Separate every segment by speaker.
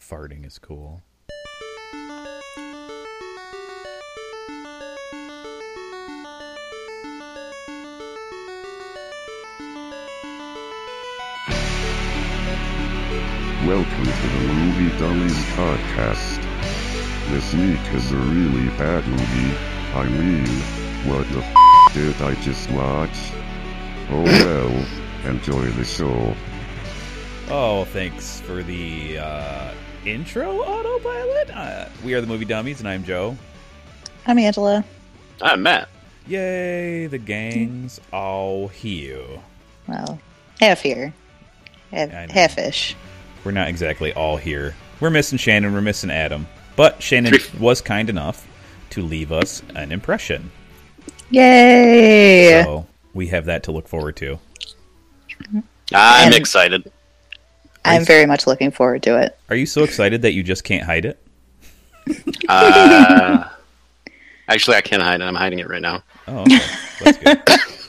Speaker 1: farting is cool.
Speaker 2: Welcome to the Movie Dummies Podcast. This week is a really bad movie. I mean, what the f did I just watch? Oh well, enjoy the show.
Speaker 1: Oh, thanks for the uh, intro, autopilot. Uh, we are the movie dummies, and I'm Joe.
Speaker 3: I'm Angela.
Speaker 4: I'm Ah, Matt.
Speaker 1: Yay, the gang's all here.
Speaker 3: Well, half here,
Speaker 1: I know.
Speaker 3: half, half-ish.
Speaker 1: We're not exactly all here. We're missing Shannon. We're missing Adam. But Shannon was kind enough to leave us an impression.
Speaker 3: Yay!
Speaker 1: So we have that to look forward to.
Speaker 4: Ah, I'm
Speaker 3: And-
Speaker 4: excited.
Speaker 3: I'm very much looking forward to it.
Speaker 1: Are you so excited that you just can't hide it?
Speaker 4: Uh, actually, I can't hide it. I'm hiding it right now.
Speaker 1: Oh, okay. that's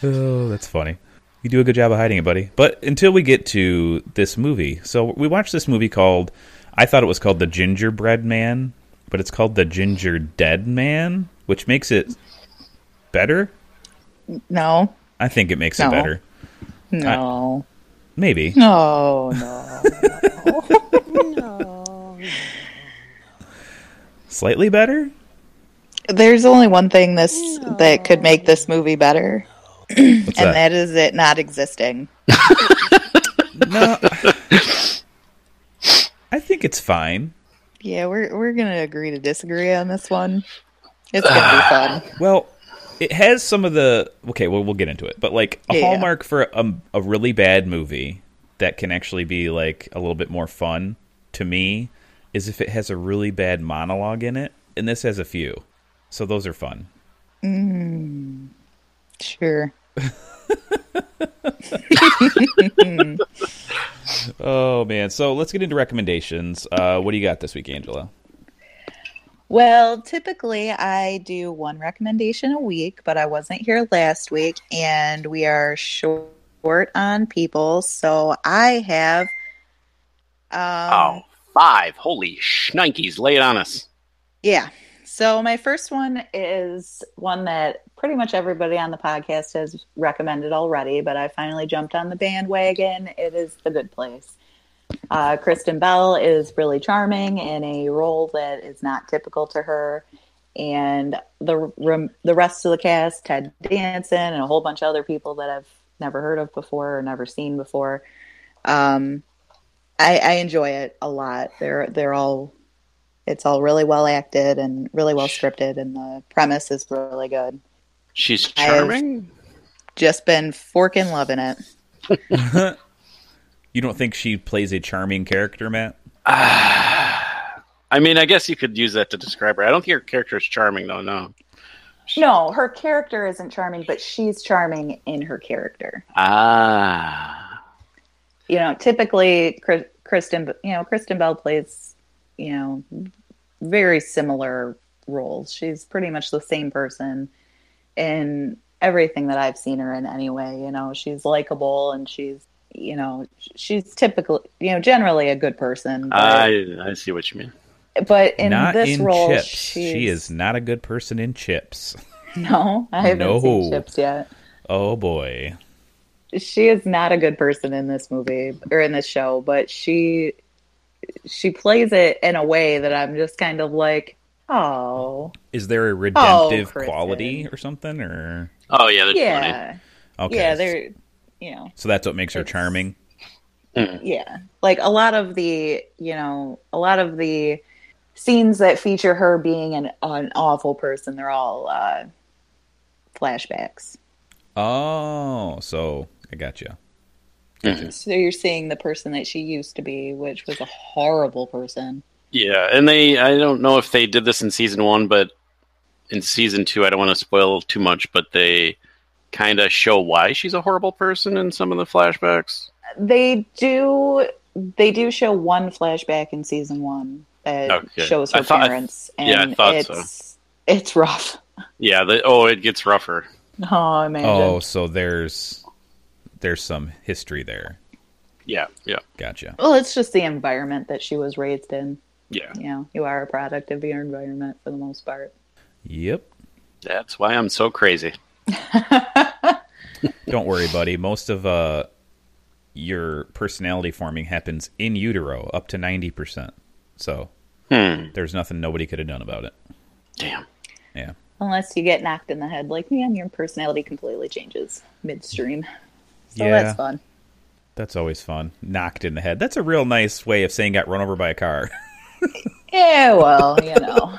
Speaker 1: good. oh, that's funny. You do a good job of hiding it, buddy. But until we get to this movie, so we watched this movie called I thought it was called The Gingerbread Man, but it's called The Ginger Dead Man, which makes it better.
Speaker 3: No,
Speaker 1: I think it makes it
Speaker 3: No.
Speaker 1: better.
Speaker 3: no,
Speaker 1: Maybe.
Speaker 3: no, Oh, no.
Speaker 1: Slightly better?
Speaker 3: There's only one thing this that could make this movie better,
Speaker 1: What's
Speaker 3: and that is it not existing.
Speaker 1: No. I think it's fine.
Speaker 3: Yeah, we're we're gonna agree to disagree on this one. It's gonna be fun.
Speaker 1: Well, it has some of the okay. Well, we'll get into it, but like a
Speaker 3: Yeah.
Speaker 1: hallmark for a, a really bad movie that can actually be like a little bit more fun to me is if it has a really bad monologue in it, and this has a few, so those are fun.
Speaker 3: Sure.
Speaker 1: Oh man! So let's get into recommendations. Uh, what do you got this week, Angela?
Speaker 3: Well, typically I do one recommendation a week, but I wasn't here last week and we are short on people, so I have um
Speaker 4: Oh, five. Holy shnikes. Lay it on us.
Speaker 3: yeah. So my first one is one that pretty much everybody on the podcast has recommended already, but I finally jumped on the bandwagon. It is The Good Place. Uh, Kristen Bell is really charming in a role that is not typical to her, and the rem- the rest of the cast, Ted Danson, and a whole bunch of other people that I've never heard of before or never seen before. Um, I, I enjoy it a lot. They're they're all it's all really well acted and really well scripted and the premise is really good
Speaker 4: She's
Speaker 3: I have-
Speaker 4: charming.
Speaker 3: just been forking loving it
Speaker 1: You don't think she plays a charming character, Matt?
Speaker 4: Ah. I mean, I guess you could use that to describe her. I don't think her character is charming, though, no.
Speaker 3: no her character isn't charming but she's charming in her character
Speaker 4: Ah.
Speaker 3: you know typically Chris, kristen you know kristen bell plays you know very similar roles she's pretty much the same person in everything that i've seen her in anyway you know she's likable and she's you know she's typically you know generally a good person but-
Speaker 4: I, I see what you mean.
Speaker 3: but in
Speaker 1: not
Speaker 3: this
Speaker 1: in
Speaker 3: role,
Speaker 1: chips.
Speaker 3: she's-
Speaker 1: She is not a good person in chips.
Speaker 3: No, I haven't
Speaker 1: No.
Speaker 3: seen Chips yet.
Speaker 1: Oh boy.
Speaker 3: She is not a good person in this movie or in this show, but she she plays it in a way that I'm just kind of like, oh,
Speaker 1: Is there a redemptive
Speaker 3: Kristen.
Speaker 1: quality or something? Or
Speaker 4: Oh, yeah, that's funny.
Speaker 3: yeah,
Speaker 1: okay,
Speaker 3: yeah, they're you know,
Speaker 1: So that's what makes her
Speaker 3: It's-
Speaker 1: charming.
Speaker 3: yeah, like a lot of the you know, a lot of the scenes that feature her being an an awful person, they're all uh, flashbacks.
Speaker 1: Oh, so I got you.
Speaker 3: So you're seeing the person that she used to be, which was a horrible person.
Speaker 4: Yeah, and they, I don't know if they did this in season one, but in season two, I don't want to spoil too much, but they kind of show why she's a horrible person in some of the flashbacks.
Speaker 3: They do. They do show one flashback in season one that
Speaker 4: Okay.
Speaker 3: shows her
Speaker 4: I thought- I-
Speaker 3: parents,
Speaker 4: yeah, I
Speaker 3: and
Speaker 4: thought
Speaker 3: it's it's rough.
Speaker 4: Yeah, the, oh, it gets rougher.
Speaker 3: Oh, imagine.
Speaker 1: Oh, so there's there's some history there.
Speaker 4: Yeah, yeah,
Speaker 1: Gotcha.
Speaker 3: Well, it's just the environment that she was raised in.
Speaker 4: yeah.
Speaker 3: You know, you are a product of your environment for the most part.
Speaker 1: Yep.
Speaker 4: That's why I'm so crazy.
Speaker 1: Don't worry, buddy. Most of uh, your personality forming happens in utero, up to ninety percent. So
Speaker 4: Hmm.
Speaker 1: there's nothing nobody could have done about it.
Speaker 4: Damn.
Speaker 1: Yeah.
Speaker 3: Unless you get knocked in the head like me and your personality completely changes midstream. So
Speaker 1: Yeah.
Speaker 3: that's fun.
Speaker 1: That's always fun. Knocked in the head. That's a real nice way of saying got run over by a car.
Speaker 3: Yeah, well, you know.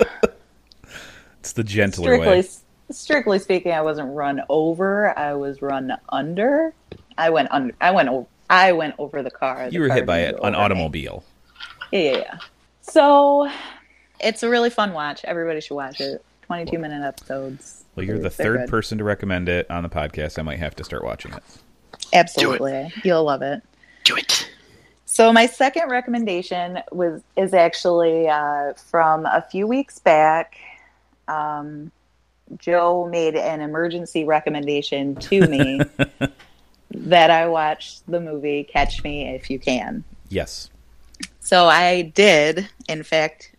Speaker 1: it's the gentler
Speaker 3: strictly
Speaker 1: way.
Speaker 3: strictly speaking, I wasn't run over, I was run under. I went under I went over I went over the car. The
Speaker 1: You were
Speaker 3: car
Speaker 1: hit by
Speaker 3: didn't
Speaker 1: an
Speaker 3: go
Speaker 1: an
Speaker 3: over me.
Speaker 1: automobile.
Speaker 3: Yeah, yeah, yeah. So it's a really fun watch. Everybody should watch it. Twenty two minute episodes.
Speaker 1: Well, you're the
Speaker 3: They're
Speaker 1: third
Speaker 3: good.
Speaker 1: person to recommend it on the podcast. I might have to start watching it.
Speaker 3: Absolutely. You'll love it.
Speaker 4: Do it.
Speaker 3: So my second recommendation was is actually uh, from a few weeks back. Um, Joe made an emergency recommendation to me that I watch the movie Catch Me If You Can.
Speaker 1: Yes.
Speaker 3: So I did, in fact,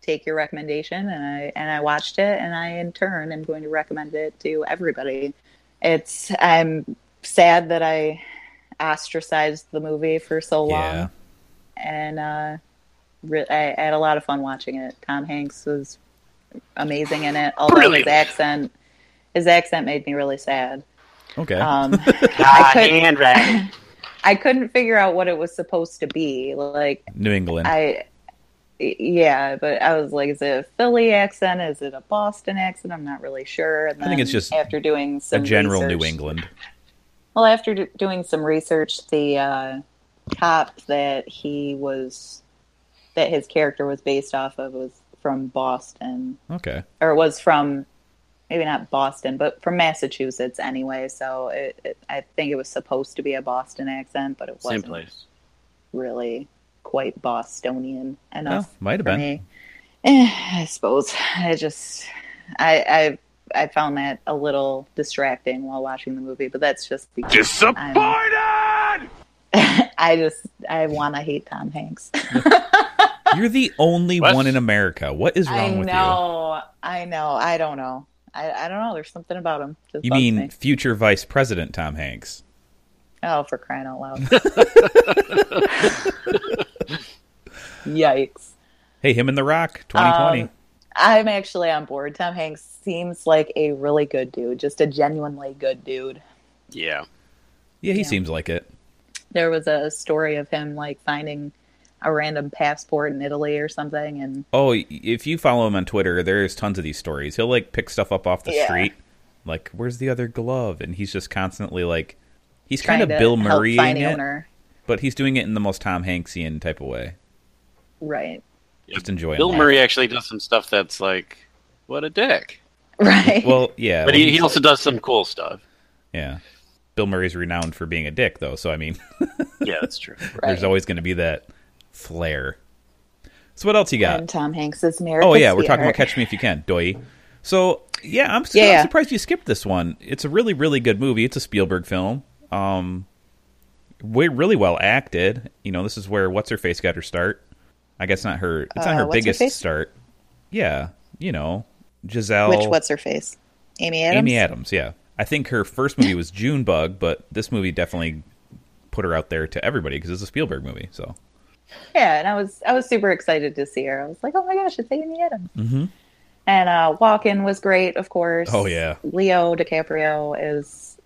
Speaker 3: take your recommendation and I and I watched it and I in turn am going to recommend it to everybody. It's I'm sad that I ostracized the movie for so
Speaker 1: Yeah.
Speaker 3: long and uh, re- I, I had a lot of fun watching it. Tom Hanks was amazing in it, although his
Speaker 4: Brilliant.
Speaker 3: accent his accent made me really sad.
Speaker 1: Okay.
Speaker 3: Um,
Speaker 4: Ah,
Speaker 3: could-
Speaker 4: handwriting.
Speaker 3: I couldn't figure out what it was supposed to be. Like
Speaker 1: New England.
Speaker 3: I, yeah, but I was like, is it a Philly accent? Is it a Boston accent? I'm not really sure. And
Speaker 1: I think it's
Speaker 3: then
Speaker 1: just
Speaker 3: after doing
Speaker 1: a
Speaker 3: some
Speaker 1: general
Speaker 3: research-
Speaker 1: New England.
Speaker 3: Well, after do- doing some research, the uh, cop that he was, that his character was based off of, was from Boston,
Speaker 1: Okay.
Speaker 3: or was from maybe not Boston, but from Massachusetts anyway. So it, it, I think it was supposed to be a Boston accent, but it
Speaker 4: Same
Speaker 3: wasn't
Speaker 4: place.
Speaker 3: really quite Bostonian enough.
Speaker 1: Oh, might have
Speaker 3: for
Speaker 1: been.
Speaker 3: me. Eh, I suppose I just I I I found that a little distracting while watching the movie, but that's just because disappointed. I just I want to hate Tom Hanks.
Speaker 1: You're the only
Speaker 4: What?
Speaker 1: one in America. What is
Speaker 3: I
Speaker 1: wrong with
Speaker 3: know, I know, I don't know, I I don't know. There's something about him. Just
Speaker 1: you? You
Speaker 3: bugs
Speaker 1: mean
Speaker 3: me.
Speaker 1: future Vice President Tom Hanks?
Speaker 3: Oh, for crying out loud! Yikes.
Speaker 1: Hey, him and The Rock, 2020.
Speaker 3: Um, I'm actually on board. Tom Hanks seems like a really good dude, just a genuinely good dude.
Speaker 4: Yeah.
Speaker 1: yeah, he
Speaker 3: yeah.
Speaker 1: seems like it.
Speaker 3: There was a story of him like finding a random passport in Italy or something, and
Speaker 1: Oh, y- if you follow him on Twitter, there's tons of these stories. He'll like pick stuff up off the
Speaker 3: Yeah.
Speaker 1: street, like where's the other glove, and he's just constantly like, he's
Speaker 3: trying
Speaker 1: kind of
Speaker 3: to
Speaker 1: Bill
Speaker 3: help
Speaker 1: Murray
Speaker 3: find the
Speaker 1: it,
Speaker 3: owner.
Speaker 1: but he's doing it in the most Tom Hanksian type of way.
Speaker 3: Right,
Speaker 1: Just enjoy.
Speaker 4: Bill
Speaker 1: life.
Speaker 4: Murray actually does some stuff that's like, what a dick.
Speaker 3: right.
Speaker 1: Well, yeah,
Speaker 4: But
Speaker 1: well,
Speaker 4: he, he
Speaker 1: he's-
Speaker 4: also does some cool stuff.
Speaker 1: yeah. Bill Murray's renowned for being a dick, though. So I mean,
Speaker 4: Yeah, that's true.
Speaker 1: there's
Speaker 3: Right.
Speaker 1: always going to be that flair. So what else you got?
Speaker 3: and Tom Hanks is married.
Speaker 1: Oh yeah, we're talking about Catch Me If You Can, Doi. So yeah, I'm, su-
Speaker 3: Yeah,
Speaker 1: I'm
Speaker 3: yeah.
Speaker 1: surprised you skipped this one. It's a really, really good movie. It's a Spielberg film. Um, we really well acted. You know, this is where what's her face got her start. I guess not her. It's not
Speaker 3: Uh,
Speaker 1: her
Speaker 3: what's her
Speaker 1: biggest
Speaker 3: face?
Speaker 1: start. Yeah, you know, Giselle.
Speaker 3: Which what's her face? Amy Adams.
Speaker 1: Amy Adams. Yeah, I think her first movie was Junebug, but this movie definitely put her out there to everybody because it's a Spielberg movie. So
Speaker 3: Yeah, and I was I was super excited to see her. I was like, oh my gosh, it's Amy Adams. Mm-hmm. And uh, Walken was great, of course.
Speaker 1: Oh, yeah.
Speaker 3: Leo DiCaprio is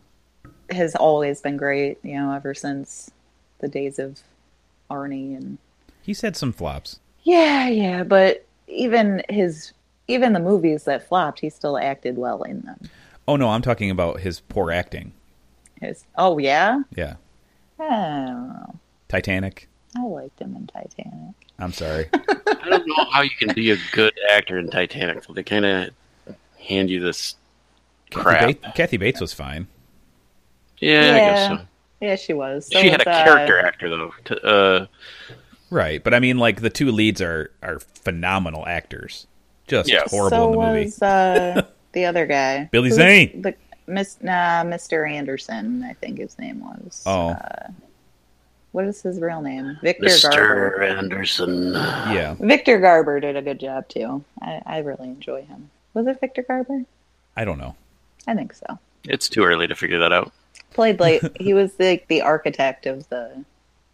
Speaker 3: has always been great. You know, ever since the days of Arnie and
Speaker 1: he's had some flops.
Speaker 3: yeah, yeah. But even his even the movies that flopped, he still acted well in them.
Speaker 1: Oh no, I'm talking about his poor acting.
Speaker 3: His, oh yeah,
Speaker 1: Yeah,
Speaker 3: I don't know.
Speaker 1: Titanic.
Speaker 3: I liked him in Titanic.
Speaker 1: I'm sorry.
Speaker 4: I don't know how you can be a good actor in Titanic. They kind of hand you this crap.
Speaker 1: Kathy, Ba- Kathy Bates was fine.
Speaker 4: Yeah, I guess
Speaker 3: Yeah.
Speaker 4: so.
Speaker 3: Yeah, she was. So
Speaker 4: she had a
Speaker 3: was, uh,
Speaker 4: character actor though. T- uh,
Speaker 1: Right, but I mean, like the two leads are are phenomenal actors, just
Speaker 4: Yes.
Speaker 1: horrible in the movie.
Speaker 3: was uh, the other guy.
Speaker 1: Billy
Speaker 3: Who's
Speaker 1: Zane.
Speaker 3: The, Miss, nah, Mr. Anderson, I think his name was.
Speaker 1: oh,
Speaker 3: What is his real name? Victor Garber.
Speaker 4: Mr. Anderson.
Speaker 1: Yeah,
Speaker 3: Victor Garber did a good job too. I, I really enjoy him. Was it Victor Garber?
Speaker 1: I don't know.
Speaker 3: I think so.
Speaker 4: It's too early to figure that out.
Speaker 3: Played late. he was like the architect of the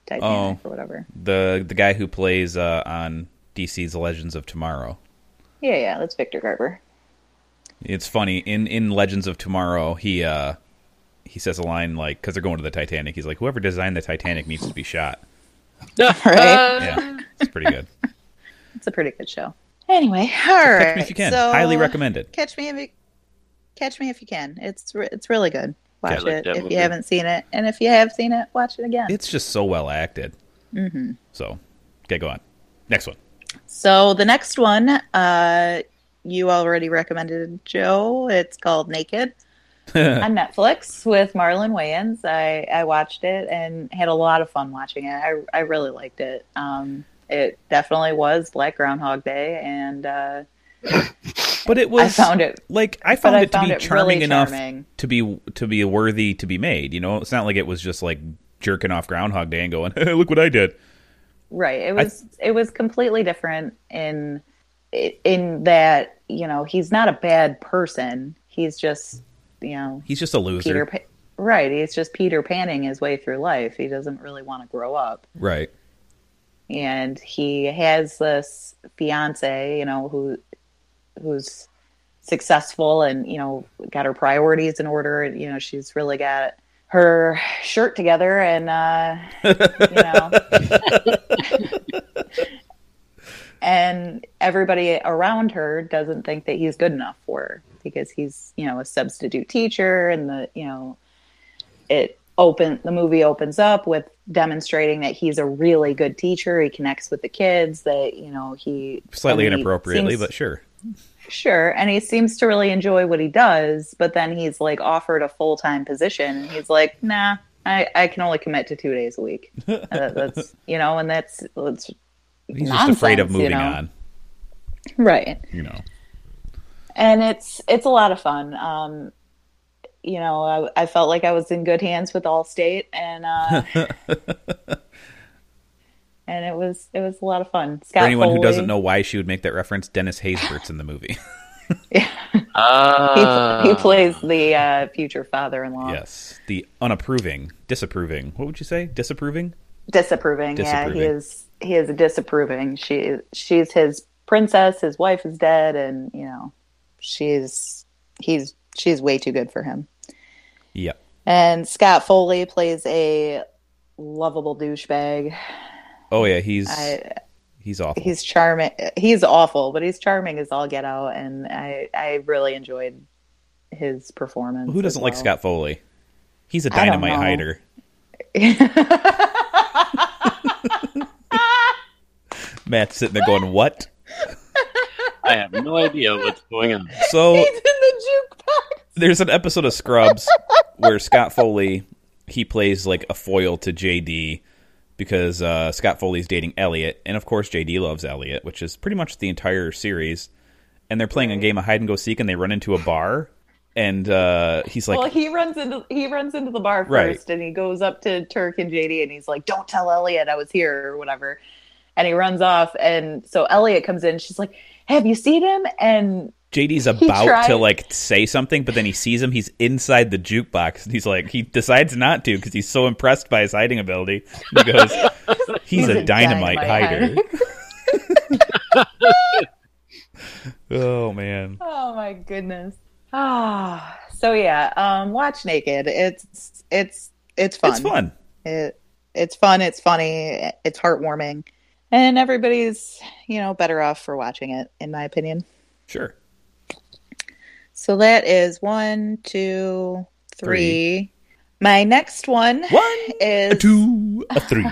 Speaker 3: Titanic
Speaker 1: Oh.
Speaker 3: or whatever.
Speaker 1: the The guy who plays uh, on DC's Legends of Tomorrow.
Speaker 3: Yeah, yeah, that's Victor Garber.
Speaker 1: It's funny in in Legends of Tomorrow. He uh he says a line like because they're going to the Titanic. He's like, whoever designed the Titanic needs to be shot.
Speaker 3: Right.
Speaker 1: Yeah, it's pretty good.
Speaker 3: It's a pretty good show. Anyway, all right.
Speaker 1: Catch me if you can. Highly recommend it.
Speaker 3: Catch me if you, catch me if you can. It's re- it's really good.
Speaker 1: Yeah, I
Speaker 3: Watch
Speaker 4: like
Speaker 3: it
Speaker 4: that
Speaker 3: if
Speaker 4: movie.
Speaker 3: you haven't seen it, and if you have seen it, watch it again.
Speaker 1: It's just so well acted.
Speaker 3: Mhm.
Speaker 1: So, okay, go on. Next one.
Speaker 3: So the next one, uh, you already recommended Joe. It's called Naked on Netflix with Marlon Wayans. I, I watched it and had a lot of fun watching it. I I really liked it. Um, it definitely was like Groundhog Day, and uh,
Speaker 1: But it
Speaker 3: I
Speaker 1: was
Speaker 3: found it.
Speaker 1: like I
Speaker 3: But
Speaker 1: found
Speaker 3: I
Speaker 1: it to
Speaker 3: found
Speaker 1: be
Speaker 3: it
Speaker 1: charming
Speaker 3: really
Speaker 1: enough
Speaker 3: charming.
Speaker 1: to be to be worthy to be made. You know, it's not like it was just like jerking off Groundhog Day and going, "Look what I did."
Speaker 3: Right. It
Speaker 1: I-
Speaker 3: was it was completely different in in that you know he's not a bad person. He's just you know
Speaker 1: He's just a loser,
Speaker 3: Peter. Pa- right. He's just Peter Panning his way through life. He doesn't really want to grow up,
Speaker 1: right?
Speaker 3: and he has this fiance, you know, who who's successful and you know got her priorities in order. And, you know, she's really got her shirt together, and uh, you know. And everybody around her doesn't think that he's good enough for her because he's, you know, a substitute teacher and the, you know, it open the movie opens up with demonstrating that he's a really good teacher. He connects with the kids that, you know, he
Speaker 1: Slightly
Speaker 3: and he
Speaker 1: inappropriately,
Speaker 3: seems-
Speaker 1: but sure.
Speaker 3: Sure. And he seems to really enjoy what he does, but then he's like offered a full time position. And he's like, nah, I, I can only commit to two days a week. Uh, that's, you know, and that's, that's
Speaker 1: He's just afraid of
Speaker 3: nonsense, you
Speaker 1: moving
Speaker 3: know?
Speaker 1: on.
Speaker 3: right.
Speaker 1: You know,
Speaker 3: And it's, it's a lot of fun. Um, you know, I, I felt like I was in good hands with Allstate and, uh, and it was, it was a lot of fun. Scott
Speaker 1: for anyone who doesn't
Speaker 3: Foley-
Speaker 1: know why she would make that reference, Dennis Haysbert's in the movie.
Speaker 3: he,
Speaker 4: Ah.
Speaker 3: he plays the uh, future father-in-law.
Speaker 1: yes, the unapproving, disapproving. What would you say? Disapproving.
Speaker 3: disapproving. Yeah, he
Speaker 1: Disapproving.
Speaker 3: is. He is disapproving. She she's his princess. His wife is dead, and you know, she's he's she's way too good for him.
Speaker 1: Yeah.
Speaker 3: And Scott Foley plays a lovable douchebag.
Speaker 1: Oh yeah, he's
Speaker 3: I,
Speaker 1: he's awful.
Speaker 3: he's charming. He's awful, but he's charming as all get out, and I I really enjoyed his performance.
Speaker 1: Who
Speaker 3: as
Speaker 1: doesn't like
Speaker 3: well.
Speaker 1: Scott Foley? He's a
Speaker 3: I don't
Speaker 1: dynamite
Speaker 3: know.
Speaker 1: hider. Matt's sitting there going, "What?"
Speaker 4: I have no idea what's going on.
Speaker 1: So
Speaker 3: He's in the jukebox.
Speaker 1: there's an episode of Scrubs where Scott Foley he plays like a foil to JD because uh, Scott Foley's dating Elliot, and of course JD loves Elliot, which is pretty much the entire series. And they're playing a game of hide and go seek, and they run into a bar, and uh, he's like,
Speaker 3: well, he runs into he runs into the bar first,
Speaker 1: Right.
Speaker 3: and he goes up to Turk and JD, and he's like, "Don't tell Elliot I was here or whatever," and he runs off. And so Elliot comes in. She's like, "Have you seen him?" And
Speaker 1: JD's
Speaker 3: He
Speaker 1: about
Speaker 3: tried-
Speaker 1: to like say something, but then he sees him. He's inside the jukebox, and he's like, he decides not to because he's so impressed by his hiding ability. He goes, he's, a, dynamite, hider. oh man,
Speaker 3: oh my goodness. Ah, so yeah, um, watch Naked. It's it's it's fun.
Speaker 1: it's fun.
Speaker 3: It, it's fun. It's funny. It's heartwarming, and everybody's you know better off for watching it, in my opinion.
Speaker 1: Sure.
Speaker 3: So that is one, two, three. My next one
Speaker 1: One, a
Speaker 3: is
Speaker 1: two, a three.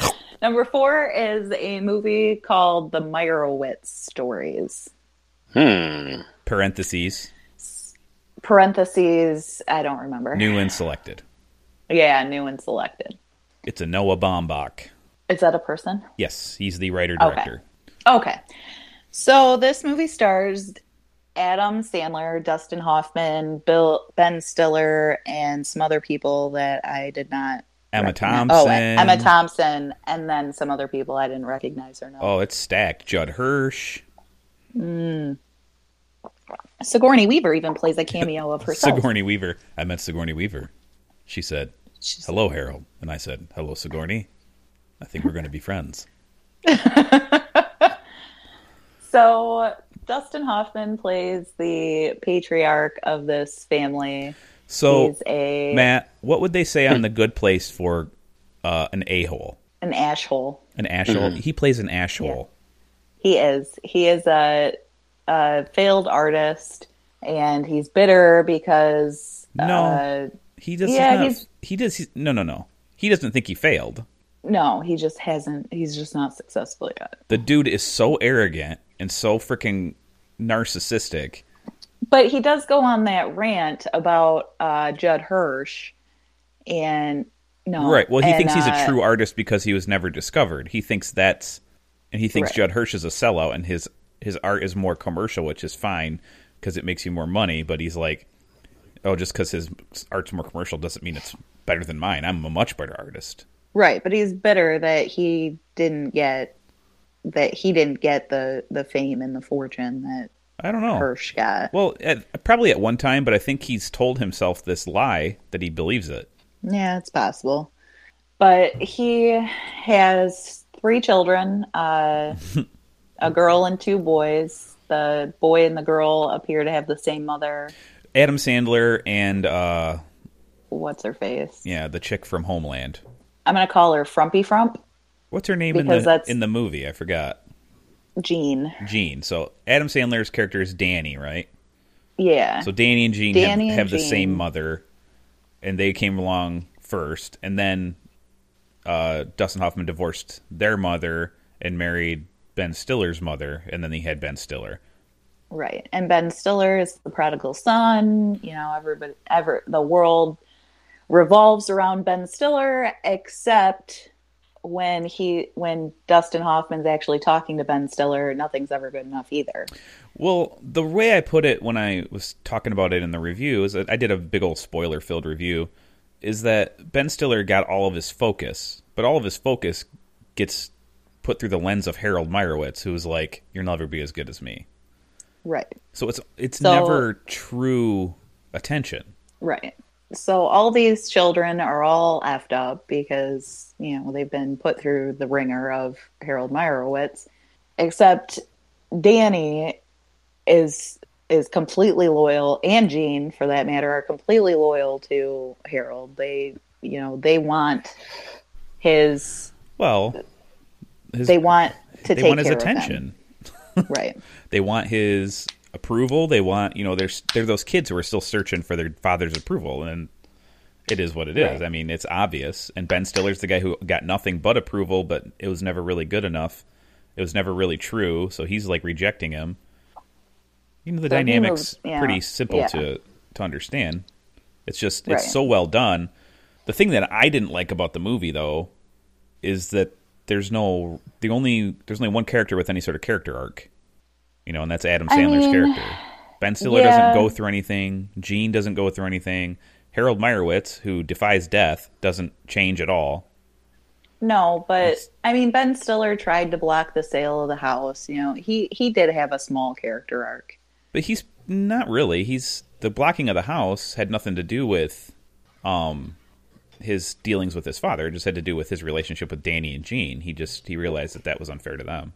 Speaker 3: number four is a movie called The Meyerowitz Stories.
Speaker 4: Hmm.
Speaker 1: Parentheses.
Speaker 3: Parentheses, I don't remember.
Speaker 1: New and selected.
Speaker 3: Yeah, new and selected.
Speaker 1: It's a Noah Baumbach.
Speaker 3: Is that a person?
Speaker 1: Yes, he's the writer
Speaker 3: Okay.
Speaker 1: director.
Speaker 3: Okay. So this movie stars Adam Sandler, Dustin Hoffman, Bill Ben Stiller, and some other people that I did not
Speaker 1: Emma
Speaker 3: recognize-
Speaker 1: Thompson.
Speaker 3: Oh, Emma Thompson, and then some other people I didn't recognize or know.
Speaker 1: Oh, it's stacked. Judd Hirsch.
Speaker 3: Sigourney Weaver even plays a cameo of herself.
Speaker 1: Sigourney Weaver. I met Sigourney Weaver. She said, "Hello, Harold," and I said, "Hello, Sigourney. I think we're going to be friends."
Speaker 3: So Dustin Hoffman plays the patriarch of this family.
Speaker 1: So,
Speaker 3: He's a
Speaker 1: Matt, what would they say on the Good Place for uh, an a hole,
Speaker 3: an ashole.
Speaker 1: an ashole? He plays an ashole.
Speaker 3: He is. He is a, a failed artist, and he's bitter because
Speaker 1: No.
Speaker 3: uh,
Speaker 1: He does.
Speaker 3: Yeah,
Speaker 1: not,
Speaker 3: he's-
Speaker 1: he does. He's, no, no, no. He doesn't think he failed.
Speaker 3: no, he just hasn't. He's just not successful yet.
Speaker 1: The dude is so arrogant and so freaking narcissistic.
Speaker 3: But he does go on that rant about uh, Judd Hirsch, and no,
Speaker 1: Right. Well, he
Speaker 3: and,
Speaker 1: thinks he's a
Speaker 3: uh,
Speaker 1: true artist because he was never discovered. He thinks that's, and he thinks
Speaker 3: Right.
Speaker 1: Judd Hirsch is a sellout, and his his art is more commercial, which is fine because it makes you more money. But he's like, oh, just because his art's more commercial doesn't mean it's better than mine. I'm a much better artist.
Speaker 3: Right, but he's bitter that he didn't get that he didn't get the the fame and the fortune that
Speaker 1: I don't know.
Speaker 3: Hirsch got.
Speaker 1: Well, at, probably at one time, but I think he's told himself this lie that he believes it.
Speaker 3: Yeah, it's possible. But he has three children, uh, a girl and two boys. The boy and the girl appear to have the same mother.
Speaker 1: Adam Sandler and uh,
Speaker 3: What's her face?
Speaker 1: yeah, the chick from Homeland.
Speaker 3: I'm gonna call her Frumpy Frump
Speaker 1: What's her name in
Speaker 3: Because
Speaker 1: the
Speaker 3: that's-
Speaker 1: in the movie? I forgot.
Speaker 3: Jean.
Speaker 1: Gene. So Adam Sandler's character is Danny, right?
Speaker 3: Yeah,
Speaker 1: So Danny and Gene
Speaker 3: Danny
Speaker 1: have,
Speaker 3: and
Speaker 1: have the
Speaker 3: Gene.
Speaker 1: same mother, and they came along first, and then uh, Dustin Hoffman divorced their mother and married Ben Stiller's mother, and then he had Ben Stiller.
Speaker 3: right. And Ben Stiller is the prodigal son. You know, everybody, ever the world revolves around Ben Stiller, except when he when Dustin Hoffman's actually talking to Ben Stiller, nothing's ever good enough either.
Speaker 1: Well, the way I put it when I was talking about it in the review is that I did a big old spoiler filled review. Is that Ben Stiller got all of his focus, but all of his focus gets put through the lens of Harold Meyerowitz, who's like, "You'll never be as good as me."
Speaker 3: Right.
Speaker 1: So it's it's
Speaker 3: So-
Speaker 1: never true attention.
Speaker 3: Right. So all these children are all effed up because, you know, they've been put through the ringer of Harold Meyerowitz. Except Danny is is completely loyal and Jean for that matter are completely loyal to Harold. They you know, they want his
Speaker 1: Well, his,
Speaker 3: they want to
Speaker 1: they
Speaker 3: take
Speaker 1: want his
Speaker 3: care of him.
Speaker 1: attention.
Speaker 3: Right.
Speaker 1: They want his approval. They want you know there's they're those kids who are still searching for their father's approval, and it is what it is. I mean, it's obvious. And Ben Stiller's the guy who got nothing but approval, but it was never really good enough. It was never really true, so he's like rejecting him. You know the
Speaker 3: So he
Speaker 1: dynamics
Speaker 3: was- yeah,
Speaker 1: pretty simple
Speaker 3: yeah.
Speaker 1: to to understand. It's just it's
Speaker 3: Right.
Speaker 1: so well done. The thing that I didn't like about the movie though is that there's no the only there's only one character with any sort of character arc. You know, and that's Adam
Speaker 3: I
Speaker 1: Sandler's
Speaker 3: mean,
Speaker 1: character. Ben Stiller
Speaker 3: yeah.
Speaker 1: doesn't go through anything. Gene doesn't go through anything. Harold Meyerowitz, who defies death, doesn't change at all.
Speaker 3: No, but
Speaker 1: It's-
Speaker 3: I mean Ben Stiller tried to block the sale of the house, you know. He he did have a small character arc.
Speaker 1: But he's not really. He's the blocking of the house had nothing to do with um his dealings with his father. It just had to do with his relationship with Danny and Gene. He just he realized that that was unfair to them.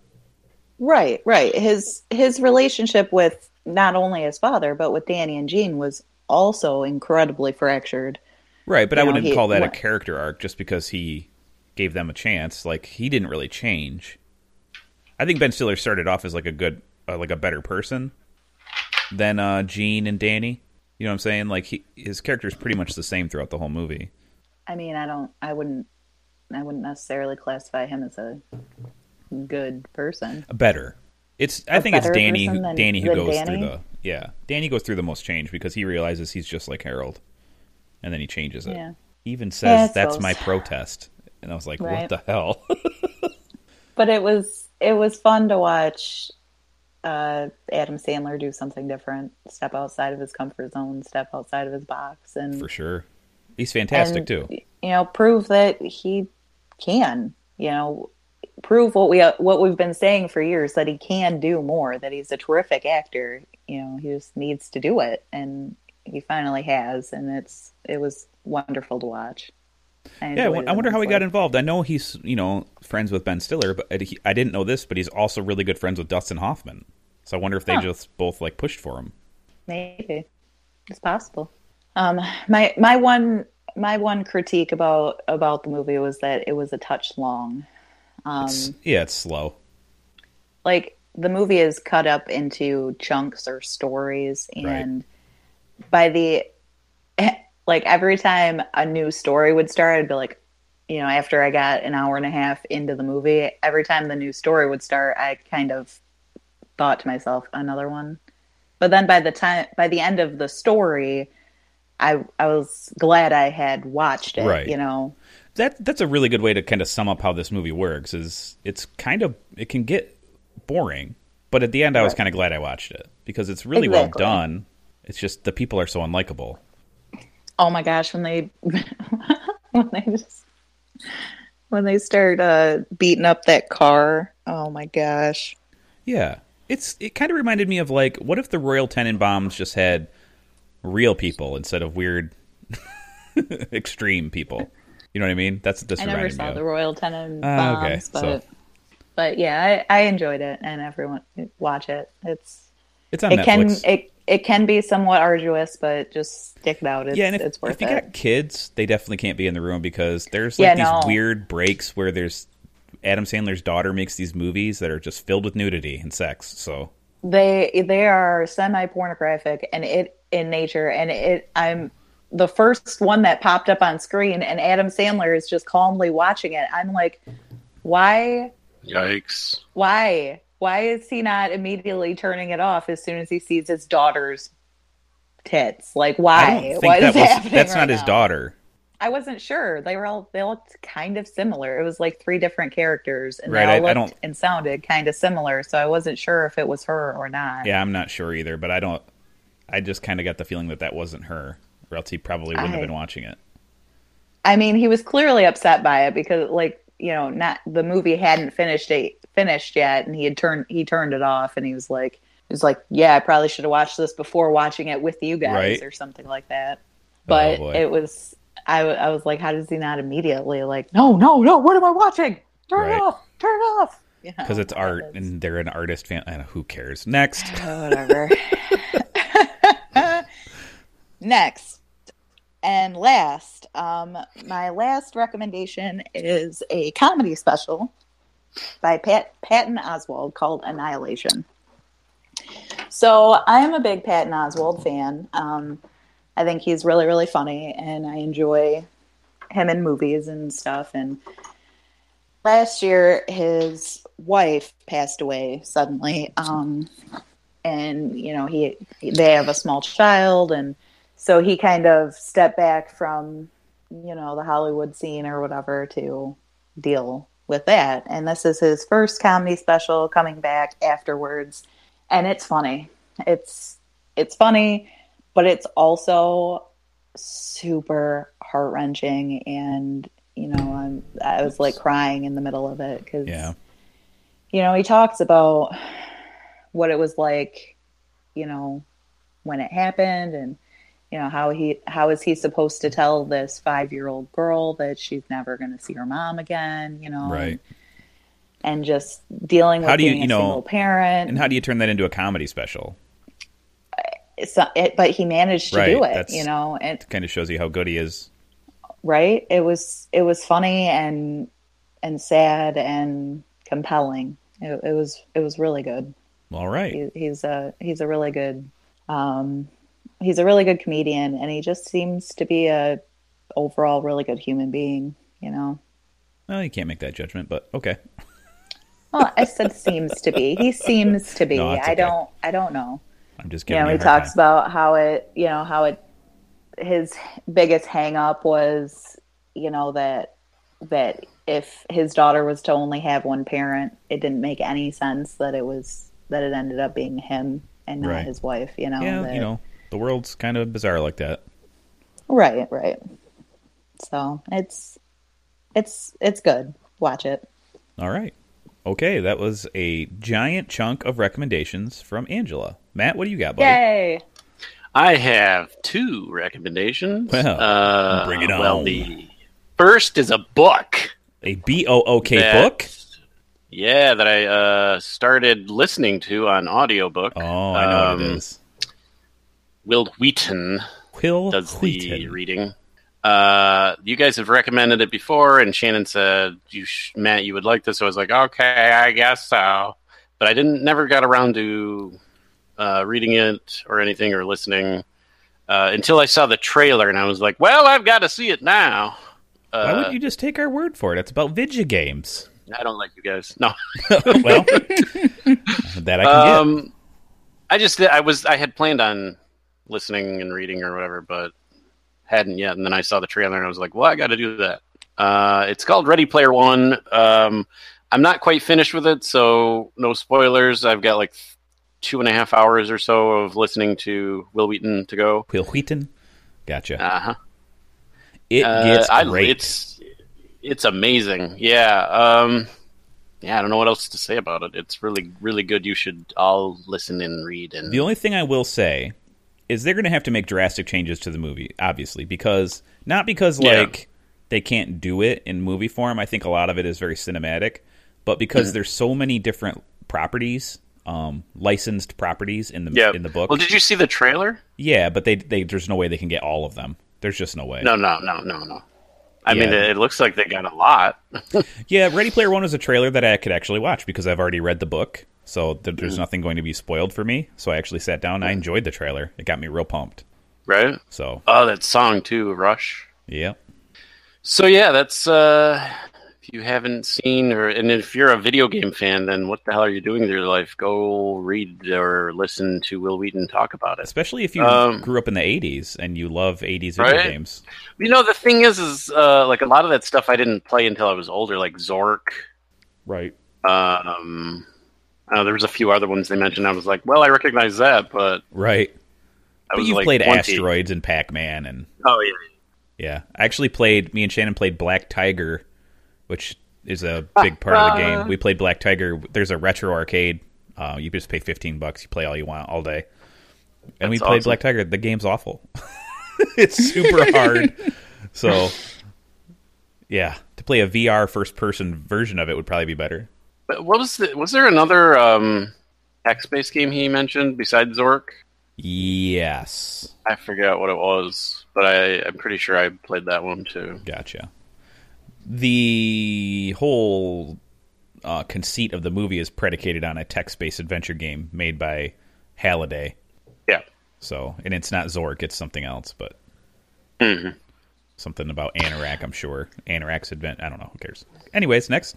Speaker 3: Right, right. His his relationship with not only his father but with Danny and Jean was also incredibly fractured.
Speaker 1: Right, but I
Speaker 3: You know,
Speaker 1: wouldn't
Speaker 3: he-
Speaker 1: call that
Speaker 3: what-
Speaker 1: a character arc just because he gave them a chance. Like he didn't really change. I think Ben Stiller started off as like a good, uh, like a better person than uh, Gene and Danny. You know what I'm saying? Like he, his character is pretty much the same throughout the whole movie.
Speaker 3: I mean, I don't I wouldn't I wouldn't necessarily classify him as a good person.
Speaker 1: Better. It's I
Speaker 3: A
Speaker 1: think it's
Speaker 3: better
Speaker 1: Danny.
Speaker 3: person
Speaker 1: Who,
Speaker 3: than-
Speaker 1: Danny who
Speaker 3: than
Speaker 1: goes
Speaker 3: Danny?
Speaker 1: through the yeah. Danny goes through the most change because he realizes he's just like Harold, and then he changes it.
Speaker 3: Yeah.
Speaker 1: He even
Speaker 3: Yeah,
Speaker 1: says
Speaker 3: it's
Speaker 1: that's
Speaker 3: those-
Speaker 1: my protest, and I was like,
Speaker 3: Right.
Speaker 1: what the hell?
Speaker 3: But it was it was fun to watch uh, Adam Sandler do something different, step outside of his comfort zone, step outside of his box, and
Speaker 1: For sure. He's fantastic too.
Speaker 3: you know, prove that he can, you know, prove what we uh, what we've been saying for years that he can do more, that he's a terrific actor. You know, he just needs to do it, and he finally has, and it's it was wonderful to watch.
Speaker 1: Yeah, I won- I wonder how he got involved. I know he's you know friends with Ben Stiller, but I- he, I didn't know this, but he's also really good friends with Dustin Hoffman. So I wonder if they
Speaker 3: Huh.
Speaker 1: just both like pushed for him.
Speaker 3: Maybe it's possible. Um, my my one my one critique about about the movie was that it was a touch long. Um,
Speaker 1: It's- yeah, it's slow.
Speaker 3: like the movie is cut up into chunks or stories
Speaker 1: Right.
Speaker 3: and by the like every time a new story would start i'd be like you know after i got an hour and a half into the movie every time the new story would start i kind of thought to myself another one but then by the time by the end of the story i i was glad i had watched it
Speaker 1: Right.
Speaker 3: you know
Speaker 1: That that's a really good way to kind of sum up how this movie works. Is it's kind of it can get boring, but at the end I was
Speaker 3: Right.
Speaker 1: kind of glad I watched it because it's really
Speaker 3: Exactly.
Speaker 1: well done. It's just the people are so unlikable.
Speaker 3: oh my gosh when they when they just when they start uh beating up that car oh my gosh
Speaker 1: Yeah, it's it kind of reminded me of like what if the Royal Tenenbaums just had real people instead of weird extreme people. You know what I mean? That's what this
Speaker 3: i never
Speaker 1: reminded me
Speaker 3: saw
Speaker 1: of.
Speaker 3: the royal tenenbaums
Speaker 1: Ah, okay, so-
Speaker 3: but but yeah I, I enjoyed it and everyone watch it it's
Speaker 1: it's on
Speaker 3: it
Speaker 1: Netflix.
Speaker 3: can it it can be somewhat arduous but just stick it out it's,
Speaker 1: yeah, and if,
Speaker 3: it's
Speaker 1: if
Speaker 3: worth
Speaker 1: you
Speaker 3: it
Speaker 1: got kids, they definitely can't be in the room because there's like
Speaker 3: Yeah,
Speaker 1: these
Speaker 3: no.
Speaker 1: weird breaks where there's Adam Sandler's daughter makes these movies that are just filled with nudity and sex. So
Speaker 3: they they are semi pornographic and it in nature and it i'm the first one that popped up on screen and adam sandler is just calmly watching it i'm like why
Speaker 4: Yikes.
Speaker 3: why why is he not immediately turning it off as soon as he sees his daughter's tits like
Speaker 1: I
Speaker 3: why
Speaker 1: don't think
Speaker 3: What
Speaker 1: that
Speaker 3: is
Speaker 1: was
Speaker 3: happening
Speaker 1: that's not
Speaker 3: right
Speaker 1: his
Speaker 3: now?
Speaker 1: daughter.
Speaker 3: i wasn't sure they were all they looked kind of similar it was like three different characters and
Speaker 1: Right,
Speaker 3: they
Speaker 1: I-
Speaker 3: all
Speaker 1: I
Speaker 3: looked
Speaker 1: don't-
Speaker 3: and sounded kind of similar so i wasn't sure if it was her or not
Speaker 1: Yeah, I'm not sure either, but I don't. I just kind of got the feeling that that wasn't her, or else he probably wouldn't have
Speaker 3: I-
Speaker 1: been watching it.
Speaker 3: I mean, he was clearly upset by it because, like, you know, not the movie hadn't finished it finished yet, and he had turned he turned it off, and he was like, he was like, yeah, I probably should have watched this before watching it with you guys
Speaker 1: Right. Oh,
Speaker 3: or something like that. But
Speaker 1: boy.
Speaker 3: it was, I w- I was like, how does he not immediately like, no, no, no, what am I watching? Turn
Speaker 1: Right.
Speaker 3: it off, turn it off,
Speaker 1: Because
Speaker 3: Oh,
Speaker 1: it's art, and they're an artist fan. And who cares? Next,
Speaker 3: whatever. Next and last, um, my last recommendation is a comedy special by Pat Patton Oswald called Annihilation. So I am a big Patton Oswald fan. Um, I think he's really really funny, and I enjoy him in movies and stuff. And last year, his wife passed away suddenly. Um, and you know he they have a small child and so he kind of stepped back from you know the hollywood scene or whatever to deal with that and this is his first comedy special coming back afterwards and it's funny it's it's funny but it's also super heart-wrenching and you know i'm i was like crying in the middle of it because
Speaker 1: yeah,
Speaker 3: you know, he talks about what it was like, you know, when it happened and you know how he how is he supposed to tell this 5-year-old girl that she's never going to see her mom again, you know.
Speaker 1: right.
Speaker 3: And just dealing with
Speaker 1: How do you-
Speaker 3: being
Speaker 1: you
Speaker 3: a
Speaker 1: know-
Speaker 3: single parent.
Speaker 1: And how do you turn that into a comedy special?
Speaker 3: It's not- it, but he managed to
Speaker 1: Right,
Speaker 3: do it,
Speaker 1: that's-
Speaker 3: you know. And
Speaker 1: Kind of shows you how good he is.
Speaker 3: right? It was it was funny and and sad and compelling. It, it was it was really good.
Speaker 1: All right.
Speaker 3: he, he's a he's a really good um, he's a really good comedian and he just seems to be a overall really good human being you know
Speaker 1: Well, you can't make that judgment, but okay.
Speaker 3: well i said seems to be he seems to be
Speaker 1: No,
Speaker 3: i
Speaker 1: that's okay.
Speaker 3: don't i don't know
Speaker 1: I'm just
Speaker 3: you
Speaker 1: giving
Speaker 3: know
Speaker 1: you a
Speaker 3: he
Speaker 1: hard
Speaker 3: talks
Speaker 1: time.
Speaker 3: about how it you know how it his biggest hang up was you know that that if his daughter was to only have one parent it didn't make any sense that it was that it ended up being him and not
Speaker 1: Right.
Speaker 3: his wife you know
Speaker 1: yeah,
Speaker 3: that-
Speaker 1: you know, the world's kind of bizarre like that.
Speaker 3: Right, right. So it's it's it's good. Watch it.
Speaker 1: All right. Okay, that was a giant chunk of recommendations from Angela. Matt, what do you got, buddy?
Speaker 3: Yay!
Speaker 4: I have two recommendations.
Speaker 1: Well,
Speaker 4: uh,
Speaker 1: bring it
Speaker 4: Well,
Speaker 1: on.
Speaker 4: the first is a book.
Speaker 1: A B O O K
Speaker 4: that-
Speaker 1: book?
Speaker 4: Yeah, that I uh, started listening to on audiobook.
Speaker 1: Oh, I know what it
Speaker 4: Um,
Speaker 1: is.
Speaker 4: Will Wheaton
Speaker 1: Will
Speaker 4: does the
Speaker 1: Wheaton.
Speaker 4: reading. Uh, you guys have recommended it before, and Shannon said, "You, sh- Matt, you would like this." So I was like, "Okay, I guess so," but I didn't never got around to uh, reading it or anything or listening uh, until I saw the trailer, and I was like, "Well, I've got to see it now."
Speaker 1: Why
Speaker 4: Uh,
Speaker 1: wouldn't you just take our word for it? It's about video games.
Speaker 4: I don't like you guys. No,
Speaker 1: well, that I can get.
Speaker 4: um, I just I was I had planned on listening and reading or whatever, but hadn't yet. And then I saw the trailer and I was like, well, I got to do that. Uh, it's called Ready Player One. Um, I'm not quite finished with it, so no spoilers. I've got like two and a half hours or so of listening to Will Wheaton to go.
Speaker 1: Will Wheaton. Gotcha.
Speaker 4: Uh huh.
Speaker 1: it
Speaker 4: Uh,
Speaker 1: gets
Speaker 4: I-
Speaker 1: great.
Speaker 4: It's it's amazing. Yeah. Um, yeah. I don't know what else to say about it. It's really really good. You should all listen and read and
Speaker 1: The only thing I will say is they're going to have to make drastic changes to the movie, obviously, because not because
Speaker 4: Yeah.
Speaker 1: like they can't do it in movie form. I think a lot of it is very cinematic, but
Speaker 4: Mm-hmm.
Speaker 1: because there's so many different properties, um, licensed properties in the
Speaker 4: Yeah.
Speaker 1: in the book.
Speaker 4: Well, did you see the trailer?
Speaker 1: yeah, but they they there's no way they can get all of them. There's just no way.
Speaker 4: No, no, no, no, no. I
Speaker 1: Yeah.
Speaker 4: mean, it, it looks like they got a lot.
Speaker 1: Yeah, Ready Player One was a trailer that I could actually watch because I've already read the book, so th-
Speaker 4: Hmm.
Speaker 1: there's nothing going to be spoiled for me. So I actually sat down. I enjoyed the trailer. It got me real pumped.
Speaker 4: Right?
Speaker 1: So
Speaker 4: Oh, that song too, Rush.
Speaker 1: yeah,
Speaker 4: So yeah, that's uh if you haven't seen or and if you're a video game fan, then what the hell are you doing with your life? Go read or listen to Will Wheaton talk about it.
Speaker 1: especially if you
Speaker 4: Um,
Speaker 1: grew up in the '80s and you love '80s video
Speaker 4: Right?
Speaker 1: games.
Speaker 4: You know, the thing is is uh like a lot of that stuff I didn't play until I was older, like Zork.
Speaker 1: Right.
Speaker 4: Um uh, there was a few other ones they mentioned. I was like, well, I recognize that, but
Speaker 1: Right.
Speaker 4: I
Speaker 1: But
Speaker 4: was
Speaker 1: you've
Speaker 4: like
Speaker 1: played
Speaker 4: 20.
Speaker 1: Asteroids and Pac Man, and
Speaker 4: Oh yeah,
Speaker 1: yeah, I actually played. Me and Shannon played Black Tiger, which is a
Speaker 4: Ah,
Speaker 1: big part of the
Speaker 4: uh-huh.
Speaker 1: game. We played Black Tiger. There's a retro arcade. Uh, you just pay 15 bucks. You play all you want all day. And we
Speaker 4: That's
Speaker 1: played
Speaker 4: awesome.
Speaker 1: Black Tiger. The game's awful. it's super hard. So, yeah, to play a VR first person version of it would probably be better.
Speaker 4: But what was the, was there another um, text-based game he mentioned besides Zork?
Speaker 1: Yes.
Speaker 4: I forgot what it was, but I, I'm pretty sure I played that one too.
Speaker 1: Gotcha. The whole uh, conceit of the movie is predicated on a text-based adventure game made by Halliday.
Speaker 4: Yeah,
Speaker 1: So, and it's not Zork; it's something else, but
Speaker 4: Mm-hmm.
Speaker 1: something about Anorak. I'm sure Anorak's advent. I don't know. Who cares? Anyways, next.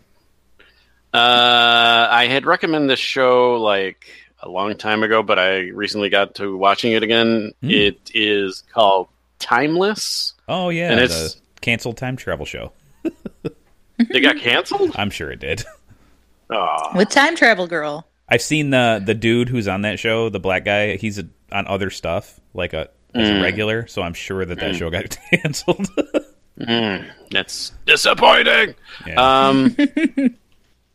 Speaker 4: uh, I had recommended this show like a long time ago, but I recently got to watching it again. It is called Timeless.
Speaker 1: Oh yeah,
Speaker 4: And
Speaker 1: the
Speaker 4: it's-
Speaker 1: canceled time travel show.
Speaker 4: It got canceled.
Speaker 1: I'm sure it did.
Speaker 4: Oh,
Speaker 3: With time travel girl.
Speaker 1: I've seen the the dude who's on that show, the black guy. He's a, on other stuff, like a as
Speaker 4: Mm.
Speaker 1: a regular. So I'm sure that that show got canceled.
Speaker 4: Mm, that's disappointing.
Speaker 1: yeah.
Speaker 4: Um,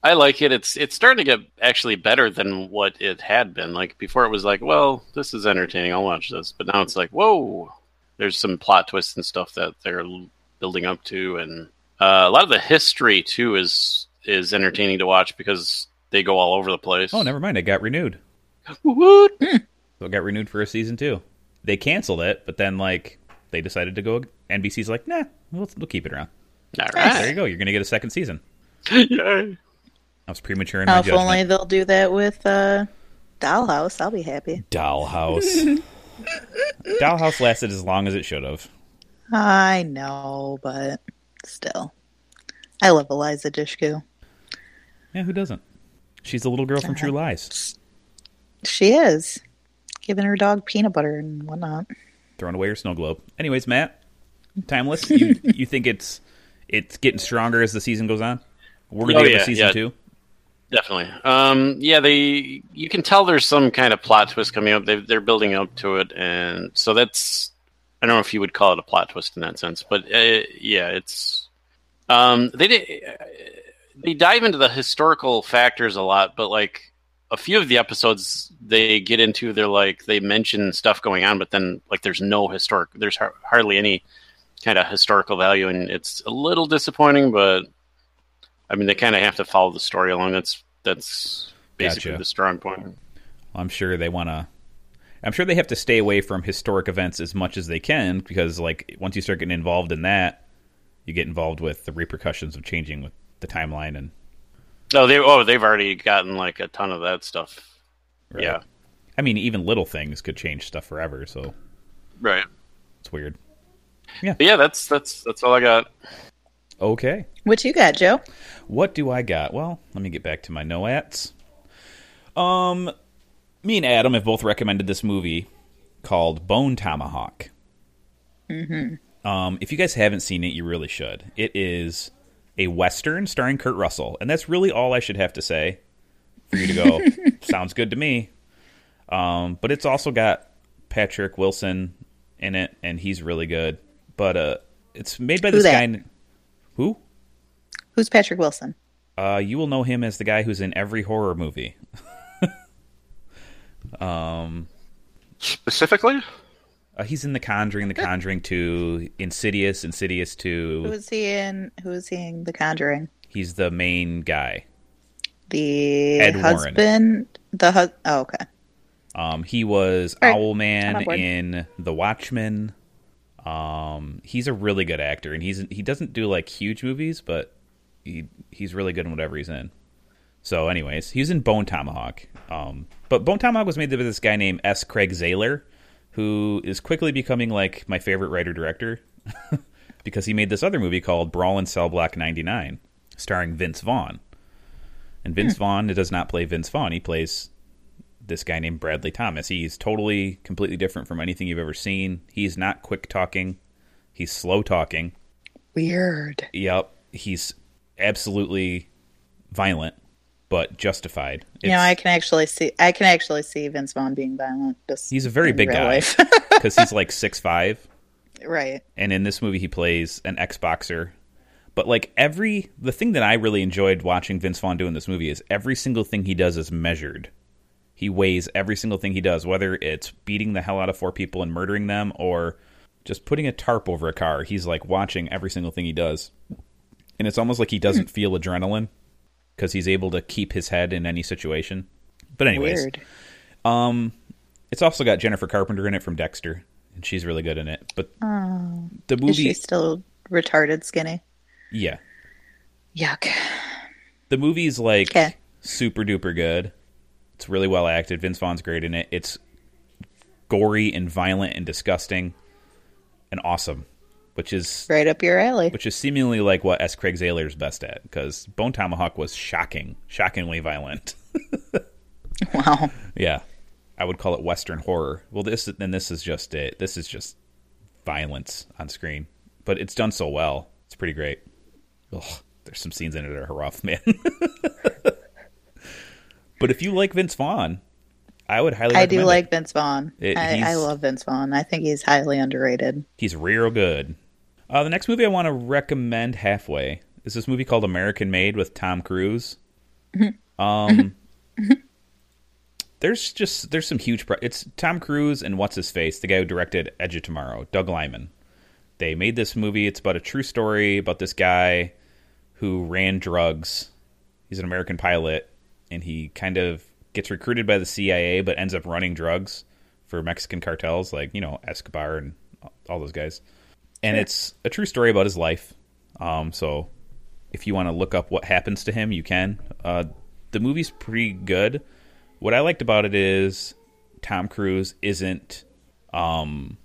Speaker 4: I like it. It's it's starting to get actually better than what it had been. Like before, it was like, well, this is entertaining. I'll watch this. But now it's like, whoa, there's some plot twists and stuff that they're l- building up to, and uh, a lot of the history too is is entertaining to watch because they go all over the place.
Speaker 1: oh, never mind. It got renewed.
Speaker 4: Woot!
Speaker 1: So it got renewed for a season two. They canceled it, but then like they decided to go. NBC's like, nah, we'll, we'll keep it around.
Speaker 4: All
Speaker 1: There you
Speaker 4: right.
Speaker 1: go. You're gonna get a second season.
Speaker 4: Yay.
Speaker 1: I was premature in my
Speaker 3: Oh, if
Speaker 1: judgment.
Speaker 3: only they'll do that with uh, Dollhouse. I'll be happy.
Speaker 1: Dollhouse. Dollhouse lasted as long as it should have.
Speaker 3: I know, but still. I love Eliza Dushku.
Speaker 1: Yeah, who doesn't? She's the little girl from True Lies,
Speaker 3: She is. Giving her dog peanut butter and whatnot.
Speaker 1: throwing away her snow globe. Anyways, Matt, timeless. You you think it's it's getting stronger as the season goes on? We're gonna
Speaker 4: Oh,
Speaker 1: get
Speaker 4: yeah,
Speaker 1: season
Speaker 4: yeah.
Speaker 1: two.
Speaker 4: Definitely. Um, yeah, they. You can tell there's some kind of plot twist coming up. They, they're building up to it, and so that's. I don't know if you would call it a plot twist in that sense, but uh, yeah, it's um, they did they dive into the historical factors a lot, but like a few of the episodes they get into, they're like they mention stuff going on, but then like there's no historic, there's har- hardly any kind of historical value, and it's a little disappointing. But I mean, they kind of have to follow the story along. That's that's basically
Speaker 1: Gotcha.
Speaker 4: the strong point.
Speaker 1: I'm sure they want to. I'm sure they have to stay away from historic events as much as they can because, like, once you start getting involved in that, you get involved with the repercussions of changing with the timeline and.
Speaker 4: No, they oh they've already gotten like a ton of that stuff. Yeah,
Speaker 1: I mean, even little things could change stuff forever, so
Speaker 4: right.
Speaker 1: it's weird.
Speaker 4: But yeah, that's that's that's all I got.
Speaker 1: Okay.
Speaker 3: What you got, Joe?
Speaker 1: What do I got? Well, let me get back to my noats. Um, me and Adam have both recommended this movie called Bone Tomahawk. Mm-hmm. Um, if you guys haven't seen it, you really should. It is a western starring Kurt Russell, and that's really all I should have to say for you to go. Sounds good to me. Um, but it's also got Patrick Wilson in it, and he's really good. But uh, it's made by
Speaker 3: Who
Speaker 1: this
Speaker 3: that?
Speaker 1: guy. n- Who?
Speaker 3: Who's Patrick Wilson?
Speaker 1: Uh, you will know him as the guy who's in every horror movie. Um,
Speaker 4: Specifically,
Speaker 1: Uh, he's in The Conjuring, The Conjuring 2, Insidious, Insidious 2.
Speaker 3: Who is he in? Who is he in The Conjuring?
Speaker 1: he's the main guy.
Speaker 3: The
Speaker 1: Ed Warren.
Speaker 3: husband. The hus. Oh, okay.
Speaker 1: Um, he was
Speaker 3: All right, I'm on
Speaker 1: Owlman
Speaker 3: board.
Speaker 1: in The Watchmen. Um, he's a really good actor, and he's he doesn't do like huge movies, but he he's really good in whatever he's in. So, anyways, he's in Bone Tomahawk. Um, but Bone Tomahawk was made by this guy named S. Craig Zahler, who is quickly becoming like my favorite writer director because he made this other movie called Brawl in Cell Block 99, starring Vince Vaughn. And Vince
Speaker 3: Hmm.
Speaker 1: Vaughn does not play Vince Vaughn; he plays this guy named Bradley Thomas. He's totally, completely different from anything you've ever seen. He's not quick talking. He's slow talking.
Speaker 3: Weird.
Speaker 1: Yep. He's absolutely violent, but justified.
Speaker 3: you know, I can actually see. I can actually see Vince Vaughn being violent. Just
Speaker 1: He's a very
Speaker 3: in
Speaker 1: big
Speaker 3: real
Speaker 1: guy.
Speaker 3: life.
Speaker 1: Because he's like six five,
Speaker 3: right.
Speaker 1: and in this movie he plays an Xboxer. But like every the thing that I really enjoyed watching Vince Vaughn do in this movie is every single thing he does is measured. He weighs every single thing he does, whether it's beating the hell out of four people and murdering them or just putting a tarp over a car. He's like watching every single thing he does. And it's almost like he doesn't feel adrenaline because he's able to keep his head in any situation. But anyways,
Speaker 3: Weird.
Speaker 1: it's also got Jennifer Carpenter in it from Dexter, and she's really good in it. But the
Speaker 3: Oh. Is she
Speaker 1: movie,
Speaker 3: still retarded skinny?
Speaker 1: yeah,
Speaker 3: Yuck.
Speaker 1: the movie's like
Speaker 3: Okay.
Speaker 1: super duper good. It's really well acted. Vince Vaughn's great in it. It's gory and violent and disgusting and awesome, which is
Speaker 3: Right up your alley.
Speaker 1: which is seemingly like what S. Craig Zahler is best at because Bone Tomahawk was shocking, shockingly violent.
Speaker 3: Wow.
Speaker 1: yeah, I would call it Western horror. Well, this then this is just it. This is just violence on screen, but it's done so well. It's pretty great. Ugh, there's some scenes in it that are rough, man. but if you like Vince Vaughn, I would highly.
Speaker 3: I
Speaker 1: recommend
Speaker 3: do
Speaker 1: it.
Speaker 3: like Vince Vaughn.
Speaker 1: It-
Speaker 3: I, I
Speaker 1: he's-
Speaker 3: love Vince Vaughn. I think he's highly underrated.
Speaker 1: He's real good. Uh, the next movie I want to recommend halfway is this movie called American Made with Tom Cruise. Um, there's just there's some huge. Pro- it's Tom Cruise and what's his face, the guy who directed Edge of Tomorrow, Doug Lyman. They made this movie. It's about a true story about this guy who ran drugs. He's an American pilot, and he kind of gets recruited by the CIA, but ends up running drugs for Mexican cartels, like you know Escobar and all those guys. And it's a true story about his life. Um, so if you want to look up what happens to him, you can. Uh, the movie's pretty good. What I liked about it is Tom Cruise isn't um,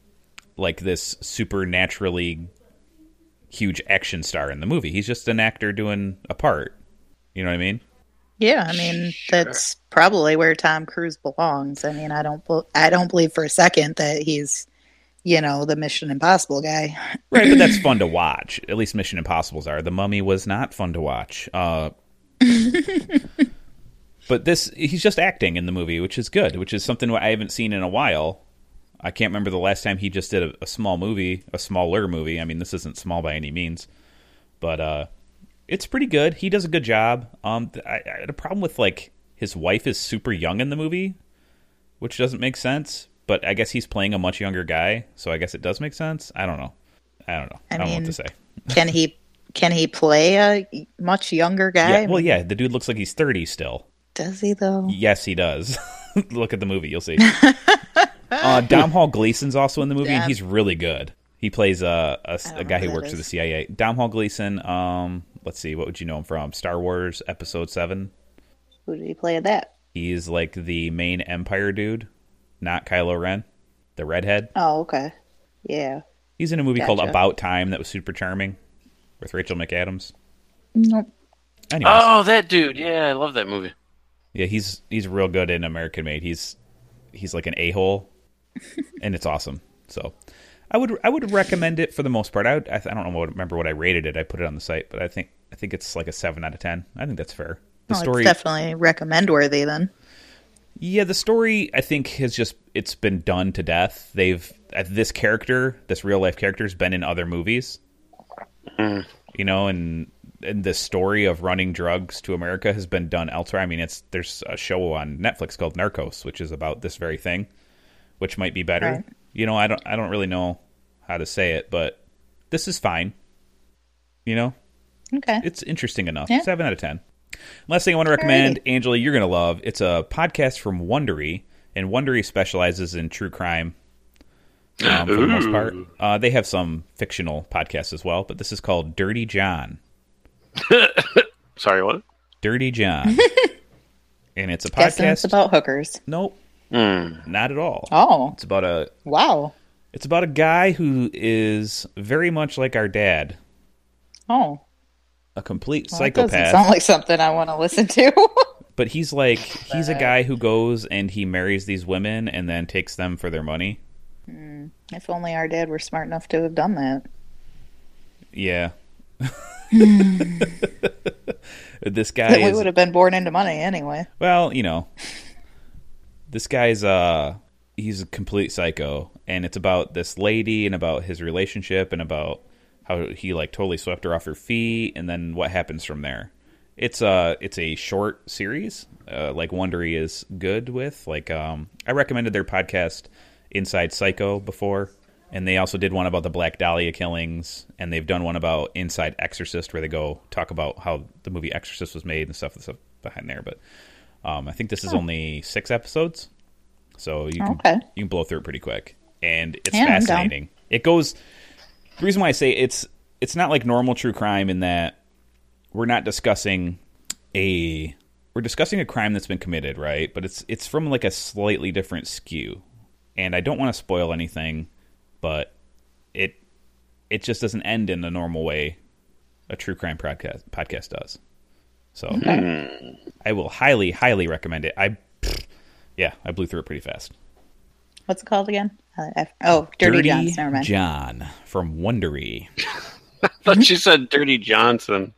Speaker 1: like this supernaturally huge action star in the movie. He's just an actor doing a part. You know what I mean?
Speaker 3: Yeah, I mean that's probably where Tom Cruise belongs. I mean, I don't, bel- I don't believe for a second that he's, you know, the Mission Impossible guy.
Speaker 1: Right, but that's fun to watch. At least Mission Impossible's are. The Mummy was not fun to watch. Uh, but this, he's just acting in the movie, which is good, which is something I haven't seen in a while. I can't remember the last time he just did a, a small movie, a smaller movie. I mean, this isn't small by any means, but uh, it's pretty good. He does a good job. Um, th- I, I had a problem with like his wife is super young in the movie, which doesn't make sense. But I guess he's playing a much younger guy, so I guess it does make sense. I don't know. I don't know. I,
Speaker 3: I
Speaker 1: don't know what
Speaker 3: mean,
Speaker 1: to say.
Speaker 3: Can he can he play a much younger guy?
Speaker 1: Yeah, well, yeah, the dude looks like he's thirty still.
Speaker 3: Does he though?
Speaker 1: Yes, he does. Look at the movie; you'll see. uh, Dom Hall Gleason's also in the movie, and
Speaker 3: Yeah.
Speaker 1: he's really good. He plays uh, a a,
Speaker 3: don't
Speaker 1: a
Speaker 3: know
Speaker 1: guy
Speaker 3: who
Speaker 1: who
Speaker 3: that
Speaker 1: works for the
Speaker 3: is.
Speaker 1: CIA. Dom Hall Gleason. Um, let's see, what would you know him from? Star Wars Episode Seven.
Speaker 3: Who did he play at that?
Speaker 1: He's like the main Empire dude, not Kylo Ren, the redhead.
Speaker 3: Oh, okay. Yeah.
Speaker 1: He's in a movie called
Speaker 3: Gotcha.
Speaker 1: About Time that was super charming with Rachel McAdams.
Speaker 3: Nope.
Speaker 1: Anyways,
Speaker 4: Oh, that dude. Yeah, I love that movie.
Speaker 1: yeah, he's he's real good in American Made. He's he's like an a hole, and it's awesome. So, I would I would recommend it for the most part. I would, I, I don't know what, remember what I rated it. I put it on the site, but I think I think it's like a seven out of ten. I think that's fair. The
Speaker 3: Well,
Speaker 1: story,
Speaker 3: Oh, it's definitely recommend worthy then.
Speaker 1: yeah, the story I think has just it's been done to death. They've uh, this character, this real life character, has been in other movies, you know, and and the story of running drugs to America has been done elsewhere. I mean, it's there's a show on Netflix called Narcos, which is about this very thing, which might be better.
Speaker 3: Right.
Speaker 1: You know, I don't I don't really know how to say it, but this is fine. You know,
Speaker 3: Okay.
Speaker 1: it's interesting enough.
Speaker 3: Yeah.
Speaker 1: Seven out of ten. Last thing I want to recommend, Angela, you're going to love. It's a podcast from Wondery, and Wondery specializes in true crime um, for the most part. Uh, they have some fictional podcasts as well, but this is called Dirty John.
Speaker 4: Sorry, what?
Speaker 1: Dirty John, and it's a
Speaker 3: Guessing it's
Speaker 1: podcast.
Speaker 3: about hookers.
Speaker 1: nope, not at all.
Speaker 3: Oh,
Speaker 1: It's about a
Speaker 3: wow.
Speaker 1: it's about a guy who is very much like our dad,
Speaker 3: Oh,
Speaker 1: a complete
Speaker 3: well, that
Speaker 1: psychopath.
Speaker 3: doesn't sound like something I want to listen to.
Speaker 1: but he's like he's a guy who goes and he marries these women and then takes them for their money.
Speaker 3: if only our dad were smart enough to have done that.
Speaker 1: Yeah. this guy
Speaker 3: Then we
Speaker 1: is
Speaker 3: would have been born into money anyway.
Speaker 1: well, you know. This guy's uh he's a complete psycho and it's about this lady and about his relationship and about how he like totally swept her off her feet and then what happens from there. It's a it's a short series. Uh, like Wondery is good with. Like um, I recommended their podcast Inside Psycho before, and they also did one about the Black Dahlia killings, and they've done one about Inside Exorcist, where they go talk about how the movie Exorcist was made and stuff and stuff behind there. But um, I think this is only six episodes, so you can
Speaker 3: Okay.
Speaker 1: you can blow through it pretty quick, and it's
Speaker 3: Yeah, I'm down.
Speaker 1: fascinating. It goes. The reason why I say it's it's not like normal true crime in that we're not discussing a we're discussing a crime that's been committed, right? But it's it's from like a slightly different skew. And I don't want to spoil anything, but it it just doesn't end in the normal way a true crime podcast podcast does. So I will highly highly recommend it. I yeah, I blew through it pretty fast.
Speaker 3: What's it called again? Uh, F- oh, Dirty, Johns. Never mind.
Speaker 1: John from Wondery.
Speaker 4: I thought you said Dirty Johnson.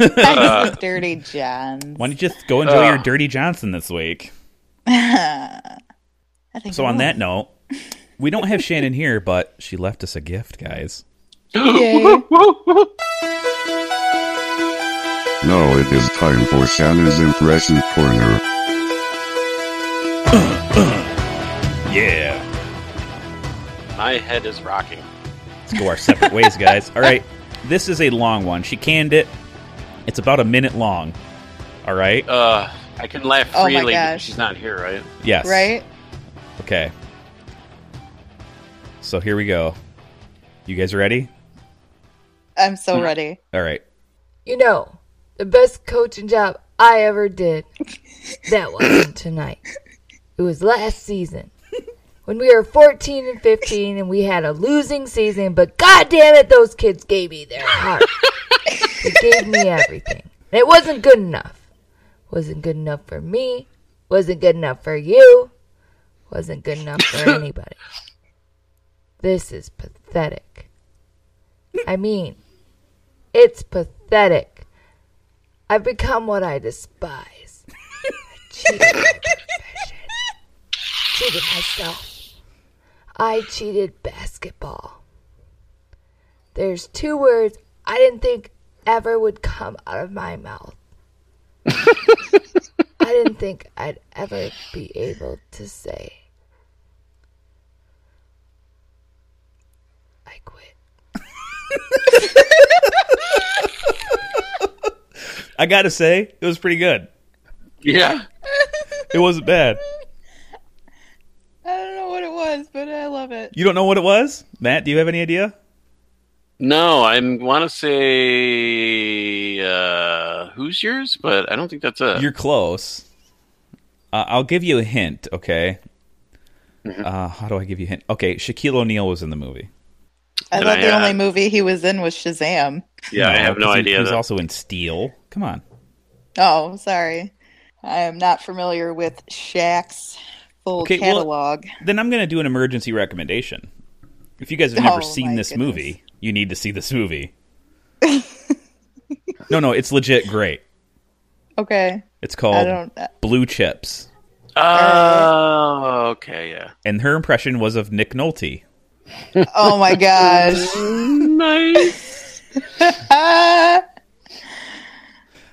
Speaker 3: I said Dirty Johns.
Speaker 1: Why don't you just go enjoy your Dirty Johnson this week?
Speaker 3: I think
Speaker 1: So on that note, we don't have Shannon here, but she left us a gift, guys.
Speaker 3: note,
Speaker 2: Now it is time for Shannon's Impression Corner.
Speaker 1: Yeah.
Speaker 4: My head is rocking.
Speaker 1: Let's go our separate ways, guys. All right. This is a long one. She canned it. It's about a minute long. All right.
Speaker 4: Uh, I can laugh
Speaker 3: Oh my
Speaker 4: freely.
Speaker 3: gosh.
Speaker 4: She's not here, right?
Speaker 1: Yes.
Speaker 3: right?
Speaker 1: Okay. So here we go. You guys ready?
Speaker 3: I'm so
Speaker 1: Hmm.
Speaker 3: ready.
Speaker 1: All right.
Speaker 5: You know, the best coaching job I ever did. That wasn't tonight. It was last season. When we were 14 and 15 and we had a losing season, but god damn it, those kids gave me their heart. They gave me everything. And it wasn't good enough. Wasn't good enough for me. Wasn't good enough for you. Wasn't good enough for anybody. This is pathetic. I mean, it's pathetic. I've become what I despise. I cheated my profession. Cheated myself. I cheated basketball. There's two words I didn't think ever would come out of my mouth. I didn't think I'd ever be able to say. I quit.
Speaker 1: I gotta say, it was pretty good.
Speaker 4: Yeah.
Speaker 1: It wasn't bad.
Speaker 3: I don't know what it was, but I love it.
Speaker 1: You don't know what it was, Matt? Do you have any idea?
Speaker 4: No, I want to say uh, who's yours, but I don't think that's it.
Speaker 1: You're close. Uh, I'll give you a hint. Okay.
Speaker 4: Mm-hmm.
Speaker 1: Uh, how do I give you a hint? Okay, Shaquille O'Neal was in the movie.
Speaker 3: I
Speaker 4: Did
Speaker 3: thought
Speaker 4: I,
Speaker 3: the
Speaker 4: uh,
Speaker 3: only movie he was in was Shazam.
Speaker 4: yeah, I have no
Speaker 1: 'cause he- He
Speaker 4: idea.
Speaker 1: was
Speaker 4: though.
Speaker 1: also in Steel. Come on.
Speaker 3: Oh, sorry. I am not familiar with Shaq's full
Speaker 1: Okay, well-
Speaker 3: catalog.
Speaker 1: Then I'm going to do an emergency recommendation. If you guys have never
Speaker 3: Oh,
Speaker 1: seen
Speaker 3: my
Speaker 1: this
Speaker 3: goodness.
Speaker 1: movie, you need to see this movie. no, no, it's legit great.
Speaker 3: okay.
Speaker 1: It's
Speaker 3: I
Speaker 1: called
Speaker 3: don't.
Speaker 1: Blue Chips.
Speaker 3: Uh,
Speaker 4: Oh, okay, yeah.
Speaker 1: And her impression was of Nick Nolte.
Speaker 3: Oh my gosh.
Speaker 4: Nice.
Speaker 3: Ah!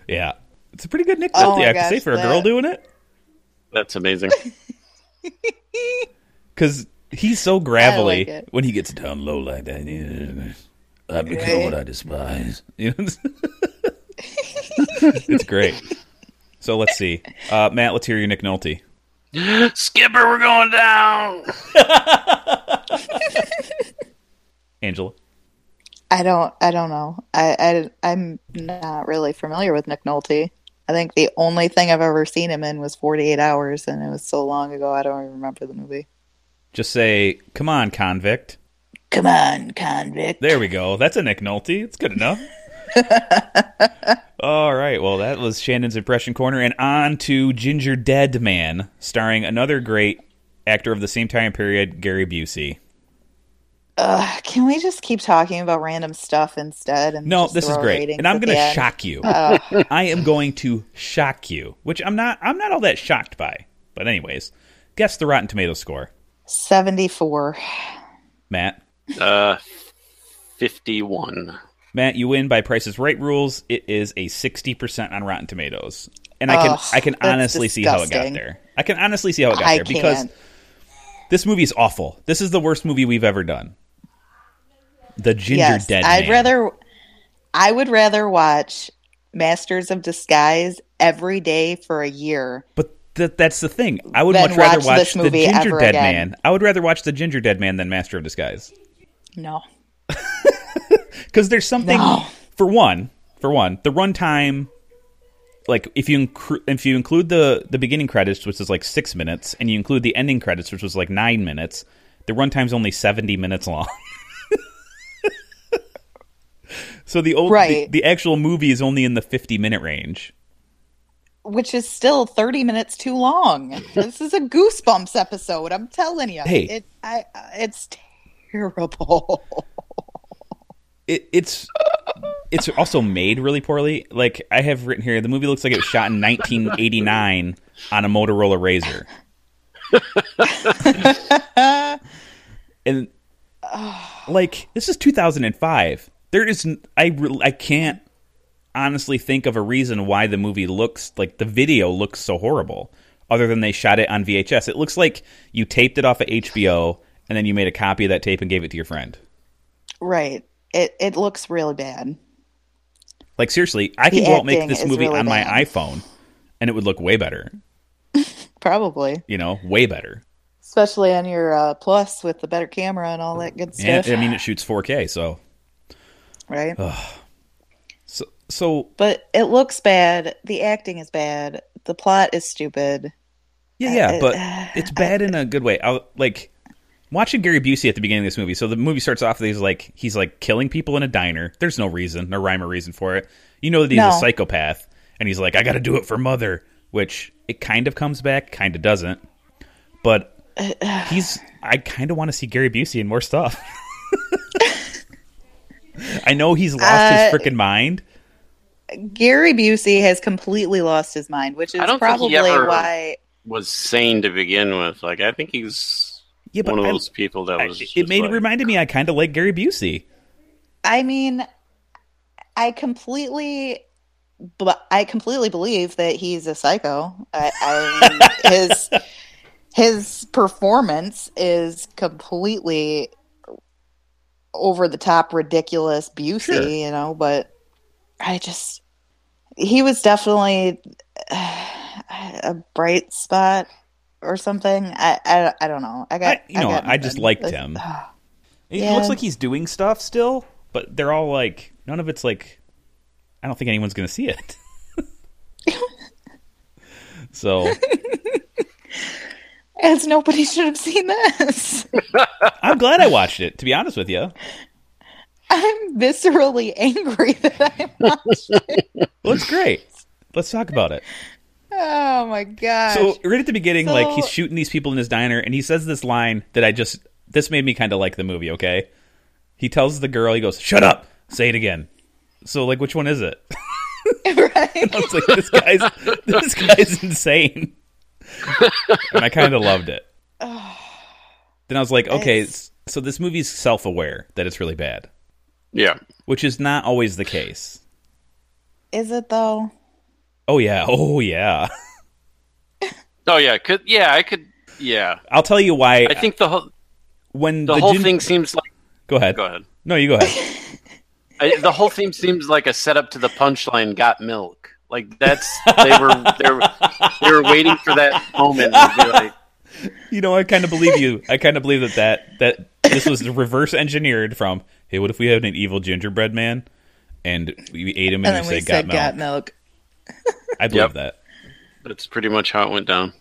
Speaker 1: Yeah. It's a pretty good Nick
Speaker 3: Oh
Speaker 1: Nolte,
Speaker 3: my
Speaker 1: I have to say,
Speaker 3: gosh,
Speaker 1: for a girl
Speaker 3: that-
Speaker 1: doing it.
Speaker 4: That's amazing.
Speaker 1: Because he's so gravelly
Speaker 3: like it.
Speaker 1: when he gets down low like that. I become
Speaker 3: Right.
Speaker 1: what I despise. You know? it's great. So let's see. Uh, Matt, let's hear your Nick Nolte.
Speaker 4: Skipper, we're going down.
Speaker 1: Angela.
Speaker 3: I don't. I don't know. I, I I'm not really familiar with Nick Nolte. I think the only thing I've ever seen him in was 48 Hours, and it was so long ago I don't even remember the movie.
Speaker 1: Just say, come on, convict.
Speaker 3: Come on, convict.
Speaker 1: There we go. That's a Nick Nolte. It's good enough. All right. Well, that was Shannon's Impression Corner. And on to Ginger Dead Man, starring another great actor of the same time period, Gary Busey.
Speaker 3: Ugh, can we just keep talking about random stuff instead? And
Speaker 1: No,
Speaker 3: just
Speaker 1: this is
Speaker 3: throw
Speaker 1: great.
Speaker 3: ratings
Speaker 1: And I'm
Speaker 3: at
Speaker 1: going
Speaker 3: the
Speaker 1: to
Speaker 3: end? Oh.
Speaker 1: shock you. I am going to shock you, which I'm not I'm not all that shocked by. But anyways, guess the Rotten Tomato score.
Speaker 3: 74.
Speaker 1: Matt.
Speaker 4: Uh, fifty-one.
Speaker 1: Matt, you win by Price's Right rules. It is a 60% on Rotten Tomatoes. And I can
Speaker 3: Ugh,
Speaker 1: I can
Speaker 3: that's
Speaker 1: honestly see how it got
Speaker 3: disgusting.
Speaker 1: there. I can honestly see how it got
Speaker 3: I
Speaker 1: there because
Speaker 3: can't.
Speaker 1: this movie is awful. This is the worst movie we've ever done. The Ginger
Speaker 3: yes,
Speaker 1: Dead.
Speaker 3: I'd
Speaker 1: Man.
Speaker 3: rather. I would rather watch Masters of Disguise every day for a year.
Speaker 1: But th- that's the thing. I would
Speaker 3: Then
Speaker 1: much rather
Speaker 3: watch
Speaker 1: watch
Speaker 3: this
Speaker 1: the
Speaker 3: movie
Speaker 1: Ginger
Speaker 3: ever
Speaker 1: Dead
Speaker 3: again.
Speaker 1: Man. I would rather watch the Ginger Dead Man than Master of Disguise
Speaker 3: No.
Speaker 1: because there's something
Speaker 3: No.
Speaker 1: for one. For one, the runtime, like if you incru- if you include the the beginning credits, which is like six minutes, and you include the ending credits, which was like nine minutes, the runtime's only seventy minutes long. so the old
Speaker 3: Right.
Speaker 1: the, the actual movie is only in the fifty minute range.
Speaker 3: which is still 30 minutes too long. this is a goosebumps episode. I'm telling you.
Speaker 1: Hey.
Speaker 3: it, I, I- it's terrible.
Speaker 1: it, it's it's also made really poorly. Like I have written here, the movie looks like it was shot in 1989 on a Motorola Razor. and ah, like this is 2005. There is n- I re- I can't honestly think of a reason why the movie looks like the video looks so horrible other than they shot it on VHS. It looks like you taped it off of HBO and then you made a copy of that tape and gave it to your friend.
Speaker 3: right. It it looks really bad.
Speaker 1: Like seriously, I can
Speaker 3: The
Speaker 1: go out and make
Speaker 3: acting
Speaker 1: this
Speaker 3: is
Speaker 1: movie
Speaker 3: really
Speaker 1: on my
Speaker 3: bad.
Speaker 1: iPhone, and it would look way better.
Speaker 3: Probably,
Speaker 1: You know, way better.
Speaker 3: especially on your uh, plus with the better camera and all that good
Speaker 1: And
Speaker 3: stuff,
Speaker 1: I mean, it shoots 4K, so
Speaker 3: right?
Speaker 1: so so
Speaker 3: But it looks bad. The acting is bad. The plot is stupid. Uh,
Speaker 1: yeah, yeah. But it's bad in a good way. I like watching Gary Busey at the beginning of this movie. So the movie starts off. with He's like he's like killing people in a diner. There's no reason, no rhyme or reason for it. You know that he's a
Speaker 3: No.
Speaker 1: psychopath, and he's like, I got to do it for mother, which it kind of comes back, kind of doesn't. But he's I kind of want to see Gary Busey in more stuff. I know he's lost
Speaker 3: Uh,
Speaker 1: his freaking mind.
Speaker 3: Gary Busey has completely lost his mind, which is
Speaker 4: I don't think
Speaker 3: probably
Speaker 4: he ever-
Speaker 3: why
Speaker 4: Was sane to begin with. Like I think he's
Speaker 1: Yeah, but
Speaker 4: one of
Speaker 1: I-
Speaker 4: those people that
Speaker 1: I-
Speaker 4: was.
Speaker 1: it
Speaker 4: just
Speaker 1: made
Speaker 4: like-
Speaker 1: it reminded me I kind of like Gary Busey.
Speaker 3: I mean, I completely, but I completely believe that he's a psycho. I, I mean, his his performance is completely over the top, ridiculous, Busey,
Speaker 4: Sure.
Speaker 3: you know. But I just, he was definitely uh, a bright spot or something. I, I, I don't know. I got,
Speaker 1: I- you know,
Speaker 3: got
Speaker 1: I just
Speaker 3: nothing.
Speaker 1: liked
Speaker 3: Like, ah.
Speaker 1: him. It
Speaker 3: Yeah.
Speaker 1: looks like he's doing stuff still, but they're all like none of it's like I don't think anyone's going to see it. so
Speaker 3: As nobody should have seen this.
Speaker 1: I'm glad I watched it. To be honest with you,
Speaker 3: I'm viscerally angry that I'm.
Speaker 1: well, it's great. Let's talk about it.
Speaker 3: Oh my gosh.
Speaker 1: So right at the beginning, like
Speaker 3: So-
Speaker 1: he's shooting these people in his diner, and he says this line that I just this made me kind of like the movie. Okay, he tells the girl, he goes, "Shut up, say it again." So like, which one is it?
Speaker 3: right?
Speaker 1: I was like, this guy's this guy's insane, and I kind of loved it. Then I was like, okay,
Speaker 3: It's-
Speaker 1: so this movie's self-aware that it's really bad,
Speaker 4: Yeah.
Speaker 1: which is not always the case.
Speaker 3: Is it though?
Speaker 1: Oh yeah, oh yeah.
Speaker 4: Oh yeah. Could yeah. I could. Yeah.
Speaker 1: I'll tell you why.
Speaker 4: I think the whole
Speaker 1: when
Speaker 4: the,
Speaker 1: the
Speaker 4: whole
Speaker 1: gin-
Speaker 4: thing seems like.
Speaker 1: Go ahead.
Speaker 4: Go ahead.
Speaker 1: No, you go ahead.
Speaker 4: I, the whole theme seems like a setup to the punchline. Got milk. Like that's they were they were they were waiting for that moment. To be like,
Speaker 1: you know, I kind of believe you. I kind of believe that that that this was reverse engineered from. Hey, what if we had an evil gingerbread man, and we ate him, and,
Speaker 3: And then
Speaker 1: we
Speaker 3: we
Speaker 1: said,
Speaker 3: said
Speaker 1: "Got milk."
Speaker 3: got milk.
Speaker 1: I believe
Speaker 4: Yep.
Speaker 1: that.
Speaker 4: that's pretty much how it went down.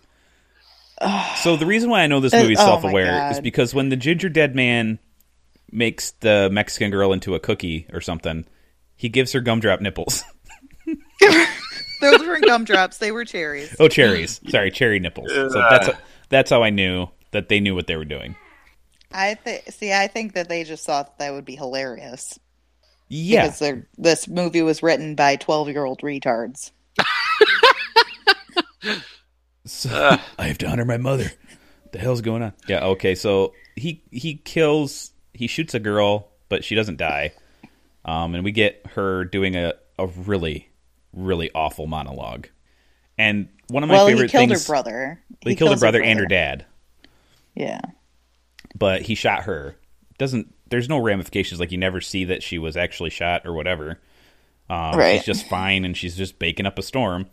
Speaker 1: So the reason why I know this
Speaker 3: Uh,
Speaker 1: movie's
Speaker 3: oh my
Speaker 1: self-aware
Speaker 3: God.
Speaker 1: is because when the ginger dead man makes the Mexican girl into a cookie or something, he gives her gumdrop nipples.
Speaker 3: Those were gumdrops. They were cherries.
Speaker 1: oh, cherries. Sorry, cherry nipples. So that's that's how I knew that they knew what they were doing.
Speaker 3: I think. See, I think that they just thought that would be hilarious
Speaker 1: Yeah.
Speaker 3: because they're, this movie was written by twelve-year-old retards.
Speaker 1: So, I have to honor my mother. The hell's going on? Yeah, okay. So he he kills he shoots a girl, but she doesn't die. Um, and we get her doing a, a really really awful monologue. And one of my
Speaker 3: well, he
Speaker 1: favorite
Speaker 3: killed
Speaker 1: things
Speaker 3: her brother.
Speaker 1: He, killed her
Speaker 3: kills
Speaker 1: brother, and her dad,
Speaker 3: Yeah.
Speaker 1: but he shot her. Doesn't there's no ramifications like you never see that she was actually shot or whatever. Um,
Speaker 3: Right.
Speaker 1: She's just fine and she's just baking up a storm.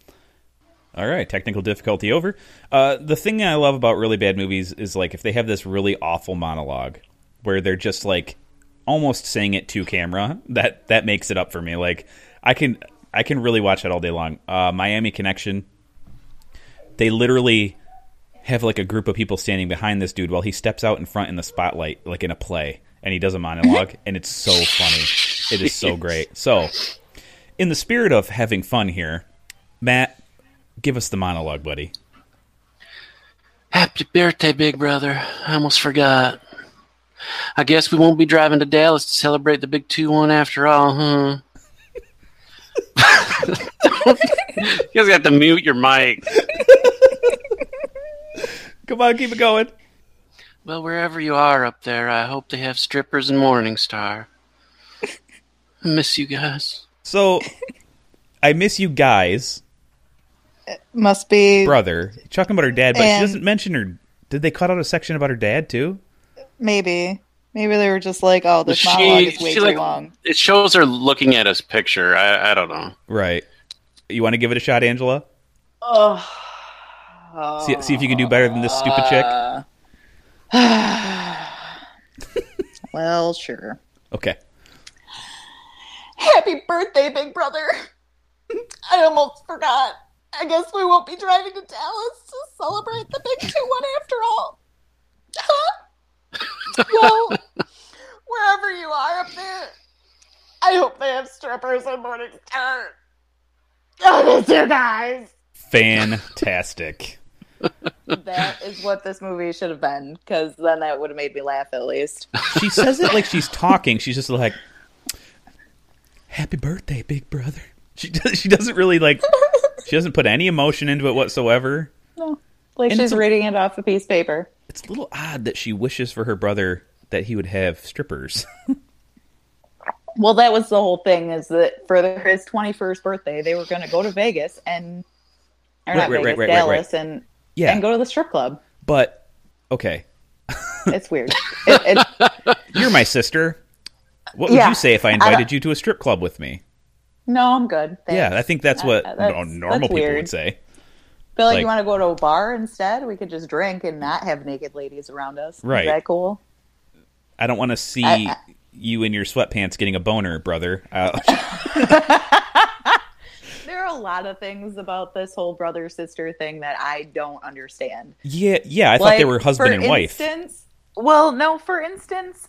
Speaker 1: All right, technical difficulty over. Uh, the thing I love about really bad movies is like if they have this really awful monologue where they're just like almost saying it to camera. That that makes it up for me. Like I can I can really watch that all day long. Uh, Miami Connection. They literally have like a group of people standing behind this dude while he steps out in front in the spotlight, like in a play, and he does a monologue, and it's so funny. It is so great. So, in the spirit of having fun here, Matt, give us the monologue, buddy.
Speaker 4: Happy birthday, big brother. I almost forgot. I guess we won't be driving to Dallas to celebrate the big 2 1 after all, huh? you guys got to mute your mic.
Speaker 1: Come on, keep it going.
Speaker 4: Well, wherever you are up there, I hope they have strippers and Morningstar. I miss you guys.
Speaker 1: So, I miss you guys,
Speaker 3: Must be
Speaker 1: brother. She's Talking about her dad, but she
Speaker 3: And-
Speaker 1: doesn't mention her. Did they cut out a section about her dad too?
Speaker 3: maybe. Maybe they were just like, "Oh, this
Speaker 4: She-
Speaker 3: monologue is way
Speaker 4: she,
Speaker 3: too
Speaker 4: like-
Speaker 3: long."
Speaker 4: It shows her looking at his picture. I, I don't know.
Speaker 1: Right. You want to give it a shot, Angela?
Speaker 3: Oh.
Speaker 1: See, see if you can do better than this stupid chick.
Speaker 3: Well, sure.
Speaker 1: Okay.
Speaker 6: Happy birthday, big brother. I almost forgot. I guess we won't be driving to Dallas to celebrate the big 2 1 after all. Huh? well, wherever you are up there, I hope they have strippers and morning star. I miss you guys.
Speaker 1: Fantastic.
Speaker 3: That is what this movie should have been, because then that would have made me laugh at least.
Speaker 1: she says it like she's talking. She's just like, "Happy birthday, big brother." She does, she doesn't really like. She doesn't put any emotion into it whatsoever. And
Speaker 3: Like she's
Speaker 1: it's-
Speaker 3: reading it off a piece of paper.
Speaker 1: It's a little odd that she wishes for her brother that he would have strippers.
Speaker 3: Well, that was the whole thing is that for the, his 21st birthday, they were going to go to Vegas and, or
Speaker 1: Right, right,
Speaker 3: not
Speaker 1: right,
Speaker 3: Vegas,
Speaker 1: right, right,
Speaker 3: Dallas, and
Speaker 1: yeah,
Speaker 3: and go to the strip club.
Speaker 1: but okay,
Speaker 3: It's weird. It, it,
Speaker 1: you're my sister. What would
Speaker 3: Yeah,
Speaker 1: you say if I
Speaker 3: don't-
Speaker 1: invited you to a strip club with me?
Speaker 3: no, I'm good. Thanks.
Speaker 1: Yeah, I think that's
Speaker 3: Uh,
Speaker 1: what
Speaker 3: uh,
Speaker 1: no-
Speaker 3: that's-
Speaker 1: normal
Speaker 3: that's
Speaker 1: people would
Speaker 3: weird.
Speaker 1: say.
Speaker 3: Feel like,
Speaker 1: like-
Speaker 3: you want to go to a bar instead? We could just drink and not have naked ladies around us.
Speaker 1: Right.
Speaker 3: Is that cool?
Speaker 1: I don't want to see
Speaker 3: I- I-
Speaker 1: you in your sweatpants getting a boner, brother. Uh,
Speaker 3: There are a lot of things about this whole brother sister thing that I don't understand.
Speaker 1: yeah, yeah, I thought they were husband and wife.
Speaker 3: wife. Well, no, for instance,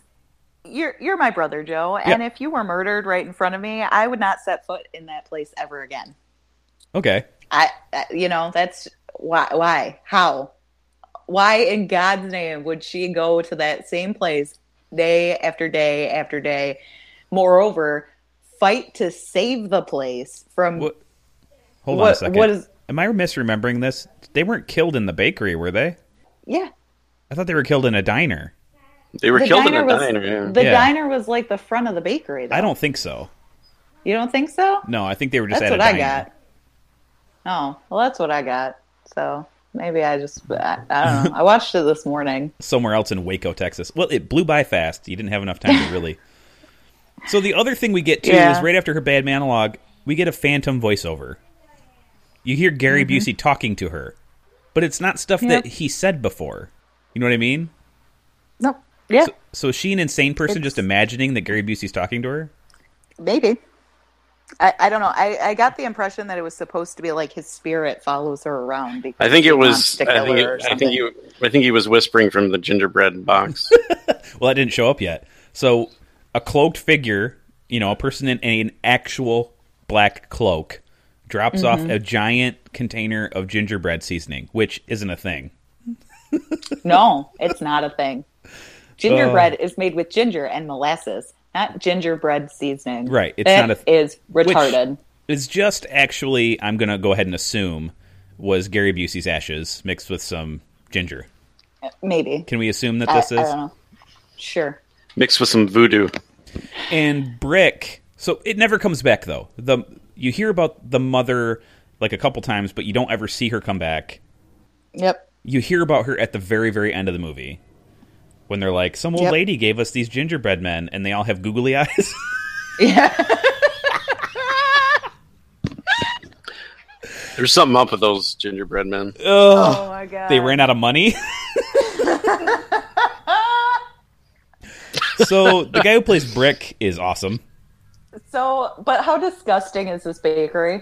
Speaker 3: you're you're my brother, Joe, and if you were murdered right in front of me, I would not set foot in that place ever again.
Speaker 1: Okay.
Speaker 3: I, I you know, that's why why how why in God's name would she go to that same place day after day after day? Moreover, fight to save the place from
Speaker 1: What? Hold on a
Speaker 3: What-
Speaker 1: second.
Speaker 3: what is-
Speaker 1: Am I misremembering this? They weren't killed in the bakery, were they?
Speaker 3: yeah.
Speaker 1: I thought they were killed in a diner.
Speaker 4: They were
Speaker 3: The
Speaker 4: killed in a
Speaker 3: diner was-
Speaker 4: diner. yeah.
Speaker 3: The
Speaker 1: Yeah.
Speaker 3: diner was like the front of the bakery. Though.
Speaker 1: I don't think so.
Speaker 3: You don't think so?
Speaker 1: No, I think they were just
Speaker 3: that's
Speaker 1: at a
Speaker 3: what I
Speaker 1: diner.
Speaker 3: got. Oh, well, that's what I got. So maybe I just, I, I don't know. I watched it this morning.
Speaker 1: somewhere else in Waco, Texas. Well, it blew by fast. You didn't have enough time to really. so the other thing we get to
Speaker 3: Yeah.
Speaker 1: is right after her bad monologue, we get a phantom voiceover. You hear Gary
Speaker 3: Mm-hmm.
Speaker 1: Busey talking to her, but it's not stuff that he said before. You know what I mean?
Speaker 3: No. Yeah,
Speaker 1: So is she an insane person
Speaker 3: It's-
Speaker 1: just imagining that Gary Busey's talking to her?
Speaker 3: maybe. I, I don't know. I, I got the impression that it was supposed to be like his spirit follows her around. Because
Speaker 4: I think
Speaker 3: she
Speaker 4: it
Speaker 3: wants
Speaker 4: was.
Speaker 3: to
Speaker 4: I
Speaker 3: kill
Speaker 4: think,
Speaker 3: her or
Speaker 4: it, I think
Speaker 3: something.
Speaker 4: you. I think he was whispering from the gingerbread box.
Speaker 1: Well, that didn't show up yet. So a cloaked figure, you know, a person in an actual black cloak, drops
Speaker 3: Mm-hmm.
Speaker 1: off a giant container of gingerbread seasoning, which isn't a thing.
Speaker 3: No, it's not a thing. Gingerbread is made with ginger and molasses, not gingerbread seasoning.
Speaker 1: Right, it's
Speaker 3: That
Speaker 1: not a-
Speaker 3: is retarded.
Speaker 1: It's just actually, I'm going to go ahead and assume, was Gary Busey's ashes mixed with some ginger.
Speaker 3: Maybe.
Speaker 1: Can we assume that
Speaker 3: I,
Speaker 1: this
Speaker 3: I
Speaker 1: is?
Speaker 3: don't know. Sure.
Speaker 4: mixed with some voodoo.
Speaker 1: And Brick. So it never comes back, though. The You hear about the mother like a couple times, but you don't ever see her come back.
Speaker 3: Yep.
Speaker 1: You hear about her at the very, very end of the movie when they're like, some old
Speaker 3: Yep.
Speaker 1: lady gave us these gingerbread men, and they all have googly eyes.
Speaker 3: Yeah.
Speaker 4: There's something up with those gingerbread men.
Speaker 1: Ugh.
Speaker 3: Oh my god.
Speaker 1: They ran out of money. so the guy who plays Brick is awesome.
Speaker 3: So, but how disgusting is this bakery?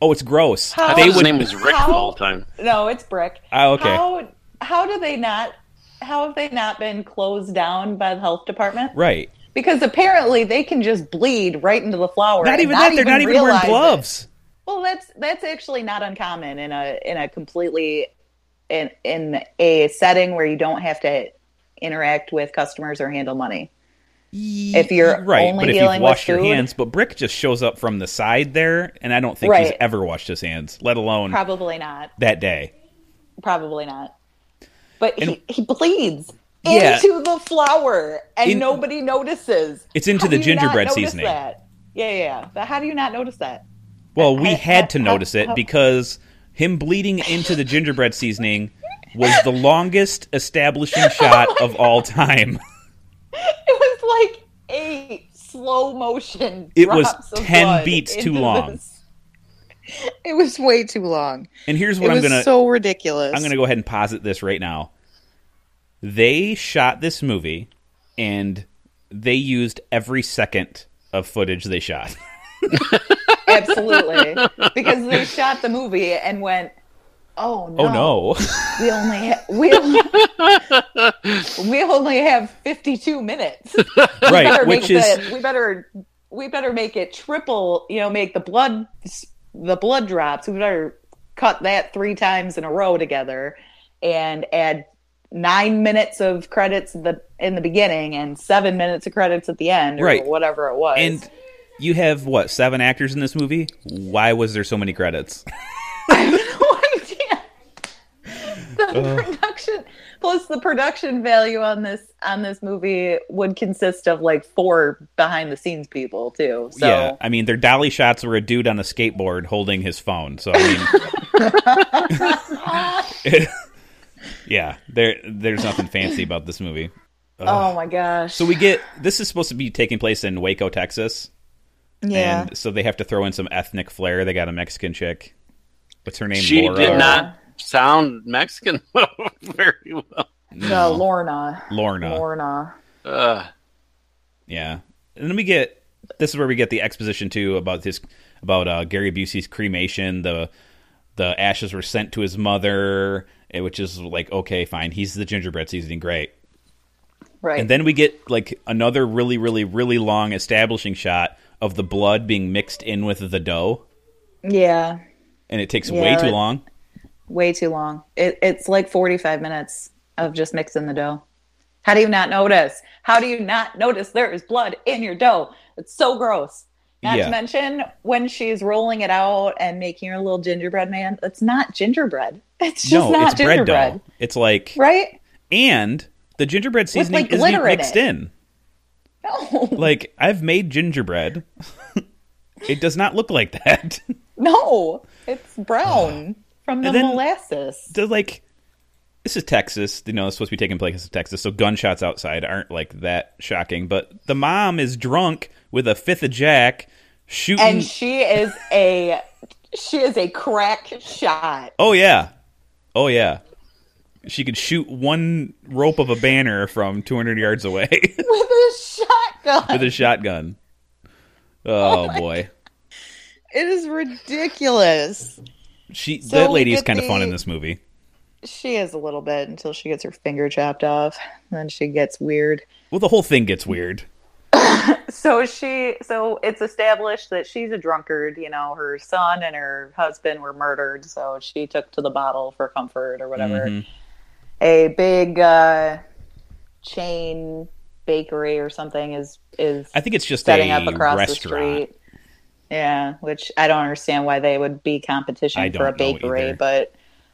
Speaker 1: Oh, it's gross.
Speaker 4: I
Speaker 3: How-
Speaker 4: thought
Speaker 1: They Oh.
Speaker 4: his
Speaker 1: would.
Speaker 4: name was Rick
Speaker 3: How-
Speaker 4: the whole time.
Speaker 3: No, it's brick.
Speaker 1: Oh, okay.
Speaker 3: How how do they not? How have they not been closed down by the health department?
Speaker 1: Right.
Speaker 3: Because apparently they can just bleed right into the flour.
Speaker 1: Not
Speaker 3: and
Speaker 1: even that. They're not even wearing
Speaker 3: realize it.
Speaker 1: gloves.
Speaker 3: Well, that's that's actually not uncommon in a in a completely in in a setting where you don't have to interact with customers or handle money. If you're
Speaker 1: right,
Speaker 3: only
Speaker 1: but if
Speaker 3: dealing
Speaker 1: you've washed
Speaker 3: with
Speaker 1: your
Speaker 3: food,
Speaker 1: hands, but Brick just shows up from the side there, and I don't think he's
Speaker 3: Right.
Speaker 1: ever washed his hands, let alone
Speaker 3: probably not.
Speaker 1: that day.
Speaker 3: Probably not. But
Speaker 1: And-
Speaker 3: he, he bleeds
Speaker 1: Yeah.
Speaker 3: into the flour and
Speaker 1: In-
Speaker 3: nobody notices.
Speaker 1: It's into
Speaker 3: How
Speaker 1: the
Speaker 3: do you not
Speaker 1: gingerbread
Speaker 3: notice
Speaker 1: seasoning.
Speaker 3: That? Yeah, yeah, yeah. But how do you not notice that?
Speaker 1: Well, we
Speaker 3: I-
Speaker 1: had to
Speaker 3: I-
Speaker 1: notice it
Speaker 3: I-
Speaker 1: because him bleeding into the gingerbread seasoning was the longest establishing shot of all time.
Speaker 3: It was like a slow motion.
Speaker 1: It was
Speaker 3: drops of
Speaker 1: 10
Speaker 3: blood
Speaker 1: beats too
Speaker 3: into
Speaker 1: long.
Speaker 3: this. It was way too long.
Speaker 1: And here's
Speaker 3: It
Speaker 1: what I'm
Speaker 3: was
Speaker 1: gonna
Speaker 3: so ridiculous.
Speaker 1: I'm going to go ahead and posit this right now. They shot this movie and they used every second of footage they shot.
Speaker 3: Absolutely. because they shot the movie and went, Oh no.
Speaker 1: Oh no.
Speaker 3: We only ha- we only, we only have 52 minutes. We
Speaker 1: right,
Speaker 3: better
Speaker 1: which
Speaker 3: make
Speaker 1: is
Speaker 3: the, we better we better make it triple. You know, make the blood the blood drops. We better cut that three times in a row together, and add nine minutes of credits the in the beginning and seven minutes of credits at the end, or
Speaker 1: Right.
Speaker 3: whatever it was.
Speaker 1: and you have what, seven actors in this movie? Why was there so many credits? Uh.
Speaker 3: I have no idea. The production production plus the production value on this on this movie would consist of like four behind the scenes people too. So
Speaker 1: Yeah, I mean, their dolly shots were a dude on a skateboard holding his phone. So I mean, yeah, there there's nothing fancy about this movie.
Speaker 3: oh my gosh.
Speaker 1: uh, So we get this is supposed to be taking place in Waco, Texas,
Speaker 3: yeah.
Speaker 1: and so they have to throw in some ethnic flair. They got a Mexican chick. What's her name?
Speaker 4: She
Speaker 1: Laura.
Speaker 4: did not sound Mexican very well.
Speaker 3: no, Lorna.
Speaker 1: Lorna.
Speaker 3: Lorna.
Speaker 4: Uh,
Speaker 1: Yeah, and then we get this is where we get the exposition too about this about uh, Gary Busey's cremation. The the ashes were sent to his mother, eh, which is like okay, fine. He's the gingerbread seasoning, great.
Speaker 3: Right.
Speaker 1: And then we get like another really, really, really long establishing shot of the blood being mixed in with the dough,
Speaker 3: yeah.
Speaker 1: and it takes
Speaker 3: Yeah,
Speaker 1: way too
Speaker 3: it-
Speaker 1: long.
Speaker 3: Way too long. It, it's like 45 minutes of just mixing the dough. How do you not notice? How do you not notice there is blood in your dough? It's so gross. Not
Speaker 1: Yeah.
Speaker 3: to mention when she's rolling it out and making her little gingerbread man. It's not gingerbread. It's just
Speaker 1: No,
Speaker 3: not
Speaker 1: it's bread
Speaker 3: gingerbread.
Speaker 1: dough. It's like
Speaker 3: Right?
Speaker 1: and the gingerbread seasoning
Speaker 3: like,
Speaker 1: isn't even
Speaker 3: glitter in
Speaker 1: mixed
Speaker 3: it.
Speaker 1: in.
Speaker 3: No.
Speaker 1: Like I've made gingerbread. it does not look like that.
Speaker 3: No. It's brown from the
Speaker 1: And then-
Speaker 3: molasses.
Speaker 1: they're like this is Texas, you know, it's supposed to be taking place in Texas, so gunshots outside aren't like that shocking. But the mom is drunk with a fifth of Jack shooting
Speaker 3: And she is a she is a crack shot.
Speaker 1: Oh yeah. Oh yeah. She could shoot one rope of a banner from two hundred yards away
Speaker 3: with a shotgun.
Speaker 1: with a shotgun. Oh, boy.
Speaker 3: It is ridiculous.
Speaker 1: She
Speaker 3: So
Speaker 1: that
Speaker 3: we
Speaker 1: lady is
Speaker 3: get
Speaker 1: kinda fun
Speaker 3: the-
Speaker 1: in this movie.
Speaker 3: She is a little bit until she gets her finger chopped off. Then she gets weird.
Speaker 1: Well the whole thing gets weird.
Speaker 3: So she so it's established that she's a drunkard, you know, her son and her husband were murdered, so she took to the bottle for comfort or whatever.
Speaker 1: Mhm.
Speaker 3: A big uh chain bakery or something is is
Speaker 1: I think it's just
Speaker 3: setting
Speaker 1: a
Speaker 3: up across
Speaker 1: restaurant.
Speaker 3: the street. Yeah, which I don't understand why they would be
Speaker 1: I
Speaker 3: competition
Speaker 1: don't
Speaker 3: for a
Speaker 1: know
Speaker 3: bakery,
Speaker 1: either.
Speaker 3: but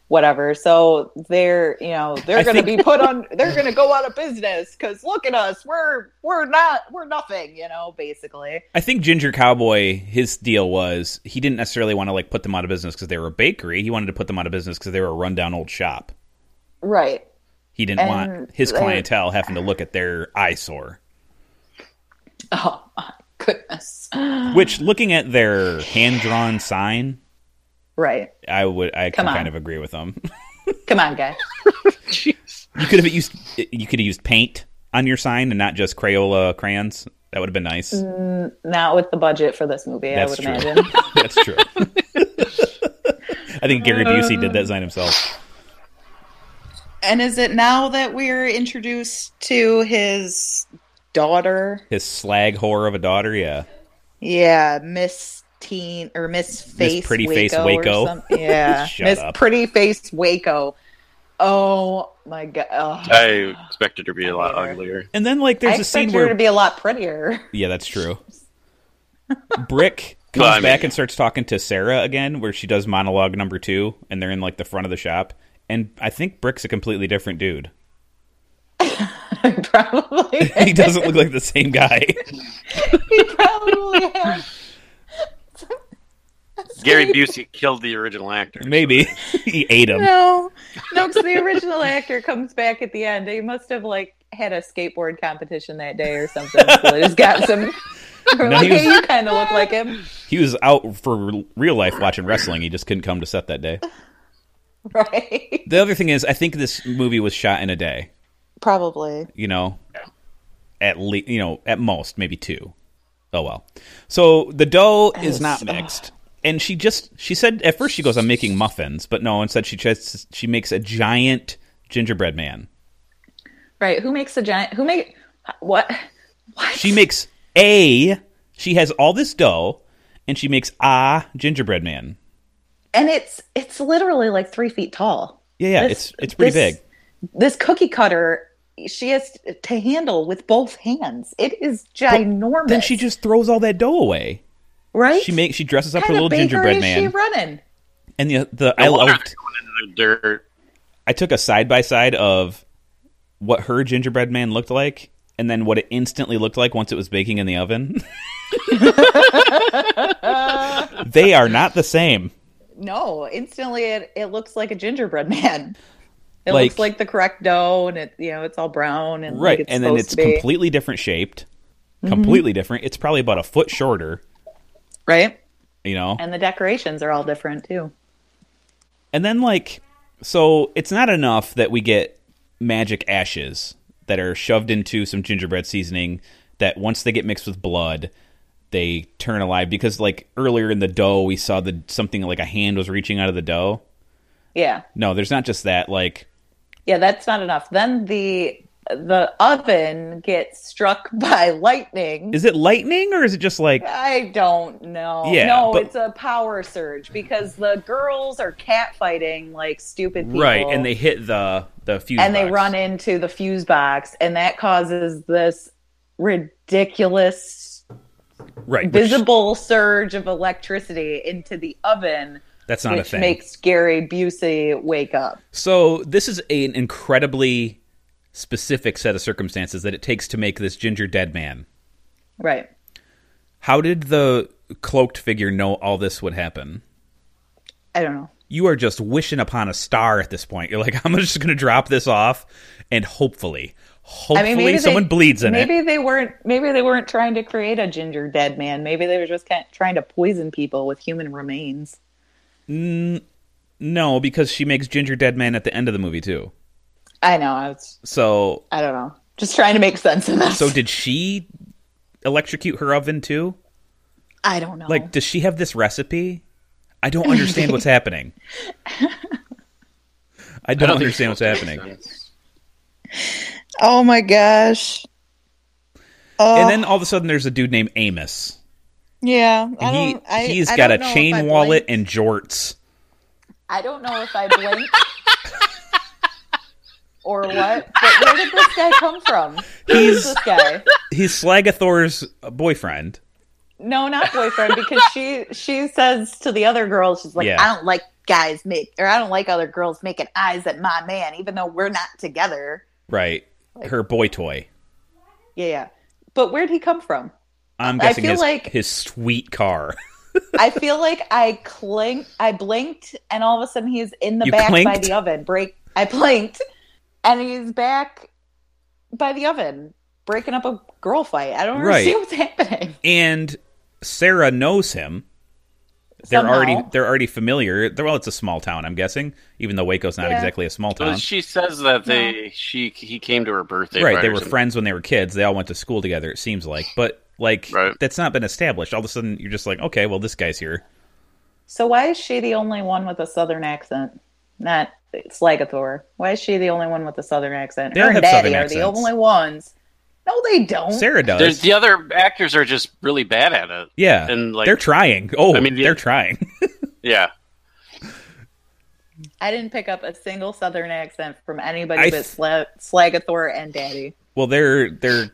Speaker 3: whatever. So they're you know
Speaker 1: I
Speaker 3: they're going to
Speaker 1: think-
Speaker 3: be put on. They're going to go out of business because look at us. We're we're not we're nothing. You know, basically.
Speaker 1: I think Ginger Cowboy, his deal was he didn't necessarily want to like put them out of business because they were a bakery. He wanted to put them out of business because they were a rundown old shop.
Speaker 3: Right.
Speaker 1: He didn't
Speaker 3: And
Speaker 1: want his
Speaker 3: they-
Speaker 1: clientele having to look at their eyesore.
Speaker 3: Oh my goodness.
Speaker 1: Which, looking at their hand drawn sign,
Speaker 3: Right.
Speaker 1: I would I can
Speaker 3: Come on.
Speaker 1: kind of agree with them.
Speaker 3: Come on, guy.
Speaker 4: jeez.
Speaker 1: you could have used you could have used paint on your sign and not just Crayola crayons. That would have been nice.
Speaker 3: Not with the budget for this movie,
Speaker 1: That's
Speaker 3: Mm, I would
Speaker 1: true.
Speaker 3: imagine.
Speaker 1: That's true. I think Gary Busey did that sign himself.
Speaker 3: and is it now that we're introduced to his daughter?
Speaker 1: His slag whore of a daughter, yeah.
Speaker 3: Yeah, Miss Teen or Miss Face
Speaker 1: Pretty
Speaker 3: Waco
Speaker 1: Face
Speaker 3: or
Speaker 1: Waco.
Speaker 3: some- yeah,
Speaker 1: Shut
Speaker 3: Miss
Speaker 1: up.
Speaker 3: Pretty Face Waco. Oh my god! Ugh.
Speaker 4: I expected her to be a lot uglier.
Speaker 1: And then like
Speaker 3: I
Speaker 1: there's a scene
Speaker 3: expect her
Speaker 1: where
Speaker 3: to be a lot prettier.
Speaker 1: Yeah, that's true. Brick comes
Speaker 4: Well, I mean-
Speaker 1: back and starts talking to Sarah again, where she does monologue number two, and they're in like the front of the shop. And I think Brick's a completely different dude.
Speaker 3: probably,
Speaker 1: He doesn't look like the same guy.
Speaker 3: he probably has.
Speaker 4: Gary Busey killed the original actor.
Speaker 1: Maybe he ate him.
Speaker 3: No, no, because the original actor comes back at the end. They must have like had a skateboard competition that day or something. So they just got some. We're
Speaker 1: No,
Speaker 3: like,
Speaker 1: he was-
Speaker 3: hey, you kind of look like him,
Speaker 1: He was out for re- real life watching wrestling. He just couldn't come to set that day.
Speaker 3: right?
Speaker 1: The other thing is, I think this movie was shot in a day.
Speaker 3: Probably.
Speaker 1: you know at least you know at most maybe two. Oh well so the dough is not mixed and she just she said at first she goes i'm making muffins but no instead she just she makes a giant gingerbread man
Speaker 3: Right. Who makes the giant? Who make what? What?
Speaker 1: she makes a she has all this dough and she makes a gingerbread man
Speaker 3: and it's it's literally like three feet tall.
Speaker 1: yeah yeah
Speaker 3: This-
Speaker 1: it's it's pretty
Speaker 3: this-
Speaker 1: big
Speaker 3: This cookie cutter, she has to handle with both hands. It is ginormous.
Speaker 1: then she just throws all that dough away
Speaker 3: right.
Speaker 1: she makes she dresses up
Speaker 3: What
Speaker 1: her
Speaker 3: kind
Speaker 1: little
Speaker 3: of bakery
Speaker 1: gingerbread
Speaker 3: is she
Speaker 1: man
Speaker 3: running?
Speaker 1: and the the i
Speaker 4: No wonder
Speaker 1: loved
Speaker 4: they're going into the dirt.
Speaker 1: I took a side by side of what her gingerbread man looked like and then what it instantly looked like once it was baking in the oven. they are not the same.
Speaker 3: No, instantly it, it looks like a gingerbread man. It
Speaker 1: Like-
Speaker 3: looks like the correct dough, and it you know it's all brown and like
Speaker 1: Right.
Speaker 3: it's
Speaker 1: and then
Speaker 3: supposed
Speaker 1: it's
Speaker 3: to be, Mm-hmm.
Speaker 1: completely different shaped. Completely different. It's probably about a foot shorter,
Speaker 3: right,
Speaker 1: you know.
Speaker 3: and the decorations are all different too.
Speaker 1: And then like so it's not enough that we get magic ashes that are shoved into some gingerbread seasoning that once they get mixed with blood they turn alive because like earlier in the dough we saw the something like a hand was reaching out of the dough.
Speaker 3: Yeah,
Speaker 1: No, there's not just that like
Speaker 3: yeah, that's not enough. Then the the oven gets struck by lightning.
Speaker 1: is it lightning or is it just like
Speaker 3: I don't know.
Speaker 1: Yeah,
Speaker 3: no,
Speaker 1: but-
Speaker 3: it's a power surge because the girls are catfighting like stupid people.
Speaker 1: right and they hit the the fuse
Speaker 3: and they
Speaker 1: box.
Speaker 3: run into the fuse box and that causes this ridiculous
Speaker 1: right which-
Speaker 3: visible surge of electricity into the oven
Speaker 1: that's not a
Speaker 3: which
Speaker 1: thing
Speaker 3: makes Gary Busey wake up.
Speaker 1: So this is a- an incredibly specific set of circumstances that it takes to make this ginger dead man.
Speaker 3: Right.
Speaker 1: How did the cloaked figure know all this would happen?
Speaker 3: I don't know.
Speaker 1: You are just wishing upon a star at this point. You're like, I'm just going to drop this off, and hopefully, hopefully,
Speaker 3: I mean, maybe
Speaker 1: someone
Speaker 3: they,
Speaker 1: bleeds in
Speaker 3: maybe
Speaker 1: it.
Speaker 3: they weren't. Maybe they weren't trying to create a ginger dead man. Maybe they were just kind trying to poison people with human remains.
Speaker 1: No, because she makes ginger dead man at the end of the movie too.
Speaker 3: I know. I was.
Speaker 1: So,
Speaker 3: I don't know. Just trying to make sense of this.
Speaker 1: so did she electrocute her oven too?
Speaker 3: I don't know.
Speaker 1: Like, does she have this recipe? I don't understand what's happening. I don't,
Speaker 4: I don't think
Speaker 1: understand
Speaker 4: it's
Speaker 1: what's happening.
Speaker 4: supposed to make sense.
Speaker 3: oh my gosh. Oh
Speaker 1: And then all of a sudden, there's a dude named Amos.
Speaker 3: yeah.
Speaker 1: And he he's got a chain wallet and jorts.
Speaker 3: I don't know if I blinked or what. But where did this guy come from? Who's
Speaker 1: He's
Speaker 3: this guy?
Speaker 1: he's Slagathor's boyfriend.
Speaker 3: No, not boyfriend, because she she says to the other girl, she's like,
Speaker 1: Yeah.
Speaker 3: I don't like guys make or I don't like other girls making eyes at my man, even though we're not together.
Speaker 1: Right, her boy toy.
Speaker 3: Yeah, yeah. But where'd he come from?
Speaker 1: I'm guessing
Speaker 3: feel
Speaker 1: his
Speaker 3: like-
Speaker 1: his sweet car.
Speaker 3: I feel like I clinked, I blinked, and all of a sudden he's in the
Speaker 1: You
Speaker 3: back by
Speaker 1: clinked?
Speaker 3: the oven. Break. I blinked, and he's back by the oven, breaking up a girl fight. I don't
Speaker 1: Right.
Speaker 3: really see what's happening.
Speaker 1: and Sarah knows him. They're
Speaker 3: Somehow.
Speaker 1: already they're already familiar. They're- Well, it's a small town, I'm guessing. Even though Waco's not
Speaker 3: Yeah.
Speaker 1: exactly a small town,
Speaker 4: Well, she says that they she he came to her birthday.
Speaker 1: right?
Speaker 4: party
Speaker 1: They
Speaker 4: or
Speaker 1: were
Speaker 4: something.
Speaker 1: friends when they were kids. They all went to school together. It seems like, but like
Speaker 4: Right.
Speaker 1: that's not been established. All of a sudden, you're just like, okay, well, this guy's here.
Speaker 3: So why is she the only one with a southern accent? Not Slagathor. Why is she the only one with a southern accent?
Speaker 1: They
Speaker 3: Her
Speaker 1: all
Speaker 3: and
Speaker 1: have
Speaker 3: Daddy
Speaker 1: southern
Speaker 3: are the
Speaker 1: accents.
Speaker 3: only ones. No, they don't.
Speaker 1: Sarah does.
Speaker 4: There's the other actors are just really bad at it.
Speaker 1: yeah,
Speaker 4: and, like-
Speaker 1: they're trying. Oh,
Speaker 4: I mean,
Speaker 1: they're
Speaker 4: yeah.
Speaker 1: trying.
Speaker 4: Yeah,
Speaker 3: I didn't pick up a single southern accent from anybody
Speaker 1: I th-
Speaker 3: but Sla- Slagathor and Daddy.
Speaker 1: well, they're they're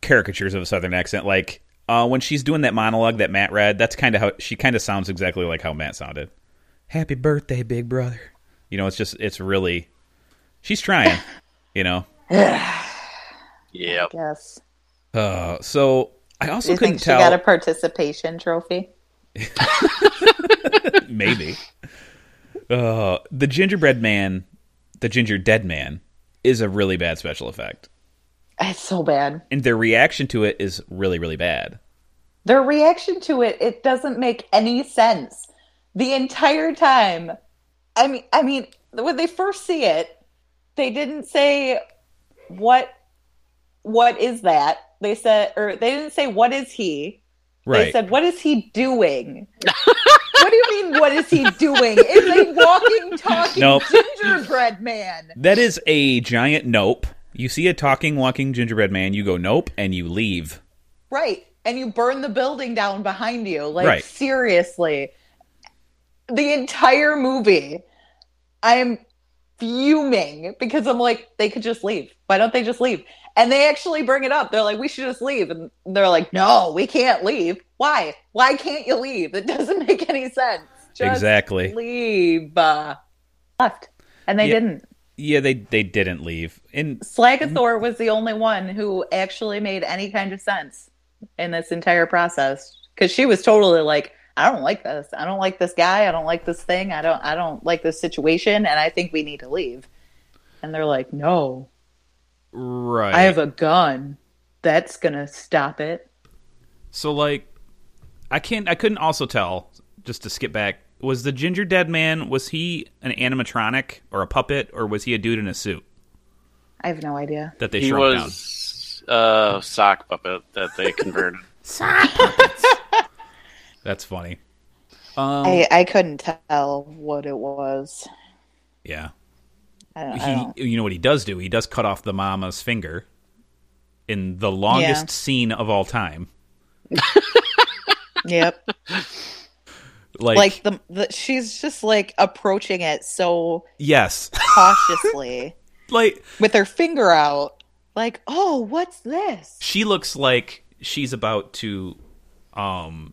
Speaker 1: caricatures of a southern accent. Like uh, when she's doing that monologue that Matt read, that's kind of how she kind of sounds exactly like how Matt sounded. Happy birthday, big brother. You know, it's just it's really she's trying. you know.
Speaker 4: yeah.
Speaker 3: Yes.
Speaker 1: Uh, so I
Speaker 3: Do
Speaker 1: also
Speaker 3: you
Speaker 1: couldn't
Speaker 3: think she
Speaker 1: tell.
Speaker 3: got a participation trophy?
Speaker 1: maybe. Uh, the gingerbread man, the ginger dead man, is a really bad special effect,
Speaker 3: It's so bad.
Speaker 1: and their reaction to it is really, really bad.
Speaker 3: Their reaction to it, it doesn't make any sense. The entire time. I mean I mean when they first see it, they didn't say what what is that? They said or they didn't say what is he? They
Speaker 1: Right?
Speaker 3: said, "What is he doing?" what do you mean? What is he doing? It's a walking, talking
Speaker 1: Nope.
Speaker 3: gingerbread man.
Speaker 1: that is a giant nope. You see a talking, walking gingerbread man, you go nope, and you leave.
Speaker 3: Right. And you burn the building down behind you. Like,
Speaker 1: Right.
Speaker 3: seriously. The entire movie, I'm fuming because I'm like, they could just leave. Why don't they just leave? And they actually bring it up. They're like, we should just leave. And they're like, no, we can't leave. Why? Why can't you leave? It doesn't make any sense. Just
Speaker 1: exactly.
Speaker 3: leave. Uh, left. And they
Speaker 1: Yeah.
Speaker 3: didn't.
Speaker 1: Yeah, they they didn't leave. And
Speaker 3: Slagathor was the only one who actually made any kind of sense in this entire process because she was totally like, I don't like this. I don't like this guy. I don't like this thing. I don't. I don't like this situation. And I think we need to leave. And they're like, No,
Speaker 7: Right.
Speaker 3: I have a gun. That's gonna stop it.
Speaker 1: so like I can't I couldn't also tell just to skip back was the ginger dead man was he an animatronic or a puppet or was he a dude in a suit
Speaker 3: I have no idea.
Speaker 1: that they
Speaker 4: He
Speaker 1: shrunk
Speaker 4: was uh, sock puppet that they converted.
Speaker 1: down? That's funny.
Speaker 3: I I couldn't tell what it was.
Speaker 1: Yeah.
Speaker 3: I don't, I
Speaker 1: he
Speaker 3: don't.
Speaker 1: you know what he does do he does cut off the mama's finger in the longest
Speaker 3: Yeah.
Speaker 1: scene of all time
Speaker 3: Yep.
Speaker 1: like,
Speaker 3: like the, the she's just like approaching it so
Speaker 1: yes
Speaker 3: cautiously
Speaker 1: like
Speaker 3: with her finger out like oh what's this
Speaker 1: she looks like she's about to um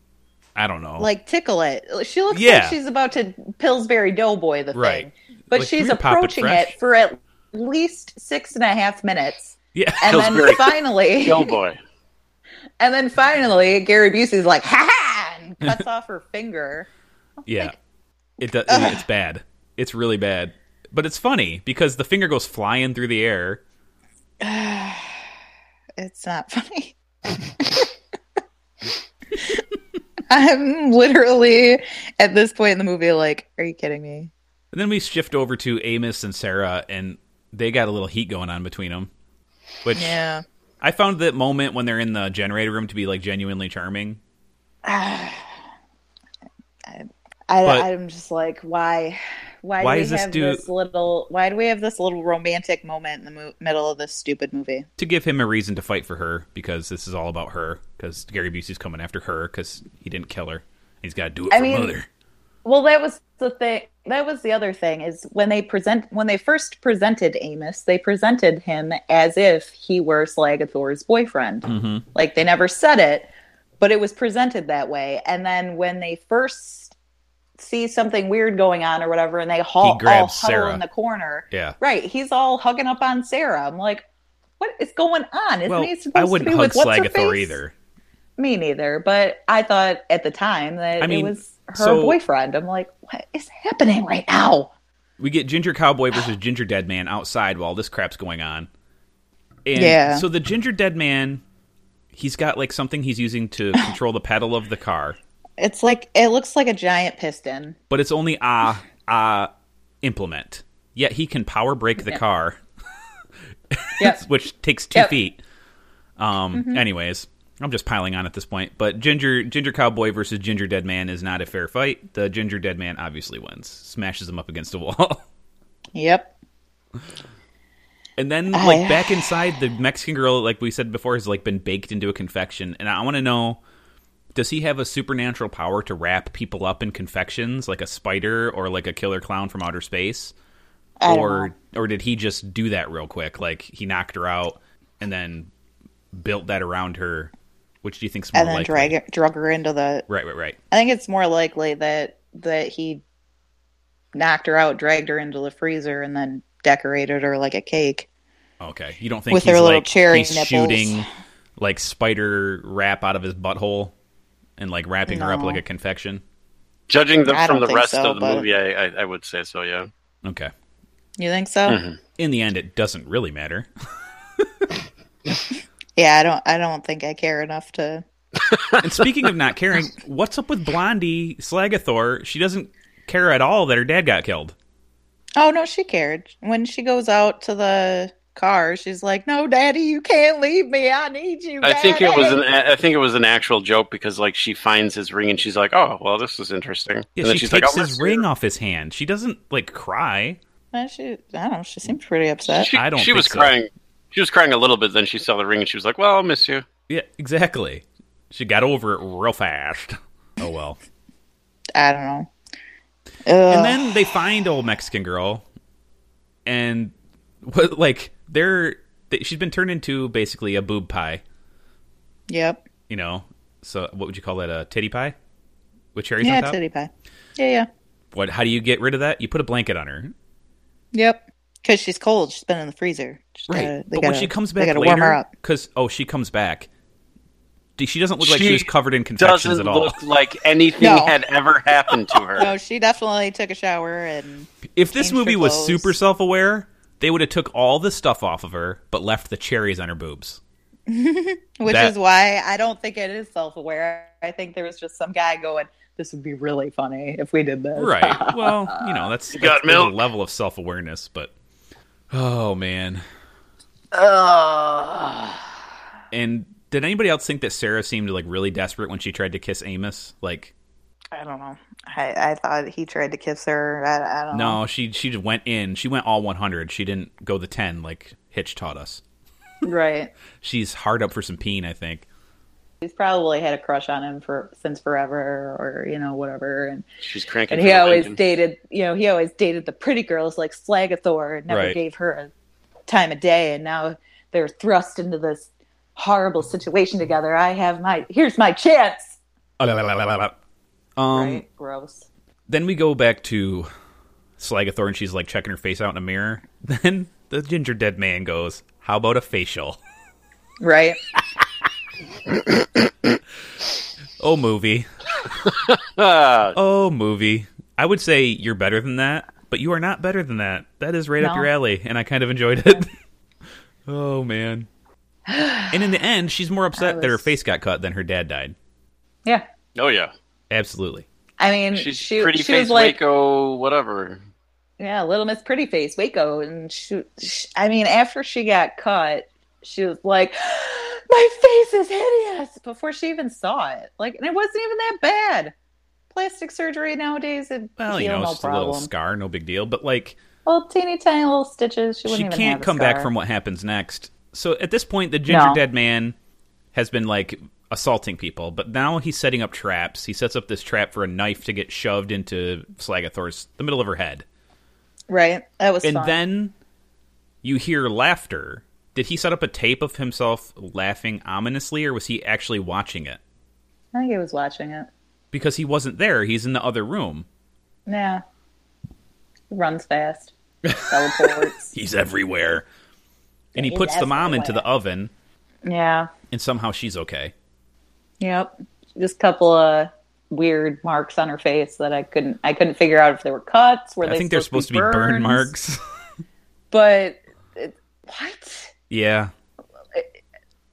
Speaker 1: i don't know
Speaker 3: like tickle it she looks
Speaker 1: Yeah.
Speaker 3: like she's about to pillsbury doughboy the
Speaker 1: Right.
Speaker 3: thing but
Speaker 1: Like,
Speaker 3: she's
Speaker 1: come here, Pop It
Speaker 3: approaching
Speaker 1: Fresh.
Speaker 3: it for at least six and a half minutes
Speaker 1: yeah
Speaker 3: and
Speaker 4: Pillsbury.
Speaker 3: then finally
Speaker 4: Oh boy.
Speaker 3: and then finally gary busey's like ha ha and cuts off her finger
Speaker 1: yeah it does it's bad it's really bad but it's funny because the finger goes flying through the air
Speaker 3: It's not funny. I'm literally at this point in the movie like, are you kidding me?
Speaker 1: and then we shift over to amos and sarah and they got a little heat going on between them which
Speaker 3: Yeah.
Speaker 1: i found that moment when they're in the generator room to be like genuinely charming
Speaker 3: I,
Speaker 1: But-
Speaker 3: I'm just like, why? Why,
Speaker 1: Why
Speaker 3: do we
Speaker 1: is this
Speaker 3: have
Speaker 1: dude-
Speaker 3: this little? Why do we have this little romantic moment in the mo- middle of this stupid movie?
Speaker 1: to give him a reason to fight for her because this is all about her because Gary Busey's coming after her because he didn't kill her. He's got to do it
Speaker 3: I
Speaker 1: for
Speaker 3: mean-
Speaker 1: mother.
Speaker 3: Well, that was the thing. That was the other thing is when they present when they first presented Amos, they presented him as if he were Slagathor's boyfriend.
Speaker 1: Mm-hmm.
Speaker 3: Like they never said it, but it was presented that way. And then when they first see something weird going on or whatever, and they haul all
Speaker 1: grabs
Speaker 3: huddle
Speaker 1: Sarah.
Speaker 3: in the corner,
Speaker 1: Yeah.
Speaker 3: right? He's all hugging up on Sarah. I'm like, what is going on? Isn't
Speaker 1: Well,
Speaker 3: he supposed
Speaker 1: I wouldn't
Speaker 3: to be
Speaker 1: hug
Speaker 3: with what's her
Speaker 1: Slagathor
Speaker 3: face?
Speaker 1: either.
Speaker 3: Me neither, but I thought at the time that
Speaker 1: I mean,
Speaker 3: it was her
Speaker 1: so-
Speaker 3: boyfriend. I'm like, what is happening right now?
Speaker 1: We get Ginger Cowboy
Speaker 3: Ah.
Speaker 1: versus Ginger Dead Man outside while this crap's going on. And
Speaker 3: Yeah.
Speaker 1: So the Ginger Dead Man, he's got like something he's using to control the pedal of the car,
Speaker 3: It's like it looks like a giant piston.
Speaker 1: but it's only ah ah implement. Yet he can power brake the car,
Speaker 3: Yes.
Speaker 1: which takes two
Speaker 3: Yep. Mm-hmm.
Speaker 1: feet. Um. Anyways, I'm just piling on at this point. But Ginger Ginger Cowboy versus Ginger Dead Man is not a fair fight. The Ginger Dead Man obviously wins, smashes him up against a wall,
Speaker 3: yep.
Speaker 1: and then like back inside, the Mexican girl, like we said before, has like been baked into a confection. And I want to know, does he have a supernatural power to wrap people up in confections, like a spider or like a killer clown from outer space?
Speaker 3: I don't
Speaker 1: or
Speaker 3: know.
Speaker 1: or did he just do that real quick? Like he knocked her out and then built that around her. Which do you think's more
Speaker 3: and then
Speaker 1: likely?
Speaker 3: drag it, drug her into the.
Speaker 1: Right, right, right.
Speaker 3: I think it's more likely that that he knocked her out, dragged her into the freezer, and then decorated her like a cake.
Speaker 1: Okay, you don't think
Speaker 3: With
Speaker 1: he's
Speaker 3: her little
Speaker 1: like
Speaker 3: cherry
Speaker 1: he's
Speaker 3: nipples.
Speaker 1: shooting like spider wrap out of his butthole and like wrapping her up
Speaker 3: No.
Speaker 1: like a confection?
Speaker 4: Judging the,
Speaker 3: I
Speaker 4: from
Speaker 3: don't
Speaker 4: the
Speaker 3: think
Speaker 4: rest
Speaker 3: so,
Speaker 4: of the
Speaker 3: but-
Speaker 4: movie, I, I, I would say so. Yeah.
Speaker 1: Okay.
Speaker 3: You think so?
Speaker 1: In the end, it doesn't really matter.
Speaker 3: Yeah, I don't. I don't think I care enough to.
Speaker 1: And speaking of not caring, what's up with Blondie Slagathor? She doesn't care at all that her dad got killed.
Speaker 3: Oh no, she cared. When she goes out to the car, she's like, "No, Daddy, you can't leave me. I need you."
Speaker 4: I think it
Speaker 3: Daddy."
Speaker 4: was an I think it was an actual joke because like she finds his ring and she's like, oh well, this is interesting.
Speaker 1: Yeah,
Speaker 4: and then
Speaker 1: she
Speaker 4: she's like,
Speaker 1: takes
Speaker 4: "Oh,
Speaker 1: his
Speaker 4: let's-
Speaker 1: ring off his hand. She doesn't like cry.
Speaker 3: Uh, she, I don't know. She seems pretty upset.
Speaker 4: She,
Speaker 1: I don't
Speaker 4: She
Speaker 1: think
Speaker 4: was
Speaker 1: so.
Speaker 4: crying. She was crying a little bit. Then she saw the ring and she was like, well, I'll miss you.
Speaker 1: Yeah, exactly. She got over it real fast. Oh well.
Speaker 3: I don't know. Ugh.
Speaker 1: and then they find old Mexican girl, and what like they're they, she's been turned into basically a boob pie.
Speaker 3: yep.
Speaker 1: You know, so what would you call that? A titty pie with cherries on
Speaker 3: Yeah,
Speaker 1: top.
Speaker 3: titty pie. Yeah, yeah.
Speaker 1: What? How do you get rid of that? You put a blanket on her.
Speaker 3: Yep. because she's cold. She's been in the freezer. She's
Speaker 1: Right.
Speaker 3: gotta- Uh, they
Speaker 1: but when
Speaker 3: gotta-
Speaker 1: she comes
Speaker 3: they
Speaker 1: back
Speaker 3: gotta
Speaker 1: later,
Speaker 3: warm her up.
Speaker 1: Cause oh, she comes back. D- She doesn't look like she
Speaker 4: She
Speaker 1: was covered in confections
Speaker 4: Doesn't
Speaker 1: at all.
Speaker 4: look like anything
Speaker 3: No.
Speaker 4: had ever happened to her.
Speaker 3: No, she definitely took a shower and
Speaker 1: if this
Speaker 3: Change her
Speaker 1: movie was
Speaker 3: clothes.
Speaker 1: super self-aware, they would have took all the stuff off of her, but left the cherries on her boobs.
Speaker 3: which
Speaker 1: That-
Speaker 3: is why I don't think it is self aware. I think there was just some guy going, This would be really funny if we did this.
Speaker 1: Right. Well, you know that's,
Speaker 4: You got
Speaker 1: that's there's a
Speaker 4: milk?
Speaker 1: level of self-awareness, but oh man. And did anybody else think that Sarah seemed like really desperate when she tried to kiss Amos? Like,
Speaker 3: I don't know. I, I thought he tried to kiss her. I, I don't know.
Speaker 1: no, she she just went in. She went all 100. She didn't go the 10 like Hitch taught us.
Speaker 3: Right.
Speaker 1: She's hard up for some peen, I think.
Speaker 3: She's probably had a crush on him for since forever or, you know, whatever. And
Speaker 4: She's cranking.
Speaker 3: and
Speaker 4: for
Speaker 3: he
Speaker 4: the
Speaker 3: always
Speaker 4: bacon.
Speaker 3: dated you know he always dated the pretty girls like slagathor and never
Speaker 1: Right.
Speaker 3: gave her a time of day and now they're thrust into this horrible situation together i have my here's my chance
Speaker 1: Um
Speaker 3: right gross
Speaker 1: then we go back to Slagathor and she's like checking her face out in a mirror. Then the ginger dead man goes, "How about a facial?"
Speaker 3: right
Speaker 1: Oh, movie.
Speaker 4: Ah,
Speaker 1: Oh, movie. I would say you're better than that, but you are not better than that. That is right up
Speaker 3: No.
Speaker 1: your alley, and I kind of enjoyed it. oh, man. And in the end, she's more upset that her
Speaker 3: was-
Speaker 1: face got cut than her dad died.
Speaker 3: yeah
Speaker 4: oh yeah,
Speaker 1: Absolutely.
Speaker 3: i mean
Speaker 4: she's
Speaker 3: she,
Speaker 4: pretty
Speaker 3: she
Speaker 4: face
Speaker 3: was like
Speaker 4: Waco, whatever.
Speaker 3: yeah little miss pretty face waco and she, she i mean after she got cut she was like my face is hideous before she even saw it like and it wasn't even that bad plastic surgery nowadays it
Speaker 1: Well, you
Speaker 3: heal
Speaker 1: know, it's
Speaker 3: no
Speaker 1: just a
Speaker 3: problem
Speaker 1: little scar, no big deal. But, like,
Speaker 3: Well, teeny tiny little stitches. She
Speaker 1: she
Speaker 3: wouldn't even have
Speaker 1: can't
Speaker 3: a
Speaker 1: come
Speaker 3: scar.
Speaker 1: back from what happens next. So at this point, the ginger
Speaker 3: No.
Speaker 1: dead man has been like assaulting people, but now he's setting up traps. He sets up this trap for a knife to get shoved into Slagathor's the middle of her head,
Speaker 3: right. That was
Speaker 1: and
Speaker 3: fun.
Speaker 1: then you hear laughter. Did he set up a tape of himself laughing ominously, or was he actually watching it?
Speaker 3: I think he was watching it.
Speaker 1: Because he wasn't there; he's in the other room.
Speaker 3: Yeah, he runs fast, teleports.
Speaker 1: He's everywhere, and he
Speaker 3: He's
Speaker 1: puts the mom into the
Speaker 3: everywhere.
Speaker 1: oven,
Speaker 3: yeah.
Speaker 1: and somehow she's okay.
Speaker 3: Yep. Just a couple of weird marks on her face that I couldn't. I couldn't figure out if they were cuts. Were
Speaker 1: I
Speaker 3: they
Speaker 1: think they're supposed to be burn
Speaker 3: burns?
Speaker 1: marks.
Speaker 3: But it, what
Speaker 1: yeah,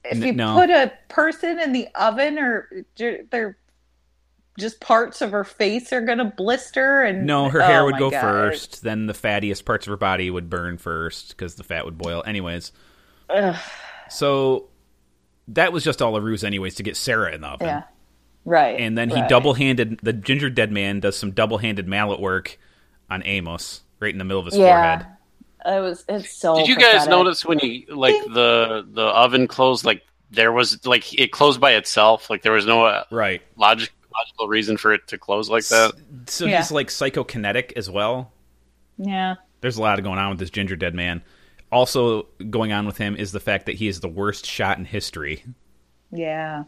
Speaker 3: if
Speaker 1: N-
Speaker 3: you
Speaker 1: no.
Speaker 3: put a person in the oven or ju- they're just parts of her face are gonna blister and
Speaker 1: No, her
Speaker 3: Oh
Speaker 1: hair would
Speaker 3: my
Speaker 1: go
Speaker 3: God.
Speaker 1: first. Then the fattiest parts of her body would burn first because the fat would boil. Anyways,
Speaker 3: Ugh.
Speaker 1: so that was just all a ruse, anyways, to get Sarah in the oven.
Speaker 3: Yeah. Right.
Speaker 1: And then he
Speaker 3: right.
Speaker 1: double-handed the ginger dead man does some double-handed mallet work on Amos right in the middle of his
Speaker 3: Yeah.
Speaker 1: forehead.
Speaker 3: It was. It's so.
Speaker 4: Did you guys
Speaker 3: pathetic.
Speaker 4: notice when he like the the oven closed? Like there was like it closed by itself. Like there was no uh,
Speaker 1: Right.
Speaker 4: logic, logical reason for it to close like that.
Speaker 1: So
Speaker 3: Yeah.
Speaker 1: he's like psychokinetic as well.
Speaker 3: Yeah.
Speaker 1: There's a lot going on with this ginger dead man. Also going on with him is the fact that he is the worst shot in history.
Speaker 3: Yeah.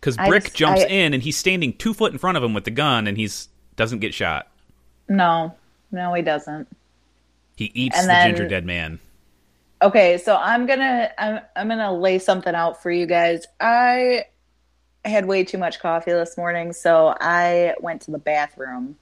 Speaker 1: because
Speaker 3: I
Speaker 1: Brick
Speaker 3: just-
Speaker 1: jumps
Speaker 3: I-
Speaker 1: in and he's standing two foot in front of him with the gun, and he's doesn't get shot.
Speaker 3: No. No, he doesn't.
Speaker 1: He eats
Speaker 3: And
Speaker 1: the
Speaker 3: then-
Speaker 1: ginger dead man.
Speaker 3: Okay, so I'm gonna I'm I'm gonna lay something out for you guys. I had way too much coffee this morning, so I went to the bathroom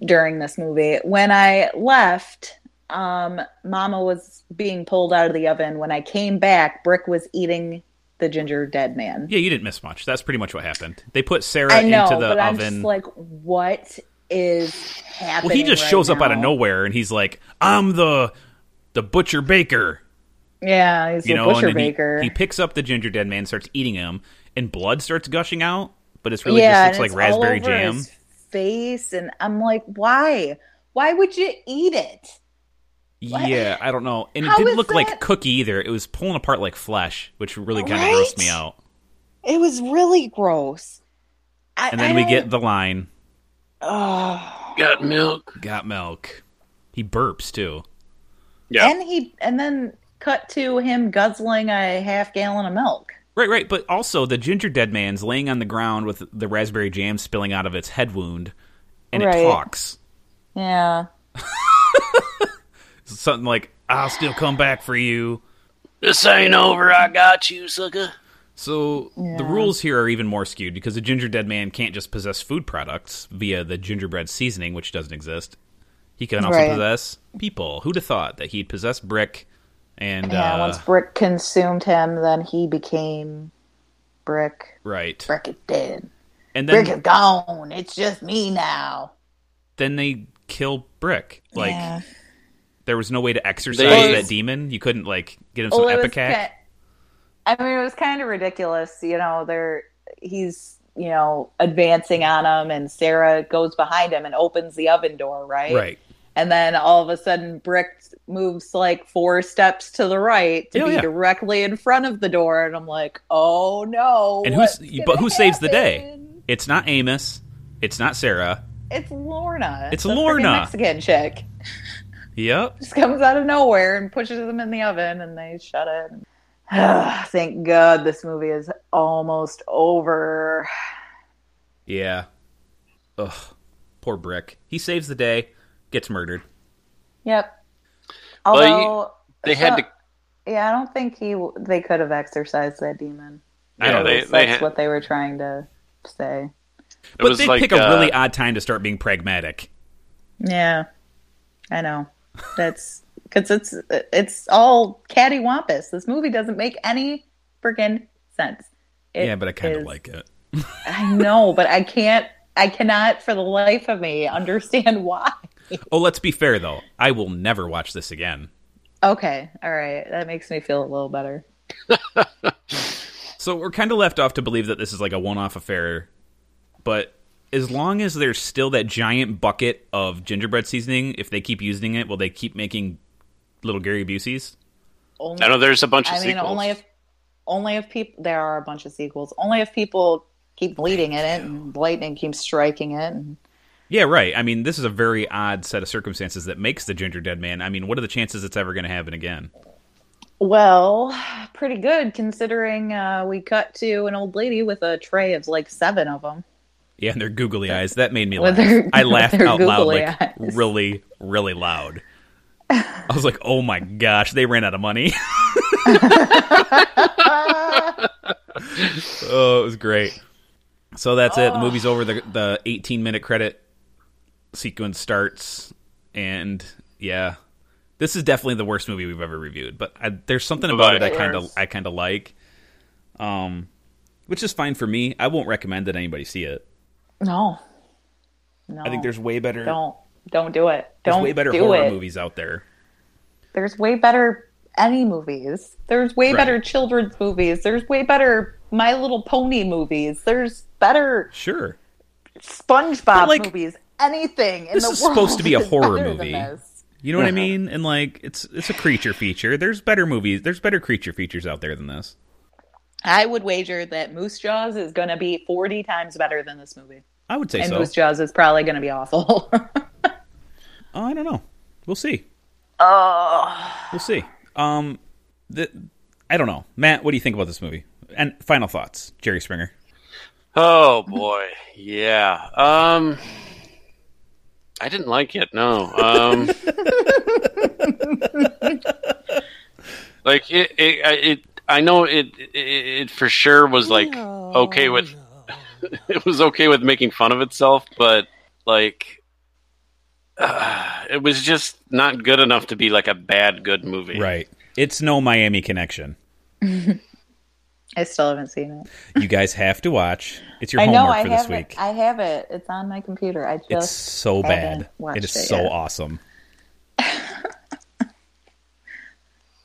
Speaker 3: during this movie. When I left, um, Mama was being pulled out of the oven. When I came back, Brick was eating the ginger dead man.
Speaker 1: Yeah, you didn't miss much. That's pretty much what happened. They put Sarah
Speaker 3: I know,
Speaker 1: into the
Speaker 3: but I'm
Speaker 1: oven.
Speaker 3: just like, what is happening?
Speaker 1: well, he just
Speaker 3: right
Speaker 1: shows up out of
Speaker 3: now?
Speaker 1: nowhere, and he's like, "I'm the the butcher baker,"
Speaker 3: Yeah, he's
Speaker 1: you
Speaker 3: a
Speaker 1: know.
Speaker 3: butcher
Speaker 1: and then he-
Speaker 3: baker.
Speaker 1: He, picks up the ginger dead man, starts eating him, and blood starts gushing out. But it's really
Speaker 3: yeah,
Speaker 1: just
Speaker 3: and
Speaker 1: looks like
Speaker 3: it's all
Speaker 1: raspberry
Speaker 3: over
Speaker 1: jam.
Speaker 3: his face, and I'm like, why? Why would you eat it?
Speaker 1: Yeah, I don't know. And it
Speaker 3: How
Speaker 1: didn't
Speaker 3: is
Speaker 1: look like
Speaker 3: that-
Speaker 1: cookie either. It was pulling apart like flesh, which really kind
Speaker 3: Right?
Speaker 1: of grossed me out.
Speaker 3: It was really gross. I,
Speaker 1: And then
Speaker 3: I
Speaker 1: we
Speaker 3: don't-
Speaker 1: get the line.
Speaker 3: oh,
Speaker 4: Got milk.
Speaker 1: got milk. He burps too.
Speaker 4: Yeah.
Speaker 3: and he and then cut to him guzzling a half gallon of milk.
Speaker 1: Right, right. But also, the ginger dead man's laying on the ground with the raspberry jam spilling out of its head wound, and
Speaker 3: Right.
Speaker 1: it talks.
Speaker 3: Yeah,
Speaker 1: something like "I'll still come back for you."
Speaker 4: This ain't over. I got you, sucker.
Speaker 1: So the rules here are even more skewed because the ginger dead man can't just possess food products via the gingerbread seasoning, which doesn't exist. He can also
Speaker 3: Right.
Speaker 1: possess people. Who'd have thought that he'd possess brick? And
Speaker 3: Yeah,
Speaker 1: uh,
Speaker 3: once Brick consumed him, then he became Brick.
Speaker 1: right,
Speaker 3: Brick is dead.
Speaker 1: and
Speaker 3: Brick
Speaker 1: then
Speaker 3: is gone. It's just me now.
Speaker 1: then they kill brick. Like
Speaker 3: Yeah.
Speaker 1: there was no way to exercise
Speaker 4: They-
Speaker 1: that demon. You couldn't like get him some
Speaker 3: Oh, it was
Speaker 1: epicac.
Speaker 3: ki- I mean, it was kind of ridiculous. You know, they're he's you know advancing on him, and Sarah goes behind him and opens the oven door, right?
Speaker 1: Right.
Speaker 3: And then all of a sudden, Brick moves like four steps to the right to
Speaker 1: Oh,
Speaker 3: be
Speaker 1: yeah.
Speaker 3: directly in front of the door, and I'm like, oh no!
Speaker 1: And who's-
Speaker 3: what's
Speaker 1: but
Speaker 3: gonna
Speaker 1: who saves the day?
Speaker 3: happen?
Speaker 1: It's not Amos. It's not Sarah.
Speaker 3: It's Lorna.
Speaker 1: It's
Speaker 3: the freaking
Speaker 1: Lorna.
Speaker 3: Mexican chick.
Speaker 1: Yep.
Speaker 3: Just comes out of nowhere and pushes them in the oven, and they shut it. Thank God this movie is almost over.
Speaker 1: Yeah. Ugh. Poor Brick. He saves the day, gets murdered.
Speaker 3: Yep.
Speaker 4: Well,
Speaker 3: Although
Speaker 4: you- They had
Speaker 3: so-
Speaker 4: to.
Speaker 3: yeah, I don't think he w- they could have exercised that demon.
Speaker 1: I
Speaker 4: Yeah,
Speaker 1: don't
Speaker 4: they,
Speaker 3: That's
Speaker 4: they had,
Speaker 3: what they were trying to say.
Speaker 4: it
Speaker 1: But
Speaker 4: was
Speaker 1: they
Speaker 4: like
Speaker 1: pick a
Speaker 4: uh,
Speaker 1: really odd time to start being pragmatic.
Speaker 3: Yeah, I know. That's because it's it's all cattywampus. This movie doesn't make any freaking sense. It
Speaker 1: yeah, but I kind of
Speaker 3: is-
Speaker 1: like it.
Speaker 3: I know, but I can't. I cannot, for the life of me, understand why.
Speaker 1: Oh, let's be fair though. I will never watch this again.
Speaker 3: Okay, all right, that makes me feel a little better.
Speaker 1: So we're kind of left off to believe that this is like a one-off affair, but as long as there's still that giant bucket of gingerbread seasoning, if they keep using it, will they keep making little Gary Buseys?
Speaker 3: Only,
Speaker 4: I know there's a bunch of
Speaker 3: I mean,
Speaker 4: sequels.
Speaker 3: only if only if people there are a bunch of sequels. Only if people keep bleeding in it and lightning keeps striking it. And,
Speaker 1: Yeah, right. I mean, this is a very odd set of circumstances that makes the ginger dead man. I mean, what are the chances it's ever going to happen again?
Speaker 3: well, pretty good considering uh, we cut to an old lady with a tray of like seven of them.
Speaker 1: Yeah, and their googly eyes. That made me laugh.
Speaker 3: With their-
Speaker 1: I
Speaker 3: with
Speaker 1: laughed
Speaker 3: their
Speaker 1: out loud,
Speaker 3: googly
Speaker 1: like
Speaker 3: eyes.
Speaker 1: really, really loud. I was like, "Oh my gosh, they ran out of money." oh, it was great. So that's it. The movie's over. The the 18 minute credit sequence starts, and yeah, this is definitely the worst movie we've ever reviewed. But I, there's something about it I
Speaker 4: Right.
Speaker 1: kind of I kind of like, um, which is fine for me. I won't recommend that anybody see it.
Speaker 3: No, no,
Speaker 1: I think there's way better.
Speaker 3: don't don't do it.
Speaker 1: There's
Speaker 3: Don't
Speaker 1: way better
Speaker 3: do
Speaker 1: horror
Speaker 3: it.
Speaker 1: movies out there.
Speaker 3: There's way better any movies. There's way
Speaker 1: Right.
Speaker 3: better children's movies. There's way better My Little Pony movies. There's better
Speaker 1: Sure.
Speaker 3: SpongeBob
Speaker 1: But, like,
Speaker 3: movies. Anything in
Speaker 1: this
Speaker 3: the
Speaker 1: is
Speaker 3: world
Speaker 1: supposed to be a
Speaker 3: is
Speaker 1: horror
Speaker 3: better than
Speaker 1: movie.
Speaker 3: this.
Speaker 1: You know what I mean? And like it's it's a creature feature. There's better movies. There's better creature features out there than this.
Speaker 3: I would wager that Moose Jaws is going to be 40 times better than this movie.
Speaker 1: I would say
Speaker 3: And
Speaker 1: so.
Speaker 3: Moose Jaws is probably going to be awful.
Speaker 1: Uh, I don't know. We'll see.
Speaker 3: oh,
Speaker 1: We'll see. Um the I don't know. Matt, what do you think about this movie? And final thoughts, Jerry Springer.
Speaker 4: Oh boy, yeah. Um, I didn't like it. No. Um, like it, it, I- it. I know it, it. It for sure was like okay with. it was okay with making fun of itself, but like, uh, it was just not good enough to be like a bad good movie.
Speaker 1: Right. It's no Miami connection.
Speaker 3: I still haven't seen it.
Speaker 1: You guys have to watch. It's your
Speaker 3: I know.
Speaker 1: homework
Speaker 3: I
Speaker 1: for
Speaker 3: have
Speaker 1: this week.
Speaker 3: it. I have it. It's on my computer. I just
Speaker 1: it's so bad.
Speaker 3: haven't watched
Speaker 1: It is
Speaker 3: it
Speaker 1: so
Speaker 3: yet.
Speaker 1: awesome.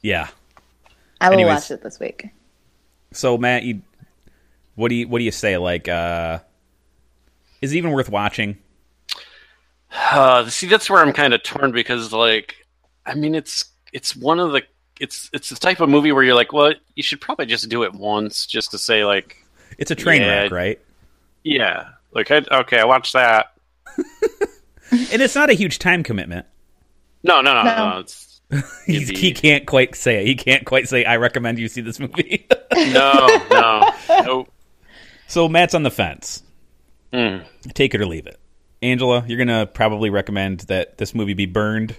Speaker 1: yeah.
Speaker 3: I will
Speaker 1: anyways.
Speaker 3: watch it this week.
Speaker 1: So Matt, you what do you what do you say? Like, uh is it even worth watching?
Speaker 4: Uh, see, that's where I'm kind of torn because, like, I mean, it's it's one of the it's it's the type of movie where you're like, well, you should probably just do it once, just to say, like,
Speaker 1: It's a train
Speaker 4: Yeah.
Speaker 1: wreck, right?
Speaker 4: yeah, like, I, okay, I watched that.
Speaker 1: And it's not a huge time commitment.
Speaker 4: No, no, no, no.
Speaker 3: No.
Speaker 4: It's,
Speaker 1: He's, he
Speaker 4: Indeed.
Speaker 1: can't quite say it. He can't quite say, "I recommend you see this movie."
Speaker 4: no, no, no.
Speaker 1: so Matt's on the fence.
Speaker 4: Mm.
Speaker 1: Take it or leave it. Angela, you're gonna probably recommend that this movie be burned.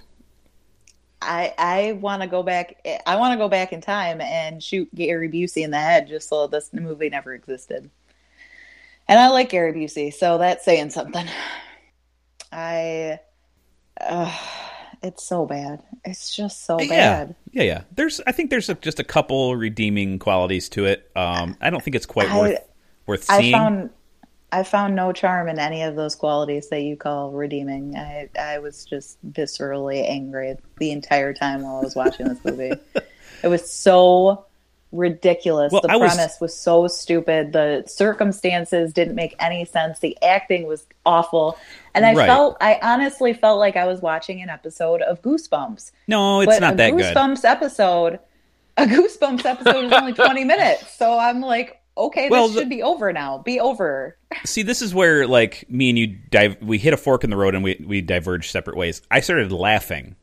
Speaker 3: I I want to go back. I want to go back in time and shoot Gary Busey in the head just so this movie never existed. And I like Gary Busey, so that's saying something. I, uh, it's so bad. It's just so
Speaker 1: yeah,
Speaker 3: bad.
Speaker 1: yeah, yeah. There's, I think there's a, just a couple redeeming qualities to it. Um, I don't think it's quite
Speaker 3: I-
Speaker 1: worth worth
Speaker 3: I
Speaker 1: seeing.
Speaker 3: found I found no charm in any of those qualities that you call redeeming. I I was just viscerally angry the entire time while I was watching this movie. it was so ridiculous.
Speaker 1: Well,
Speaker 3: the
Speaker 1: I was-
Speaker 3: premise was so stupid. The circumstances didn't make any sense. The acting was awful. And I
Speaker 1: Right.
Speaker 3: felt I honestly felt like I was watching an episode of Goosebumps.
Speaker 1: no, it's
Speaker 3: but
Speaker 1: not
Speaker 3: a
Speaker 1: that good.
Speaker 3: Goosebumps episode a Goosebumps episode is only 20 minutes. So I'm like, okay,
Speaker 1: Well,
Speaker 3: this
Speaker 1: the-
Speaker 3: should be over now. Be over.
Speaker 1: See, this is where like me and you dive. We hit a fork in the road and we we diverged separate ways. I started laughing,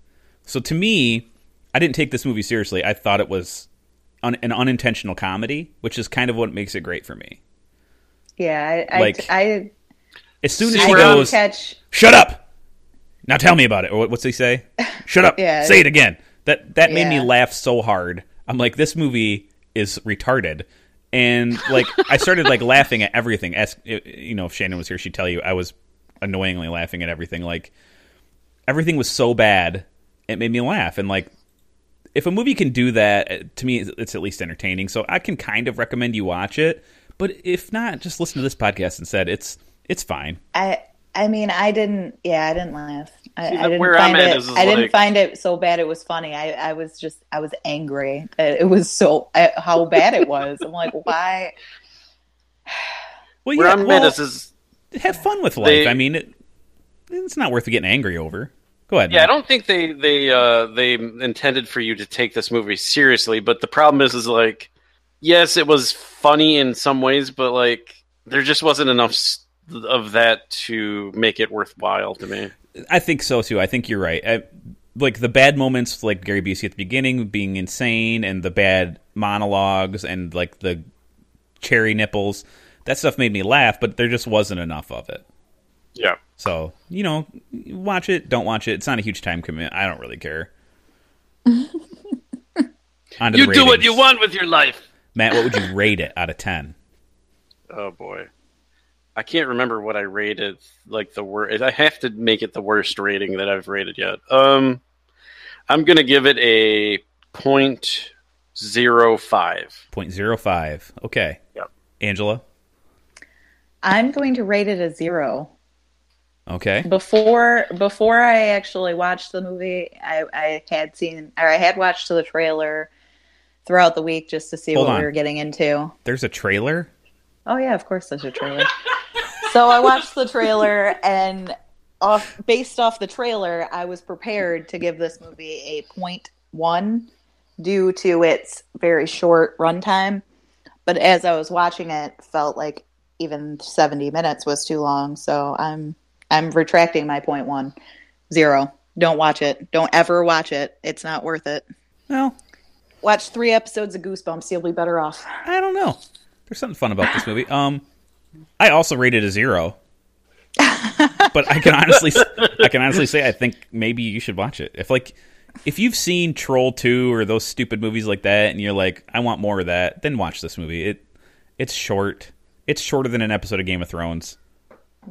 Speaker 1: so to me, I didn't take this movie seriously. I thought it was un, an unintentional comedy, which is kind of what makes it great for me.
Speaker 3: Yeah, I I,
Speaker 1: Like,
Speaker 3: I,
Speaker 1: As soon
Speaker 4: See,
Speaker 1: as
Speaker 3: I
Speaker 1: he
Speaker 4: we're on
Speaker 3: didn't
Speaker 1: goes,
Speaker 3: catch
Speaker 1: "Shut up!" Now tell me about it. Or what- what's he say? Shut up!
Speaker 3: Yeah.
Speaker 1: Say it again. That that made me
Speaker 3: Yeah.
Speaker 1: laugh so hard. I'm like, this movie is retarded, and like I started like laughing at everything. Ask you know if Shannon was here, she'd tell you I was annoyingly laughing at everything. Like everything was so bad, it made me laugh. And like if a movie can do that, uh, to me, it's at least entertaining. So I can kind of recommend you watch it. But if not, just listen to this podcast instead. It's it's fine.
Speaker 3: I I mean, I didn't yeah, I didn't laugh. I,
Speaker 4: See,
Speaker 3: I
Speaker 4: the-
Speaker 3: didn't
Speaker 4: where
Speaker 3: find
Speaker 4: I'm at
Speaker 3: it
Speaker 4: is- is
Speaker 3: I didn't
Speaker 4: like-
Speaker 3: find it so bad it was funny. I I was just I was angry that it was so at how bad it was. I'm like, why
Speaker 1: Well,
Speaker 4: Where
Speaker 1: yeah,
Speaker 4: I'm
Speaker 1: well-
Speaker 4: at is, is
Speaker 1: have fun with life.
Speaker 4: They-
Speaker 1: I mean, it, it's not worth getting angry over. Go ahead.
Speaker 4: Yeah, I
Speaker 1: Matt.
Speaker 4: don't think they they uh, they intended for you to take this movie seriously, but the problem is is like, yes, it was funny in some ways, but like there just wasn't enough s- of that to make it worthwhile to me.
Speaker 1: I think so too. I think you're right. I, like the bad moments, like Gary Busey at the beginning being insane, and the bad monologues, and like the cherry nipples. That stuff made me laugh, but there just wasn't enough of it.
Speaker 4: Yeah,
Speaker 1: So you know, watch it, don't watch it. It's not a huge time commitment. I don't really care. On to
Speaker 4: you
Speaker 1: the
Speaker 4: do what you
Speaker 1: ratings.
Speaker 4: want with your life.
Speaker 1: Matt. What would you rate it out of ten?
Speaker 4: Oh boy, I can't remember what I rated like the worst. I have to make it the worst rating that I've rated yet. Um, I'm gonna give it a point zero five.
Speaker 1: 0.05. Okay.
Speaker 4: Yep.
Speaker 1: Angela.
Speaker 3: I'm going to rate it a 0.
Speaker 1: Okay.
Speaker 3: before before I actually watched the movie, I, I had seen or I had watched the trailer throughout the week just to see
Speaker 1: Hold
Speaker 3: what
Speaker 1: on.
Speaker 3: we were getting into.
Speaker 1: There's a trailer.
Speaker 3: Oh yeah, of course there's a trailer. so I watched the trailer and off based off the trailer, I was prepared to give this movie a point one due to its very short runtime. But as I was watching it, felt like even seventy minutes was too long. So I'm I'm retracting my point one. Zero. Don't watch it. Don't ever watch it. It's not worth it.
Speaker 1: Well,
Speaker 3: Watch three episodes of Goosebumps. You'll be better off.
Speaker 1: I don't know. There's something fun about this movie. Um, I also rated a zero, but I can honestly, I can honestly say I think maybe you should watch it. If like, if you've seen Troll Two or those stupid movies like that, and you're like, I want more of that, then watch this movie. It, it's short. It's shorter than an episode of Game of Thrones.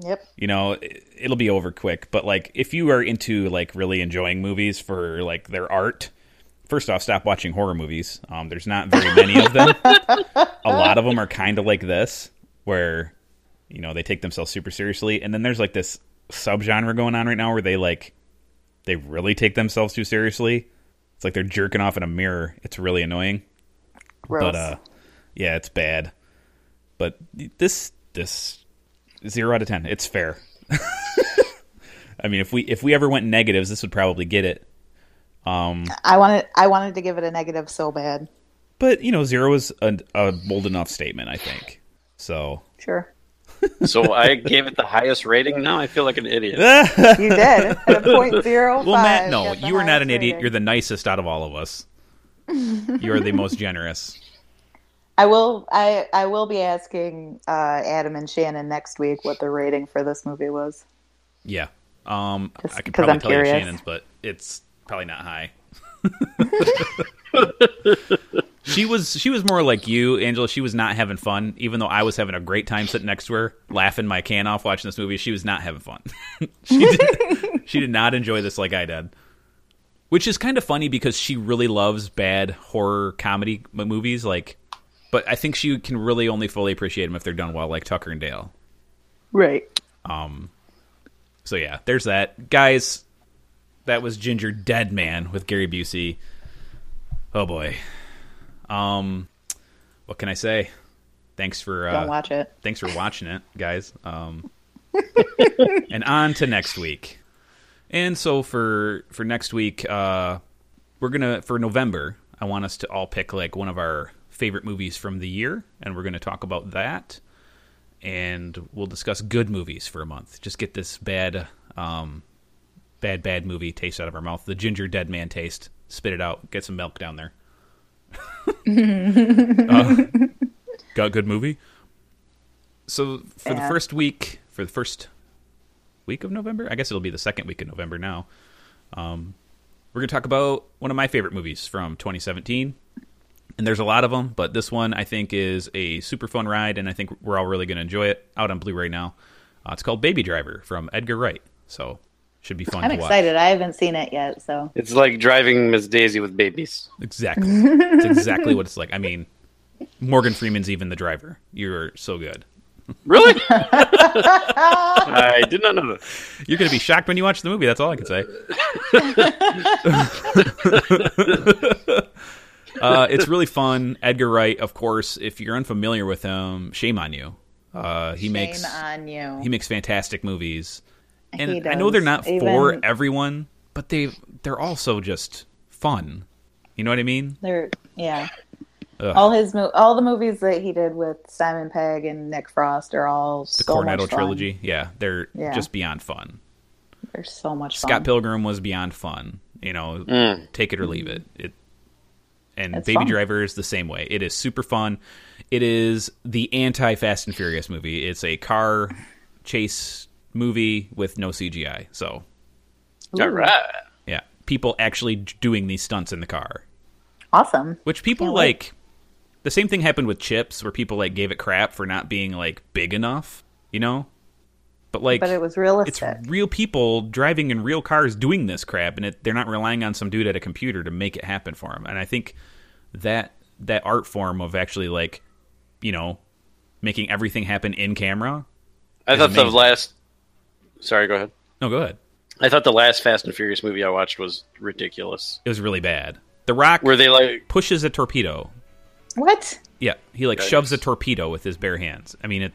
Speaker 3: Yep.
Speaker 1: you know it- it'll be over quick but like if you are into like really enjoying movies for like their art first off stop watching horror movies um there's not very many of them a lot of them are kind of like this where you know they take themselves super seriously and then there's like this subgenre going on right now where they like they really take themselves too seriously it's like they're jerking off in a mirror it's really annoying
Speaker 3: Gross.
Speaker 1: but uh yeah it's bad but this this zero out of ten it's fair i mean if we if we ever went negatives this would probably get it
Speaker 3: I wanted I wanted to give it a negative so bad.
Speaker 1: but you know zero is a, a bold enough statement i think so
Speaker 3: Sure.
Speaker 4: So I gave it the highest rating. Now I feel like an idiot.
Speaker 1: well
Speaker 3: You did. At a point zero
Speaker 1: matt
Speaker 3: five,
Speaker 1: no
Speaker 3: got the
Speaker 1: you are not an
Speaker 3: highest
Speaker 1: idiot
Speaker 3: rating.
Speaker 1: you're the nicest out of all of us you are the most generous
Speaker 3: I will I, I will be asking uh, Adam and Shannon next week what the rating for this movie was.
Speaker 1: yeah um
Speaker 3: Just
Speaker 1: i could
Speaker 3: 'cause
Speaker 1: probably
Speaker 3: I'm
Speaker 1: tell
Speaker 3: curious.
Speaker 1: you shannon's but it's probably not high she was she was more like you, Angela. She was not having fun, even though I was having a great time sitting next to her, laughing my can off watching this movie. She was not having fun. she did, she did not enjoy this like I did. Which is kind of funny because she really loves bad horror comedy m- movies, like. But I think she can really only fully appreciate them if they're done well, like Tucker and Dale.
Speaker 3: Right.
Speaker 1: So yeah, there's that. Guys, that was Ginger Dead Man with Gary Busey. Oh boy. Um what can I say? Thanks for
Speaker 3: Don't
Speaker 1: uh
Speaker 3: watch it.
Speaker 1: thanks for watching it, guys. Um and on to next week. And so for for next week, uh we're going to for November, I want us to all pick like one of our favorite movies from the year and we're going to talk about that and we'll discuss good movies for a month. Just get this bad, um, bad, bad movie taste out of our mouth. The ginger dead man taste. Spit it out. Get some milk down there. Uh, got a good movie. So for the
Speaker 3: Yeah.
Speaker 1: first week, for the first week of November, I guess it'll be the second week of November now. Um, we're gonna talk about one of my favorite movies from 2017 and there's a lot of them, but this one I think is a super fun ride, and I think we're all really going to enjoy it. Out on Blu-ray now. Uh, it's called Baby Driver from Edgar Wright, so should be fun.
Speaker 3: I'm
Speaker 1: to watch.
Speaker 3: excited. I haven't seen it yet, so
Speaker 4: It's like driving Miss Daisy with babies.
Speaker 1: Exactly, it's exactly what it's like. I mean, Morgan Freeman's even the driver. You're so good.
Speaker 4: Really? I did not know that.
Speaker 1: You're going to be shocked when you watch the movie. That's all I can say. uh, it's really fun. Edgar Wright, of course. If you're unfamiliar with him, shame on you. Uh, he
Speaker 3: shame
Speaker 1: makes
Speaker 3: on you.
Speaker 1: He makes fantastic movies, and
Speaker 3: He
Speaker 1: I know they're
Speaker 3: does.
Speaker 1: not
Speaker 3: Even-
Speaker 1: for everyone, but they they're also just fun. You know what I mean?
Speaker 3: They're yeah.
Speaker 1: Ugh.
Speaker 3: All his mo- all the movies that he did with Simon Pegg and Nick Frost are all
Speaker 1: The
Speaker 3: so much
Speaker 1: Cornetto
Speaker 3: fun.
Speaker 1: trilogy, yeah, they're
Speaker 3: Yeah.
Speaker 1: just beyond fun.
Speaker 3: They're so much fun. Mm.
Speaker 1: Scott Pilgrim was beyond fun. You know, take it or leave it. It and
Speaker 3: It's
Speaker 1: Baby
Speaker 3: fun.
Speaker 1: Driver is the same way. It is super fun. It is the anti Fast and Furious movie. It's a car chase movie with no CGI. So
Speaker 4: All right.
Speaker 1: yeah, people actually doing these stunts in the car.
Speaker 3: Awesome.
Speaker 1: Which people
Speaker 3: Can't wait.
Speaker 1: like. The same thing happened with Chips, where people like gave it crap for not being like big enough, you know. But like,
Speaker 3: But it was
Speaker 1: it's
Speaker 3: realistic.
Speaker 1: real people driving in real cars doing this crap, and it, they're not relying on some dude at a computer to make it happen for them. And I think that that art form of actually like, you know, making everything happen in camera.
Speaker 4: I thought the
Speaker 1: amazing.
Speaker 4: last. Sorry, go ahead.
Speaker 1: No, go ahead.
Speaker 4: I thought the last Fast and Furious movie I watched was ridiculous.
Speaker 1: It was really bad. The Rock
Speaker 4: Were they like
Speaker 1: pushes a torpedo.
Speaker 3: what?
Speaker 1: Yeah, he like
Speaker 4: Yikes.
Speaker 1: shoves a torpedo with his bare hands. I mean, it.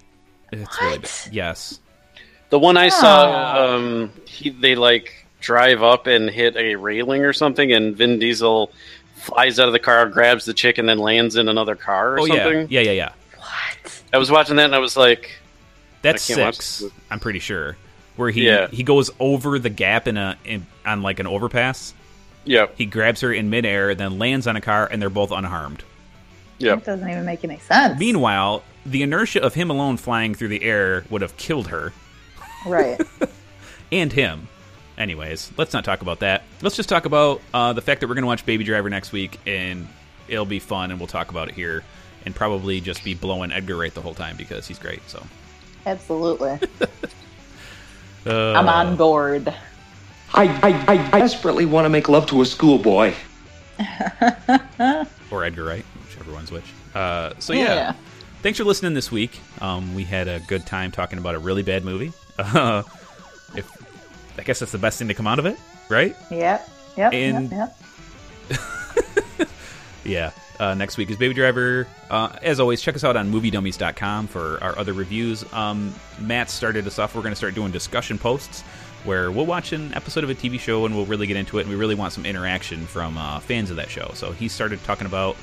Speaker 1: It's really bad. Yes.
Speaker 4: The one I
Speaker 1: Ah.
Speaker 4: saw, um, he, they like drive up and hit a railing or something, and Vin Diesel flies out of the car, grabs the chick, and then lands in another car or
Speaker 1: oh
Speaker 4: something.
Speaker 1: yeah, yeah, yeah, yeah.
Speaker 4: I was watching that and I was like,
Speaker 1: That's
Speaker 4: I can't watch
Speaker 1: six.
Speaker 4: this.
Speaker 1: I'm pretty sure. Where he
Speaker 4: Yeah.
Speaker 1: he goes over the gap in a in, on like an overpass.
Speaker 4: yeah,
Speaker 1: He grabs her in midair, then lands on a car, and they're both unharmed.
Speaker 4: yeah.
Speaker 3: That doesn't even make any sense.
Speaker 1: Meanwhile, the inertia of him alone flying through the air would have killed her
Speaker 3: right.
Speaker 1: and him. Anyways, let's not talk about that. Let's just talk about uh, the fact that we're going to watch Baby Driver next week, and it'll be fun, and we'll talk about it here, and probably just be blowing Edgar Wright the whole time because he's great. So
Speaker 3: Absolutely.
Speaker 1: uh,
Speaker 3: I'm on board.
Speaker 8: I, I, I, I desperately want to make love to a schoolboy.
Speaker 1: or Edgar Wright, whichever one's which. Uh, so yeah.
Speaker 3: Yeah.
Speaker 1: thanks for listening this week. Um, we had a good time talking about a really bad movie. Uh, if I guess that's the best thing to come out of it, right?
Speaker 3: Yep. Yep.
Speaker 1: And-
Speaker 3: yep, yep.
Speaker 1: Yeah. Uh, next week is Baby Driver. Uh, as always, check us out on moviedummies.com for our other reviews. Um, Matt started us off. We're going to start doing discussion posts where we'll watch an episode of a TV show and we'll really get into it. And we really want some interaction from uh, fans of that show. So he started talking about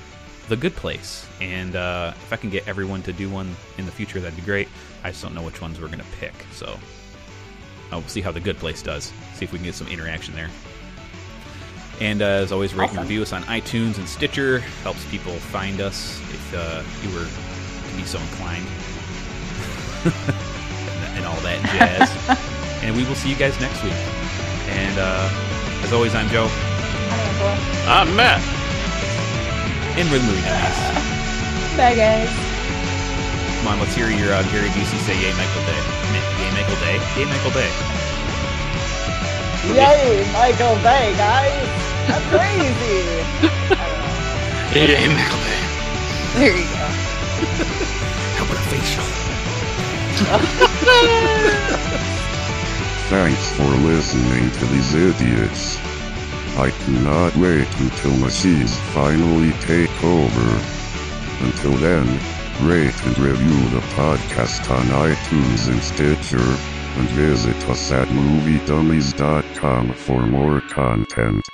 Speaker 1: The Good Place. And uh, if I can get everyone to do one in the future, that'd be great. I just don't know which ones we're going to pick. So uh, we'll see how The Good Place does. See if we can get some interaction there. And uh, as always, rate and review us on iTunes and Stitcher. Helps people find us if uh, you were to be so inclined. and, and all that jazz. and we will see you guys next week. And uh, as always, I'm Joe.
Speaker 3: I don't April.
Speaker 4: I'm Matt.
Speaker 1: In with movie dummies.
Speaker 3: Bye, guys.
Speaker 1: Come on, let's hear your uh, Gary Busey say "Yay, Michael Day." Ma- Yay, Michael Day. Yay, Michael Day.
Speaker 3: Yay, Michael Bay, guys! I'm crazy!
Speaker 4: Hey, Michael Bay.
Speaker 3: there you go.
Speaker 1: How about a facial?
Speaker 2: Thanks for listening to these idiots. I cannot wait until machines finally take over. Until then, rate and review the podcast on iTunes and Stitcher, and visit us at moviedummies.com for more content.